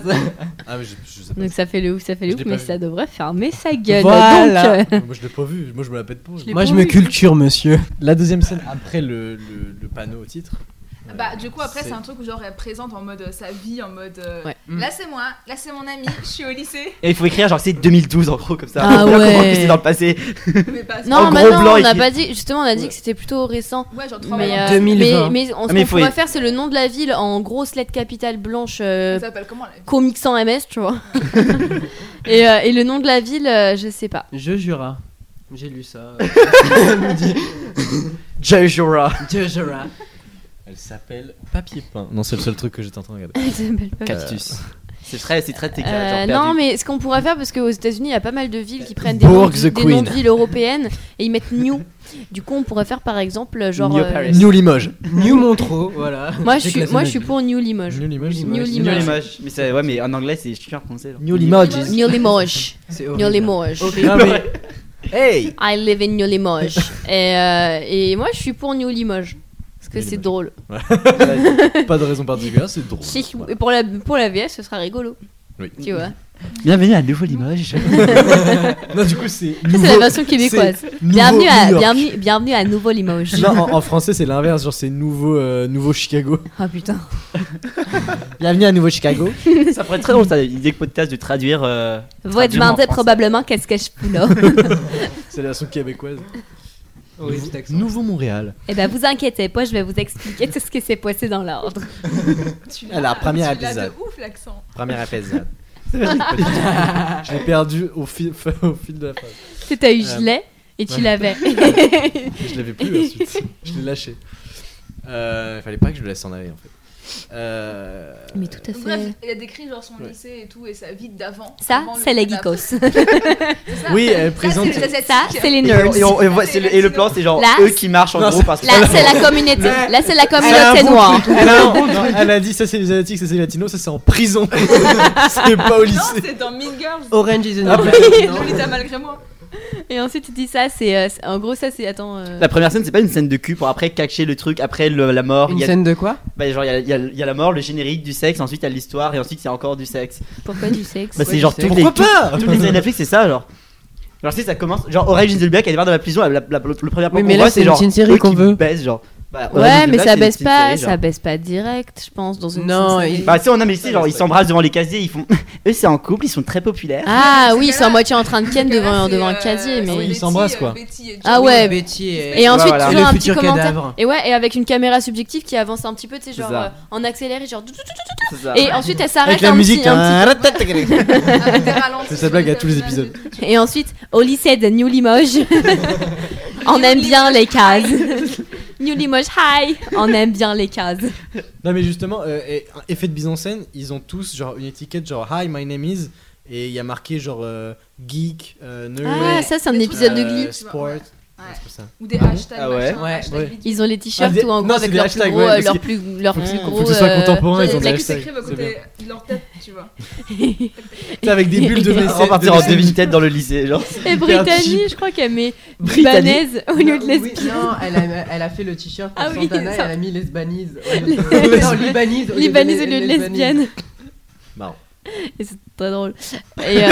Speaker 16: Ah, mais je, je sais pas.
Speaker 6: Donc ça fait le ouf, ça fait le
Speaker 16: Je
Speaker 6: ouf,
Speaker 16: l'ai pas
Speaker 6: mais
Speaker 16: vu.
Speaker 6: ça devrait fermer sa gueule.
Speaker 7: Voilà.
Speaker 6: Donc, euh,
Speaker 5: Moi je l'ai pas vu, moi je me la pète pas.
Speaker 6: Je l'ai Moi, pas je me vu.
Speaker 7: culture, monsieur.
Speaker 5: La deuxième scène après le, le- le panneau au titre. euh,
Speaker 8: Bah, du coup, après, c'est
Speaker 5: C'est-
Speaker 8: un truc où genre elle présente en mode euh, sa vie, en mode euh,
Speaker 6: Ouais.
Speaker 10: Mm.
Speaker 8: là c'est moi, là c'est mon ami, je suis au lycée.
Speaker 10: Et il faut écrire genre c'est 2012 en gros comme ça.
Speaker 6: Ah
Speaker 10: On va comprendre
Speaker 6: ouais.
Speaker 10: que c'est dans le passé.
Speaker 6: Non,
Speaker 10: En
Speaker 6: bah
Speaker 10: gros
Speaker 6: non,
Speaker 10: blanc,
Speaker 6: on n'a
Speaker 10: écrit-
Speaker 6: pas dit. Justement, on a dit que c'était plutôt récent.
Speaker 8: Oh, Ouais, genre trois
Speaker 6: mais,
Speaker 8: mois.
Speaker 6: euh,
Speaker 10: 2020.
Speaker 6: Mais, mais on,
Speaker 10: Ah,
Speaker 6: ce
Speaker 10: mais
Speaker 6: qu'on
Speaker 10: faut
Speaker 6: pourrait
Speaker 10: y-
Speaker 6: faire, c'est le nom de la ville en grosses lettres capitales blanches. euh,
Speaker 8: Ça s'appelle comment, la ville
Speaker 6: Comics sans MS, tu vois. et, euh, et le nom de la ville, euh, je sais pas.
Speaker 7: Je Jura. J'ai lu ça. Elle nous dit.
Speaker 10: Joe Jura.
Speaker 7: Je Jura.
Speaker 5: Elle s'appelle Papier Peint. Non, c'est le seul truc que j'étais en train de regarder. Euh,
Speaker 6: Elle s'appelle pas-
Speaker 10: Cactus. C'est très, c'est très
Speaker 6: Euh,
Speaker 10: t'es- t'es
Speaker 6: non,
Speaker 10: perdu.
Speaker 6: mais ce qu'on pourrait faire, parce qu'aux États-Unis, il y a pas mal de villes qui prennent des, noms,
Speaker 5: Bourg
Speaker 6: de-
Speaker 5: the
Speaker 6: des noms de
Speaker 5: Queen.
Speaker 6: villes européennes et ils mettent New. Du coup, on pourrait faire par exemple, genre.
Speaker 10: New
Speaker 6: euh,
Speaker 10: Paris.
Speaker 5: New Limoges.
Speaker 7: New Montreux, voilà.
Speaker 6: Moi, je
Speaker 7: J'ai
Speaker 6: suis,
Speaker 7: classé
Speaker 6: moi,
Speaker 7: ma
Speaker 6: je suis
Speaker 7: vie.
Speaker 6: pour New Limoges.
Speaker 5: New Limoges.
Speaker 7: New
Speaker 10: New Limoges. Mais c'est ouais mais en anglais c'est chiant à prononcer. genre.
Speaker 7: New Limoges.
Speaker 6: New Limoges.
Speaker 7: C'est
Speaker 6: New
Speaker 7: horrible.
Speaker 6: Limoges.
Speaker 7: Non, mais-
Speaker 10: Hey.
Speaker 6: I live in New Limoges. et, euh, et moi, je suis pour New Limoges. Parce que
Speaker 5: New
Speaker 6: c'est
Speaker 5: Limoges.
Speaker 6: drôle.
Speaker 5: Pas de raison particulière, c'est drôle.
Speaker 6: Si-
Speaker 5: Voilà.
Speaker 6: et pour, la, pour la VF, ce sera rigolo.
Speaker 5: Oui.
Speaker 6: Tu vois.
Speaker 10: Bienvenue à nouveau Limoges.
Speaker 5: Non, du coup, c'est.
Speaker 6: Ça, c'est la
Speaker 5: nouveau-
Speaker 6: version québécoise.
Speaker 5: c'est nouveau
Speaker 6: Bienvenue à,
Speaker 5: New York.
Speaker 6: bienvenue, bienvenue à Nouveau Limoges.
Speaker 5: Non, en, en français, c'est l'inverse. Genre, c'est nouveau, euh, nouveau Chicago.
Speaker 6: Ah putain.
Speaker 5: Bienvenue à nouveau Chicago.
Speaker 10: ça pourrait être très drôle ça l'idée que podcast de traduire. euh,
Speaker 6: Vous
Speaker 10: traduire en
Speaker 6: demandez
Speaker 10: français.
Speaker 6: probablement qu'est-ce que je fous là.
Speaker 5: C'est la version québécoise.
Speaker 7: Oui, cet accent.
Speaker 5: Nouveau Montréal.
Speaker 6: Eh ben vous inquiétez pas, je vais vous expliquer tout ce qui s'est passé dans l'ordre.
Speaker 8: Tu
Speaker 5: Alors, premier
Speaker 8: tu l'as
Speaker 5: épisode.
Speaker 8: de ouf l'accent.
Speaker 5: Première épisode. Je l'ai perdu au fil, au fil de la phrase.
Speaker 6: Tu t'as eu
Speaker 5: Euh,
Speaker 6: gelé et tu l'avais.
Speaker 5: Je l'avais plus ensuite. Je l'ai lâché. Euh, Il fallait pas que je le laisse en aller en fait. Euh,
Speaker 6: Mais tout à
Speaker 8: Donc, Bref,
Speaker 6: fait.
Speaker 8: il a décrit genre son
Speaker 5: Ouais.
Speaker 8: lycée et tout et sa vie d'avant.
Speaker 6: Ça,
Speaker 8: avant le
Speaker 6: c'est les
Speaker 8: lycée d'après.
Speaker 6: geekos.
Speaker 8: Ça,
Speaker 5: Oui, elle
Speaker 8: ça, c'est
Speaker 5: présente.
Speaker 8: les Asiatiques.
Speaker 6: Ça, c'est les
Speaker 10: Et, on-
Speaker 6: nerds.
Speaker 10: et on- et on voit- c'est le, et le plan c'est genre
Speaker 6: Là,
Speaker 10: eux qui marchent en
Speaker 5: Non,
Speaker 10: gros
Speaker 5: c'est-
Speaker 10: parce que.
Speaker 6: Là, c'est la communauté. Là, c'est la communauté noire.
Speaker 5: Elle a, non, elle a dit ça c'est les asiatiques, ça c'est les latinos, ça c'est en prison. c'est pas au
Speaker 8: Non,
Speaker 5: lycée.
Speaker 8: c'est dans Mean Girls.
Speaker 7: Orange is the
Speaker 5: Ah,
Speaker 7: New
Speaker 5: oui.
Speaker 7: Black.
Speaker 8: Je lis ça malgré moi.
Speaker 6: Et ensuite, il dit ça, c'est. euh, c'est- en gros, ça, c'est. Attends. euh,
Speaker 10: La première scène, c'est pas une scène de cul pour après cacher le truc, après le- la mort.
Speaker 7: Une
Speaker 10: il y a-
Speaker 7: scène de quoi
Speaker 10: bah, genre, il y a, il y a- il y a la mort, le générique, du sexe, ensuite il y a l'histoire, et ensuite c'est encore du sexe.
Speaker 6: Pourquoi du sexe
Speaker 10: Bah,
Speaker 7: du
Speaker 10: c'est genre
Speaker 7: sexe.
Speaker 10: toutes les,
Speaker 5: Pourquoi pas
Speaker 10: toutes- toutes les séries Netflix, c'est ça, genre. Genre, tu sais, ça commence. Genre, Orange is the New Black, elle débarque dans la prison, la, la- la- le premier point
Speaker 7: mais
Speaker 10: qu'on
Speaker 7: là,
Speaker 10: voit,
Speaker 7: c'est
Speaker 10: c'est genre.
Speaker 7: une série
Speaker 10: eux
Speaker 7: qu'on
Speaker 10: qui
Speaker 7: veut.
Speaker 10: baissent, genre. Bah, Orange is
Speaker 6: Ouais,
Speaker 10: the
Speaker 6: mais
Speaker 10: Black,
Speaker 6: ça
Speaker 10: c'est-
Speaker 6: baisse
Speaker 10: c'est une
Speaker 6: pas,
Speaker 10: série, genre.
Speaker 6: ça baisse pas direct, je pense, dans une.
Speaker 7: Non,
Speaker 6: série.
Speaker 7: et-
Speaker 10: Bah, tu sais, on a, mais ici, genre, ils s'embrassent devant les casiers, ils font. Eux, c'est en couple, ils sont très populaires.
Speaker 6: Ah
Speaker 8: Parce
Speaker 6: oui,
Speaker 8: que
Speaker 6: ils sont à
Speaker 8: là-
Speaker 6: moitié en train de ken
Speaker 8: Parce que là,
Speaker 6: devant,
Speaker 8: c'est,
Speaker 6: devant
Speaker 8: euh,
Speaker 6: un casier,
Speaker 8: c'est
Speaker 6: mais.
Speaker 5: ils
Speaker 8: Betty,
Speaker 5: s'embrassent,
Speaker 8: euh,
Speaker 5: quoi.
Speaker 8: Betty et
Speaker 6: Ah
Speaker 8: Joey.
Speaker 6: ouais.
Speaker 7: Betty et,
Speaker 6: Et ensuite,
Speaker 10: voilà.
Speaker 6: tu
Speaker 7: Le
Speaker 6: vois un petit
Speaker 7: futur
Speaker 6: commentaire.
Speaker 7: cadavre.
Speaker 6: Et ouais, et avec une caméra subjective qui avance un petit peu, tu sais, genre
Speaker 10: C'est ça.
Speaker 6: euh, en accéléré, genre. dou- dou- dou- dou-
Speaker 10: C'est ça.
Speaker 6: dou- Et ensuite, elle s'arrête.
Speaker 5: Avec la
Speaker 6: un
Speaker 5: musique. hein.
Speaker 6: petit- un petit-
Speaker 8: Avec Ah, des ralentis
Speaker 5: C'est sa
Speaker 8: sur
Speaker 5: blague à
Speaker 8: les
Speaker 5: tous les
Speaker 8: personnages et
Speaker 5: épisodes.
Speaker 8: tout.
Speaker 6: Et ensuite, au lycée de New Limoges, on aime bien les cases. New Limoges High, on aime bien les cases.
Speaker 5: Non mais justement, euh, et- effet de mise en scène, ils ont tous genre une étiquette genre Hi, my name is et il y a marqué genre euh, geek, euh, nerd,
Speaker 6: Ah, ça, c'est un épisode de
Speaker 5: euh,
Speaker 6: Glee.
Speaker 5: sport.
Speaker 8: Ouais.
Speaker 5: Ouais, c'est pour ça.
Speaker 8: Ou des
Speaker 5: Ah bon
Speaker 8: hashtags.
Speaker 10: Ah ouais.
Speaker 8: machin,
Speaker 7: Ouais,
Speaker 8: hashtags
Speaker 5: ouais.
Speaker 8: vidéo.
Speaker 6: Ils ont les t-shirts
Speaker 5: Ah, des-
Speaker 6: ou en
Speaker 5: non,
Speaker 6: gros
Speaker 5: c'est
Speaker 6: avec
Speaker 5: des
Speaker 6: leur
Speaker 5: hashtags,
Speaker 6: plus gros,
Speaker 5: ouais,
Speaker 6: euh,
Speaker 5: parce
Speaker 6: leur
Speaker 5: que-
Speaker 6: plus, leur
Speaker 5: faut que
Speaker 6: plus
Speaker 5: ce- faut
Speaker 6: gros.
Speaker 5: que ce soit
Speaker 6: euh,
Speaker 5: contemporain, ils ont
Speaker 8: Ils
Speaker 5: des
Speaker 8: écrivent
Speaker 5: hashtags.
Speaker 8: à
Speaker 5: C'est bien.
Speaker 8: côté de leur tête, tu vois.
Speaker 5: C'est avec des bulles de
Speaker 6: Et
Speaker 10: On
Speaker 5: blessés.
Speaker 10: va partir en demi-tête dans le lycée, genre.
Speaker 6: Et Brittany, je crois qu'elle met libanaise au lieu de
Speaker 7: Non, oui,
Speaker 6: lesbienne.
Speaker 7: non, elle a, elle a fait le t-shirt pour
Speaker 6: Ah oui,
Speaker 7: Santana et
Speaker 6: ça.
Speaker 7: elle a mis lesbanise.
Speaker 6: Les-
Speaker 7: non, libanise. au lieu de
Speaker 6: Libanise au
Speaker 7: les-
Speaker 6: lieu de
Speaker 7: lesbanise.
Speaker 6: lesbienne.
Speaker 5: Marrant.
Speaker 6: Et c'est très drôle. Et euh,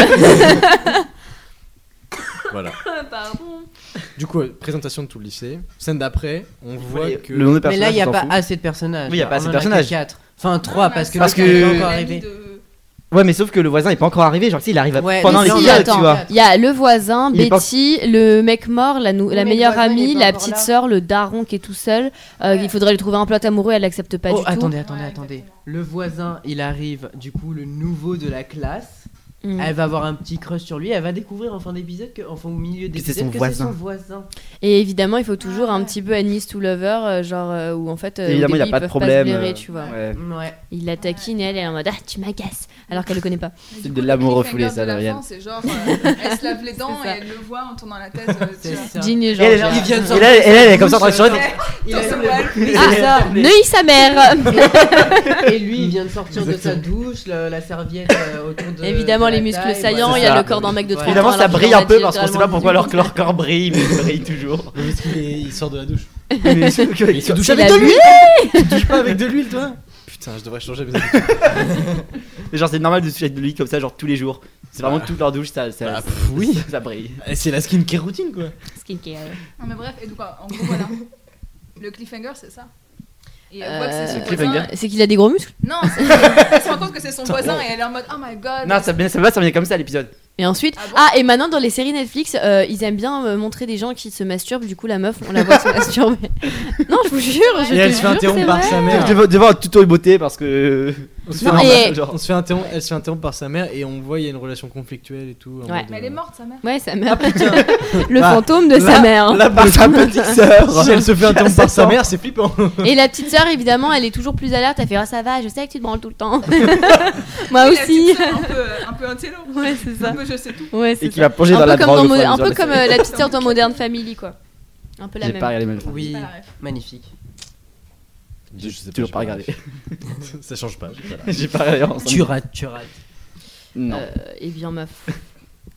Speaker 5: Voilà.
Speaker 8: Pardon.
Speaker 5: Du coup, euh, présentation de tout le lycée. Scène d'après, on voit que
Speaker 10: Le nom des
Speaker 7: Mais là,
Speaker 10: personnages.
Speaker 7: il n'y a
Speaker 10: on s'en
Speaker 7: pas
Speaker 10: fout.
Speaker 7: assez de personnages.
Speaker 10: Oui, il y a pas assez de
Speaker 7: On en que
Speaker 10: personnages.
Speaker 7: quatre. Enfin, trois, parce que
Speaker 10: Parce
Speaker 7: l'autre n'est
Speaker 10: que-
Speaker 7: pas encore arrivé.
Speaker 10: Ouais, mais sauf que le voisin est pas encore arrivé, genre, tu sais, il arrive
Speaker 7: Ouais,
Speaker 10: pendant
Speaker 7: mais
Speaker 10: les
Speaker 7: si,
Speaker 6: si,
Speaker 10: épisode, tu
Speaker 6: attends,
Speaker 10: vois.
Speaker 6: il y a le voisin,
Speaker 10: Il est pas-
Speaker 6: Betty, le mec mort, la, nou-
Speaker 8: Oui,
Speaker 6: la
Speaker 8: mais le
Speaker 6: meilleure
Speaker 8: voisin, il est
Speaker 6: amie,
Speaker 8: pas
Speaker 6: la
Speaker 8: encore
Speaker 6: petite
Speaker 8: là.
Speaker 6: sœur, le daron qui est tout seul. euh,
Speaker 8: Ouais.
Speaker 6: Il faudrait lui trouver un plot amoureux, elle l'accepte pas
Speaker 7: oh,
Speaker 6: du
Speaker 7: attendez,
Speaker 6: tout.
Speaker 7: attendez,
Speaker 8: Ouais,
Speaker 7: attendez.
Speaker 8: exactement.
Speaker 7: Le voisin, il arrive, du coup, le nouveau de la classe.
Speaker 6: Mm.
Speaker 10: Ah.
Speaker 7: Elle va avoir un petit crush sur lui. Elle va découvrir en fin d'épisode, que- enfin, au milieu
Speaker 10: Que c'est
Speaker 7: d'épisode,
Speaker 10: son
Speaker 7: que c'est
Speaker 10: voisin.
Speaker 7: son voisin.
Speaker 6: Et évidemment, il faut toujours un
Speaker 8: ouais.
Speaker 6: petit peu enemies to lover, euh, genre euh, où en fait, euh, au
Speaker 10: Évidemment, il n'y
Speaker 6: début,
Speaker 10: a pas de
Speaker 6: ils peuvent se
Speaker 10: problème.
Speaker 6: blairer,
Speaker 10: euh,
Speaker 6: tu vois.
Speaker 10: ouais.
Speaker 7: Ouais.
Speaker 6: Il la taquine et elle elle est en mode ah tu m'agaces alors qu'elle le connaît pas.
Speaker 10: C'est de l'amour refoulé, ça, Lauriane.
Speaker 8: Dorian. C'est genre, euh, elle se lave les dents et elle le voit en tournant la tête. euh, tu
Speaker 7: C'est
Speaker 8: vois.
Speaker 7: ça.
Speaker 6: Jean est
Speaker 10: Et elle,
Speaker 6: genre,
Speaker 10: elle-
Speaker 7: Il vient de
Speaker 10: et là, elle- elle est comme ça en train de
Speaker 7: sortir
Speaker 10: sourire.
Speaker 7: Il
Speaker 8: Dans
Speaker 7: a
Speaker 8: son
Speaker 7: le-
Speaker 8: bal.
Speaker 7: C'est ça.
Speaker 6: Neuilly sa mère.
Speaker 7: Et lui, il vient de sortir de sa douche, le- la serviette euh, autour de.
Speaker 6: Évidemment
Speaker 7: de la
Speaker 6: les muscles
Speaker 7: taille,
Speaker 6: saillants,
Speaker 7: voilà.
Speaker 6: il y a
Speaker 10: ça.
Speaker 6: le corps d'un mec de 30
Speaker 7: Voilà.
Speaker 6: ans.
Speaker 10: Évidemment, ça
Speaker 6: alors qu'il
Speaker 10: brille
Speaker 6: en
Speaker 10: un
Speaker 6: a
Speaker 10: peu parce qu'on sait pas
Speaker 6: littéralement
Speaker 10: pourquoi
Speaker 6: du
Speaker 10: leur,
Speaker 6: tout.
Speaker 10: leur corps brille, mais ils brillent toujours.
Speaker 5: Mais parce qu'il est- il sort de la douche. Mais tu
Speaker 17: tu
Speaker 5: touches
Speaker 17: touches
Speaker 5: avec
Speaker 17: la
Speaker 5: de l'huile
Speaker 17: l'huile
Speaker 5: Tu touches pas avec de l'huile, toi Putain, je devrais changer mes habitudes.
Speaker 10: Mais genre, c'est normal de se toucher avec de l'huile comme ça, genre tous les jours. C'est vraiment toute leur douche, ça, ça,
Speaker 5: Ah, oui.
Speaker 10: ça brille.
Speaker 5: Et Eh, c'est la skincare routine, quoi.
Speaker 6: Skincare.
Speaker 8: Non, mais bref, et donc en gros, voilà. Le cliffhanger, c'est ça. Et elle voit que c'est son
Speaker 6: Euh,
Speaker 8: voisin.
Speaker 6: C'est qu'il a des gros muscles
Speaker 8: Non, c'est- elle se rend compte que c'est son
Speaker 10: Putain,
Speaker 8: voisin
Speaker 10: oh.
Speaker 8: et elle est en mode Oh
Speaker 6: Ah,
Speaker 8: my god.
Speaker 10: Non, ça va ça, va, ça vient comme ça l'épisode.
Speaker 6: Et ensuite, ah, et maintenant dans les séries Netflix, euh, ils aiment bien euh, montrer des gens qui se masturbent. Du coup, la meuf, on la voit se masturber. non, je vous jure. Je
Speaker 5: Et
Speaker 6: te
Speaker 5: elle se fait
Speaker 6: jure que
Speaker 5: interrompre
Speaker 6: c'est
Speaker 5: par
Speaker 6: vrai.
Speaker 5: sa mère.
Speaker 10: Devant, devant un tuto de beauté parce que.
Speaker 5: On se,
Speaker 10: Non,
Speaker 5: fait
Speaker 10: mais-
Speaker 5: interrompre- on se fait interrompre, elle se fait interrompre par sa mère et on voit il y a une relation conflictuelle et tout. en
Speaker 6: Ouais.
Speaker 5: mode,
Speaker 8: Mais elle est morte, sa mère.
Speaker 6: Ouais, sa
Speaker 10: Ah,
Speaker 6: mère.
Speaker 5: euh,
Speaker 6: le
Speaker 10: Bah,
Speaker 5: là-
Speaker 6: fantôme de
Speaker 5: là-
Speaker 6: sa mère.
Speaker 5: Là, pour le
Speaker 10: sa
Speaker 5: coup,
Speaker 10: petite sœur.
Speaker 5: Si elle se fait interrompre par sa
Speaker 10: Attends.
Speaker 5: mère, c'est flippant.
Speaker 6: Et la petite sœur, évidemment, elle est toujours plus alerte. Elle fait ah, ça va, je sais que tu te branles tout le temps. Moi
Speaker 8: Et la
Speaker 6: Ah aussi.
Speaker 8: petite sœur, Un peu, euh, un peu un télo.
Speaker 6: ouais, c'est ça.
Speaker 8: Un peu, je sais tout.
Speaker 6: Ouais, c'est
Speaker 10: Et qui
Speaker 6: ça.
Speaker 10: va plonger
Speaker 6: un
Speaker 10: dans
Speaker 6: peu
Speaker 10: la
Speaker 6: comme,
Speaker 10: drogue.
Speaker 6: dans
Speaker 10: au fur
Speaker 6: Mo-
Speaker 10: et à
Speaker 6: un
Speaker 10: mesure
Speaker 6: peu
Speaker 10: de
Speaker 6: comme
Speaker 10: sa-
Speaker 6: euh, la petite sœur dans Modern Family, quoi. Un peu la
Speaker 10: J'ai
Speaker 6: même. euh,
Speaker 10: pas regardé même.
Speaker 7: Oui,
Speaker 8: Pas la ref.
Speaker 7: magnifique.
Speaker 5: Je sais
Speaker 10: Toujours pas regardé.
Speaker 5: Ça change pas.
Speaker 10: J'ai pas regardé ensemble.
Speaker 7: Tu rates, tu rates.
Speaker 10: Non.
Speaker 6: Euh, et bien ma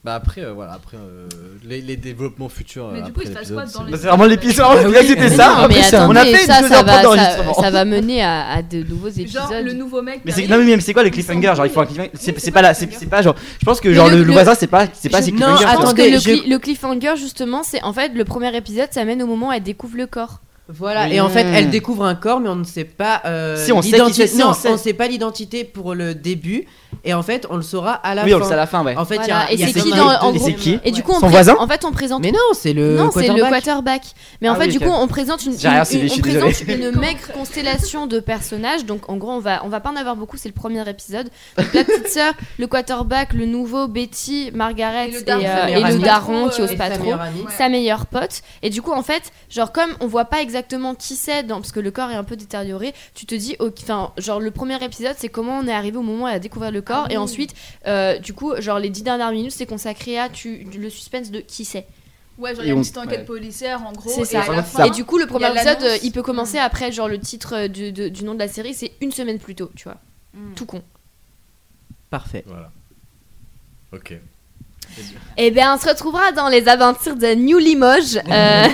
Speaker 5: Bah après, euh, voilà, après euh, les, les développements futurs.
Speaker 8: Mais
Speaker 5: euh,
Speaker 8: du coup,
Speaker 5: après
Speaker 8: il se passe
Speaker 5: l'épisode,
Speaker 8: quoi dans
Speaker 5: c'est-
Speaker 8: les-
Speaker 10: Bah, C'est vraiment l'épisode. vraiment, je voulais que c'était
Speaker 6: Mais
Speaker 10: ça.
Speaker 6: non,
Speaker 10: après
Speaker 6: mais
Speaker 10: ça.
Speaker 6: attendez,
Speaker 10: on a fait
Speaker 6: ça,
Speaker 10: une
Speaker 6: ça
Speaker 10: deuxième
Speaker 6: va, ça,
Speaker 10: d'enregistrement.
Speaker 6: ça va mener à, à de nouveaux épisodes.
Speaker 8: Genre, le nouveau mec.
Speaker 10: Mais c'est
Speaker 8: qui
Speaker 7: Bah
Speaker 10: non mais
Speaker 8: arrive,
Speaker 10: même c'est quoi le
Speaker 8: il s'en
Speaker 10: cliffhanger genre il faut un
Speaker 8: fout.
Speaker 10: cliffhanger
Speaker 8: Oui,
Speaker 10: c'est c'est
Speaker 8: c'est
Speaker 10: pas
Speaker 8: quoi
Speaker 10: là
Speaker 8: le
Speaker 10: c'est
Speaker 8: cliffhanger
Speaker 10: c'est pas genre je pense que
Speaker 6: Mais
Speaker 10: genre
Speaker 6: le-
Speaker 10: le, le
Speaker 6: le-
Speaker 10: voisin c'est pas c'est pas
Speaker 7: Je-
Speaker 10: c'est
Speaker 7: non,
Speaker 10: cliffhanger.
Speaker 6: Attends,
Speaker 7: Attendez,
Speaker 6: que le,
Speaker 7: je-
Speaker 6: cli- le cliffhanger, justement, c'est en fait le premier épisode, ça mène au moment où elle découvre le corps.
Speaker 7: Voilà, et en fait, elle découvre un corps, mais on ne sait pas. euh,
Speaker 10: Mm. Si, on sait qui
Speaker 7: l'identi-
Speaker 10: c'est, si,
Speaker 7: non,
Speaker 10: on sait.
Speaker 7: pas l'identité pour le début, et en fait, on le saura à la
Speaker 10: Oui
Speaker 7: fin.
Speaker 10: on le sait à la fin ouais.
Speaker 7: En fait, il y
Speaker 6: Voilà,
Speaker 7: a-
Speaker 6: et
Speaker 7: il y a
Speaker 6: c'est qui
Speaker 7: comme
Speaker 6: dans-
Speaker 7: un-
Speaker 6: en
Speaker 10: Et
Speaker 6: gros-
Speaker 10: c'est qui
Speaker 6: Et du coup, on
Speaker 7: Son
Speaker 6: pré-
Speaker 7: voisin
Speaker 6: En fait, on présente.
Speaker 7: Mais non, c'est le
Speaker 6: non, c'est le
Speaker 7: quarterback.
Speaker 6: quarterback. Mais en
Speaker 10: euh, Ah
Speaker 6: fait,
Speaker 10: oui,
Speaker 6: du
Speaker 10: ok.
Speaker 6: coup, on présente une,
Speaker 10: J'ai rien
Speaker 6: une-
Speaker 10: suivi,
Speaker 6: une-
Speaker 10: je
Speaker 6: on
Speaker 10: suis
Speaker 6: présente
Speaker 8: désolé.
Speaker 6: une maigre constellation de personnages. Donc, en gros, on va, on va pas en avoir beaucoup. C'est le premier épisode. Donc, la petite sœur, le quarterback, le nouveau Betty, Margaret
Speaker 8: Et
Speaker 6: et,
Speaker 8: le daron,
Speaker 6: euh,
Speaker 7: sa meilleure
Speaker 6: et le
Speaker 7: amie.
Speaker 6: daron qui
Speaker 8: Euh,
Speaker 6: ose
Speaker 7: Et
Speaker 6: pas
Speaker 7: sa
Speaker 6: trop.
Speaker 7: meilleure amie.
Speaker 8: Ouais.
Speaker 6: sa meilleure pote. Et du coup, en fait, genre comme on voit pas exactement qui c'est, dans- parce que le corps est un peu détérioré, tu te dis, ok, enfin, genre le premier épisode, c'est comment on est arrivé au moment où elle a découvert le corps,
Speaker 8: Ah
Speaker 6: et
Speaker 8: oui.
Speaker 6: ensuite, euh, du coup, genre les dix dernières minutes, c'est consacré à tu, le suspense de qui c'est.
Speaker 8: Ouais, genre,
Speaker 10: Et
Speaker 8: il y a
Speaker 10: on-
Speaker 8: une petite enquête
Speaker 10: ouais.
Speaker 8: policière en gros.
Speaker 6: C'est
Speaker 8: et
Speaker 6: ça.
Speaker 8: à la
Speaker 10: Ça
Speaker 8: fin-
Speaker 6: Et du coup, le premier
Speaker 8: il y a
Speaker 6: épisode,
Speaker 8: l'annonce. Mmh.
Speaker 6: euh, il peut commencer après, genre le titre euh, du, de- du nom de la série, c'est une semaine plus tôt, tu vois.
Speaker 8: Mm.
Speaker 6: Tout con.
Speaker 7: Parfait.
Speaker 5: Voilà. Ok.
Speaker 6: Et ben, on se retrouvera dans les aventures de New Limoges. euh,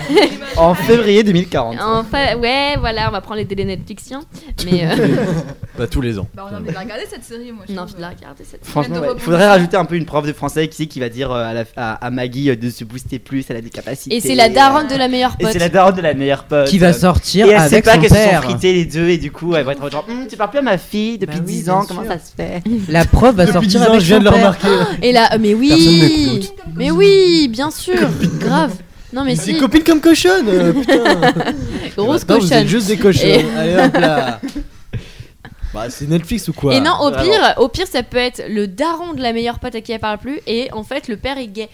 Speaker 10: En février 2040.
Speaker 6: en fa- ouais, voilà, on va prendre les délais Netflixiens. Mais euh,
Speaker 5: Bah tous les ans.
Speaker 8: Bah,
Speaker 10: Mm.
Speaker 8: on a envie de la regarder cette série, moi. je
Speaker 6: non,
Speaker 8: trouve.
Speaker 6: je l'ai regardé cette
Speaker 10: Franchement,
Speaker 8: de
Speaker 10: ouais. il
Speaker 8: rebondir.
Speaker 10: faudrait rajouter un peu une prof de français qui, qui va dire euh, à, la- à- à Maggie euh, de se booster plus, elle a des capacités. euh,
Speaker 6: Et c'est la daronne de la meilleure
Speaker 10: Et
Speaker 6: pote.
Speaker 10: c'est la daronne de la meilleure pote.
Speaker 7: Qui va
Speaker 10: Euh,
Speaker 7: sortir
Speaker 10: Et elle sait
Speaker 7: avec
Speaker 10: pas
Speaker 7: son
Speaker 10: qu'elles se sont
Speaker 7: père.
Speaker 10: fritées les deux et du coup elle va être genre Hum, tu parles plus à ma fille depuis
Speaker 7: Bah oui,
Speaker 10: 10
Speaker 7: bien
Speaker 10: ans,
Speaker 7: sûr.
Speaker 8: Ah,
Speaker 10: comment ça se fait
Speaker 7: La prof va
Speaker 5: Depuis 10
Speaker 7: sortir
Speaker 5: ans,
Speaker 7: avec
Speaker 5: je viens
Speaker 7: son
Speaker 5: de le
Speaker 7: père.
Speaker 5: remarquer.
Speaker 6: Et là, euh, mais
Speaker 5: Personne ne
Speaker 6: oui, mais oui, bien sûr, grave. Non mais
Speaker 5: Des
Speaker 6: si,
Speaker 5: copines comme cochonne euh, Putain
Speaker 6: grosse
Speaker 5: Maintenant, Vous
Speaker 6: cochonne.
Speaker 5: êtes juste des cochons.
Speaker 6: Et-
Speaker 5: Allez hop là Bah c'est Netflix ou quoi
Speaker 6: Et non, au
Speaker 10: Vraiment.
Speaker 6: pire, au pire, ça peut être le daron de la meilleure pote à qui elle parle plus, et en fait, le père est gay.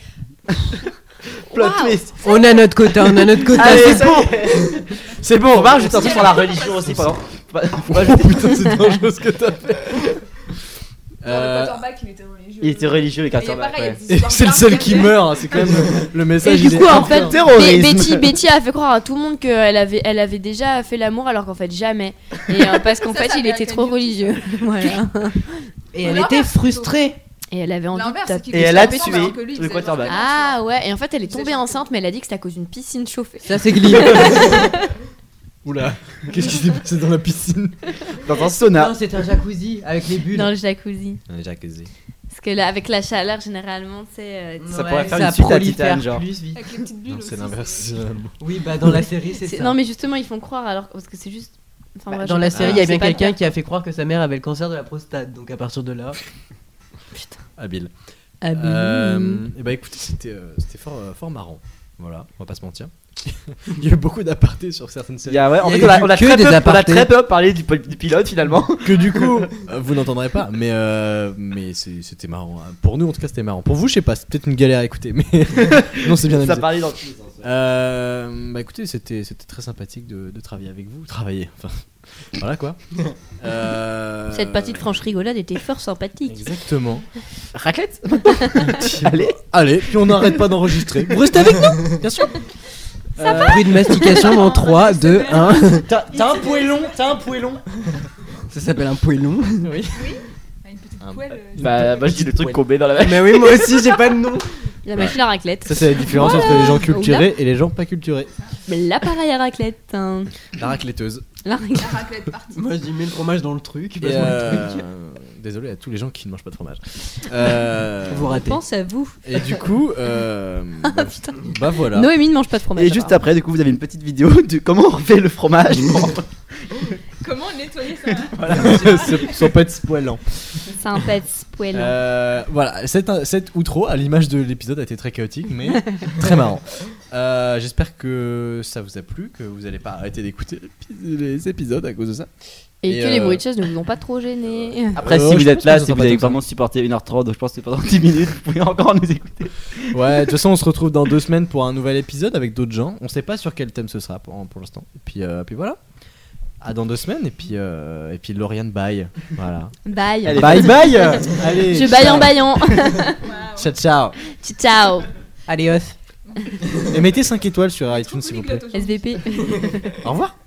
Speaker 10: Plot
Speaker 6: Waouh.
Speaker 10: twist
Speaker 7: On a notre quota, on a notre quota.
Speaker 10: Allez,
Speaker 7: Ah, c'est
Speaker 10: ça
Speaker 7: bon.
Speaker 10: y est. C'est bon, on va rajouter un truc sur la religion aussi pendant. Faut pas- faut pas
Speaker 5: Oh
Speaker 10: ajouter-
Speaker 5: putain, c'est dangereux ce que t'as fait
Speaker 8: Non,
Speaker 5: Euh,
Speaker 8: Le quarterback, il était religieux.
Speaker 10: Il était religieux les
Speaker 8: Et
Speaker 10: quarterbacks.
Speaker 8: pareil, il y a
Speaker 10: ouais.
Speaker 8: des
Speaker 5: Et
Speaker 8: histoires
Speaker 5: c'est le seul
Speaker 8: bien
Speaker 5: qui
Speaker 8: gardées.
Speaker 5: meurt, hein. c'est quand même le message.
Speaker 6: Et du
Speaker 5: il est
Speaker 6: coup, en
Speaker 8: hein.
Speaker 5: hardcore.
Speaker 6: fait,
Speaker 10: Terrorisme.
Speaker 6: Be- Betty, Betty a fait croire à tout le monde qu'elle avait, elle avait déjà fait l'amour, alors qu'en fait jamais. Et euh, parce qu'en
Speaker 8: Ça,
Speaker 6: fait,
Speaker 8: ça
Speaker 6: il
Speaker 8: fait
Speaker 6: était trop
Speaker 8: American
Speaker 6: religieux. voilà.
Speaker 7: Et elle
Speaker 8: Non,
Speaker 7: était
Speaker 8: mais c'est
Speaker 7: frustrée.
Speaker 6: Et elle avait envie de
Speaker 8: L'inverse, c'est
Speaker 6: taper.
Speaker 8: qu'il
Speaker 10: Et
Speaker 8: était
Speaker 10: elle a
Speaker 8: ensemble,
Speaker 10: tué
Speaker 8: alors que lui, il
Speaker 10: le
Speaker 8: faisait
Speaker 10: quarterback.
Speaker 8: vraiment rien,
Speaker 6: Ah ouais, et en fait, elle est
Speaker 8: Ils
Speaker 6: tombée
Speaker 8: étaient
Speaker 6: enceinte, mais elle a dit que c'est à cause d'une piscine chauffée.
Speaker 7: Ça, c'est Glee.
Speaker 5: Oula, qu'est-ce qui s'est passé dans la piscine
Speaker 10: Dans un sauna.
Speaker 7: Non, c'était un jacuzzi avec les bulles.
Speaker 6: Dans le jacuzzi.
Speaker 5: Un jacuzzi.
Speaker 6: Parce que là, avec la chaleur, généralement, euh, c'est.
Speaker 10: Ça pourrait faire
Speaker 7: ça
Speaker 10: une suite à
Speaker 7: prolifère
Speaker 10: Titan, genre.
Speaker 7: plus vite.
Speaker 8: Avec les petites bulles.
Speaker 5: Non, c'est
Speaker 8: aussi,
Speaker 5: l'inverse.
Speaker 7: Oui, bah dans la série, c'est ça.
Speaker 6: Non, mais justement, ils font croire alors parce que c'est juste. Enfin,
Speaker 7: Bah,
Speaker 6: bref,
Speaker 7: dans
Speaker 6: je-
Speaker 7: la
Speaker 6: Ah,
Speaker 7: série, il y a
Speaker 6: c'est
Speaker 7: bien
Speaker 6: pas le
Speaker 7: quelqu'un
Speaker 6: cas.
Speaker 7: qui a fait croire que sa mère avait le cancer de la prostate, donc à partir de là.
Speaker 5: Habile.
Speaker 6: Habile.
Speaker 5: Euh, et bah écoutez, c'était euh, c'était fort, euh, fort marrant. Voilà, on va pas se mentir. Il y a eu beaucoup d'apartés sur certaines
Speaker 10: Il
Speaker 5: séries.
Speaker 10: y a- ouais, en
Speaker 7: Il y a
Speaker 10: fait, on
Speaker 7: eu
Speaker 10: a, on a
Speaker 7: que
Speaker 10: très
Speaker 7: des
Speaker 10: peu, on a
Speaker 7: apartés.
Speaker 10: très peu parlé du, pol- du pilote finalement.
Speaker 5: Que du coup, euh, vous n'entendrez pas. Mais, euh, mais c'est- c'était marrant. hein. Pour nous, en tout cas, c'était marrant. Pour vous, je sais pas, c'est peut-être une galère à écouter. Mais non, c'est bien
Speaker 10: Ça
Speaker 5: amusé.
Speaker 10: parlait dans tous les sens. ouais.
Speaker 5: Euh, bah écoutez, c'était c'était très sympathique de, de travailler avec vous. Travailler, enfin. Voilà quoi. Euh,
Speaker 6: Cette partie de Franche Rigolade était fort sympathique.
Speaker 5: Exactement.
Speaker 10: Raclette
Speaker 5: Allez. Allez, puis on n'arrête pas d'enregistrer. Vous restez avec nous, bien sûr. Euh,
Speaker 7: Bruit de mastication dans 3, 2, 1.
Speaker 10: T'as t'as un poêlon T'as un poêlon
Speaker 7: Ça s'appelle un poêlon.
Speaker 8: Ah, Une petite poêle. euh,
Speaker 10: Bah, moi je dis le truc qu'on met dans la
Speaker 7: Mais oui, moi aussi, j'ai pas de nom.
Speaker 6: La machine à raclette.
Speaker 5: Ça, c'est la différence
Speaker 6: Voilà.
Speaker 5: entre les gens
Speaker 6: Oula.
Speaker 5: culturés et les gens pas culturés.
Speaker 6: Mais l'appareil à raclette. hein.
Speaker 5: La racletteuse.
Speaker 6: La raclette.
Speaker 7: Moi, je dis, mets le fromage dans le truc.
Speaker 5: Et,
Speaker 7: passe-moi le
Speaker 5: euh,
Speaker 7: truc.
Speaker 5: Désolé à tous les gens qui ne mangent pas de fromage. Euh,
Speaker 7: Vous ratez.
Speaker 6: Pense à vous.
Speaker 5: Et du coup, euh, bah,
Speaker 6: Putain.
Speaker 5: bah voilà.
Speaker 6: Noémie ne mange pas de fromage.
Speaker 18: Et juste après, du coup, vous avez une petite vidéo de comment on refait le fromage.
Speaker 8: Comment nettoyer ça
Speaker 5: Ce- Sans pas être spoilant.
Speaker 6: C'est un pet spoil.
Speaker 5: Euh, voilà, cette, cette outro, à l'image de l'épisode, a été très chaotique, mais très marrant. Euh, J'espère que ça vous a plu, que vous n'allez pas arrêter d'écouter les épisodes à cause de ça.
Speaker 6: et,
Speaker 5: et
Speaker 6: que
Speaker 5: euh,
Speaker 6: les bruits de choses ne vous ont pas trop gêné.
Speaker 10: Après,
Speaker 5: Euh,
Speaker 10: si
Speaker 5: je
Speaker 10: vous
Speaker 5: pense
Speaker 10: êtes
Speaker 5: que
Speaker 10: là,
Speaker 5: ça
Speaker 10: si
Speaker 5: sera
Speaker 10: vous
Speaker 5: pas
Speaker 10: avez
Speaker 5: tant que ça.
Speaker 10: vraiment supporté 1h30, donc je pense que pendant 10 minutes, vous pouvez encore nous écouter.
Speaker 5: Ouais, de toute façon, on se retrouve dans deux semaines pour un nouvel épisode avec d'autres gens. On sait pas sur quel thème ce sera pour, pour l'instant. Et puis, euh, puis voilà. À dans deux semaines, et puis, euh, et puis Lauriane bye. Voilà.
Speaker 6: Bye.
Speaker 10: Allez,
Speaker 5: bye bye Allez,
Speaker 6: Je baille en baillant.
Speaker 5: Ciao, ciao
Speaker 6: Ciao.
Speaker 7: Allez, off.
Speaker 5: Et mettez 5 étoiles sur iTunes, s'il vous plaît.
Speaker 8: aujourd'hui.
Speaker 6: SVP.
Speaker 5: Au revoir